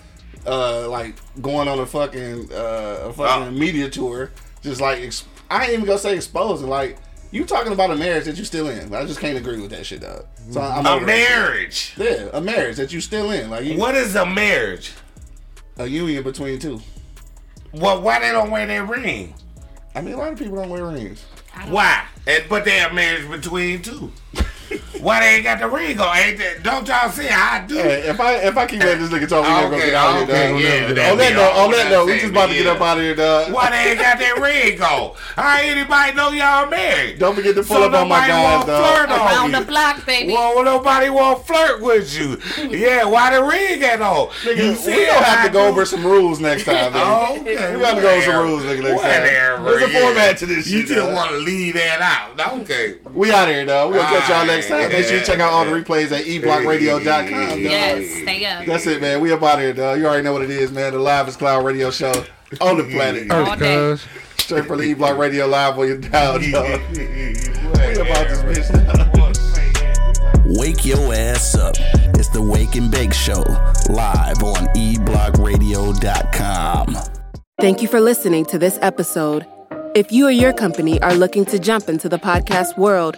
[SPEAKER 2] uh, like going on a fucking uh, a fucking
[SPEAKER 6] Uh.
[SPEAKER 2] media tour, just like ex- I ain't even gonna say exposing. Like you talking about a marriage that you still in. I just can't agree with that shit, dog. So I'm
[SPEAKER 6] A
[SPEAKER 2] over that shit.
[SPEAKER 6] marriage.
[SPEAKER 2] Yeah, a marriage that you still in. Like you,
[SPEAKER 6] What is a marriage?
[SPEAKER 2] a union between two.
[SPEAKER 6] Well, why they don't wear their ring?
[SPEAKER 2] I mean, a lot of people don't wear rings.
[SPEAKER 6] Why? And but they are married between two. why they ain't got the ring on? Ain't that, don't y'all see? I do.
[SPEAKER 2] Hey, if I if I keep letting this nigga talk, we never gonna
[SPEAKER 6] Okay,
[SPEAKER 2] get out of here.
[SPEAKER 6] okay,
[SPEAKER 2] dog.
[SPEAKER 6] yeah,
[SPEAKER 2] on that
[SPEAKER 6] that'd be
[SPEAKER 2] note,
[SPEAKER 6] all
[SPEAKER 2] on that
[SPEAKER 6] I'm
[SPEAKER 2] note, we
[SPEAKER 6] saying,
[SPEAKER 2] just about to get
[SPEAKER 6] yeah.
[SPEAKER 2] up out of here, dog.
[SPEAKER 6] Why they ain't got their ring on? How anybody know y'all married?
[SPEAKER 2] Don't forget to pull
[SPEAKER 6] So
[SPEAKER 2] up on my
[SPEAKER 6] nobody
[SPEAKER 2] guys,
[SPEAKER 6] won't
[SPEAKER 2] dog.
[SPEAKER 6] flirt on
[SPEAKER 7] Around
[SPEAKER 6] you.
[SPEAKER 7] the block, baby.
[SPEAKER 6] Well, nobody won't flirt with you. Yeah, why the ring at all?
[SPEAKER 2] Nigga, we gonna have to go over some rules next time. nigga.
[SPEAKER 6] Oh, Okay, we
[SPEAKER 2] We gotta go over some rules, nigga, next time.
[SPEAKER 6] Whatever.
[SPEAKER 2] There's a
[SPEAKER 6] yeah.
[SPEAKER 2] format to this
[SPEAKER 6] You
[SPEAKER 2] shit,
[SPEAKER 6] just
[SPEAKER 2] dog.
[SPEAKER 6] want to leave that out. Okay.
[SPEAKER 2] We out of here, dog. We gonna catch y'all next time. Make sure you check out all the replays at e eblockradio.com, dog.
[SPEAKER 7] Yes, stay up.
[SPEAKER 2] That's it, man. We up out of here, dog. You already know what it is, man. The Live is Cloud Radio Show on the planet.
[SPEAKER 6] <laughs>
[SPEAKER 7] All day.
[SPEAKER 5] Cuz.
[SPEAKER 2] Straight from the E Block Radio Live on your dial, dog. We
[SPEAKER 6] Whatever.
[SPEAKER 2] up out this bitch, dog.
[SPEAKER 4] Wake your ass up. It's the Wake and Bake Show, live on E eblockradio.com.
[SPEAKER 10] Thank you for listening to this episode. If you or your company are looking to jump into the podcast world,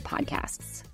[SPEAKER 11] podcasts.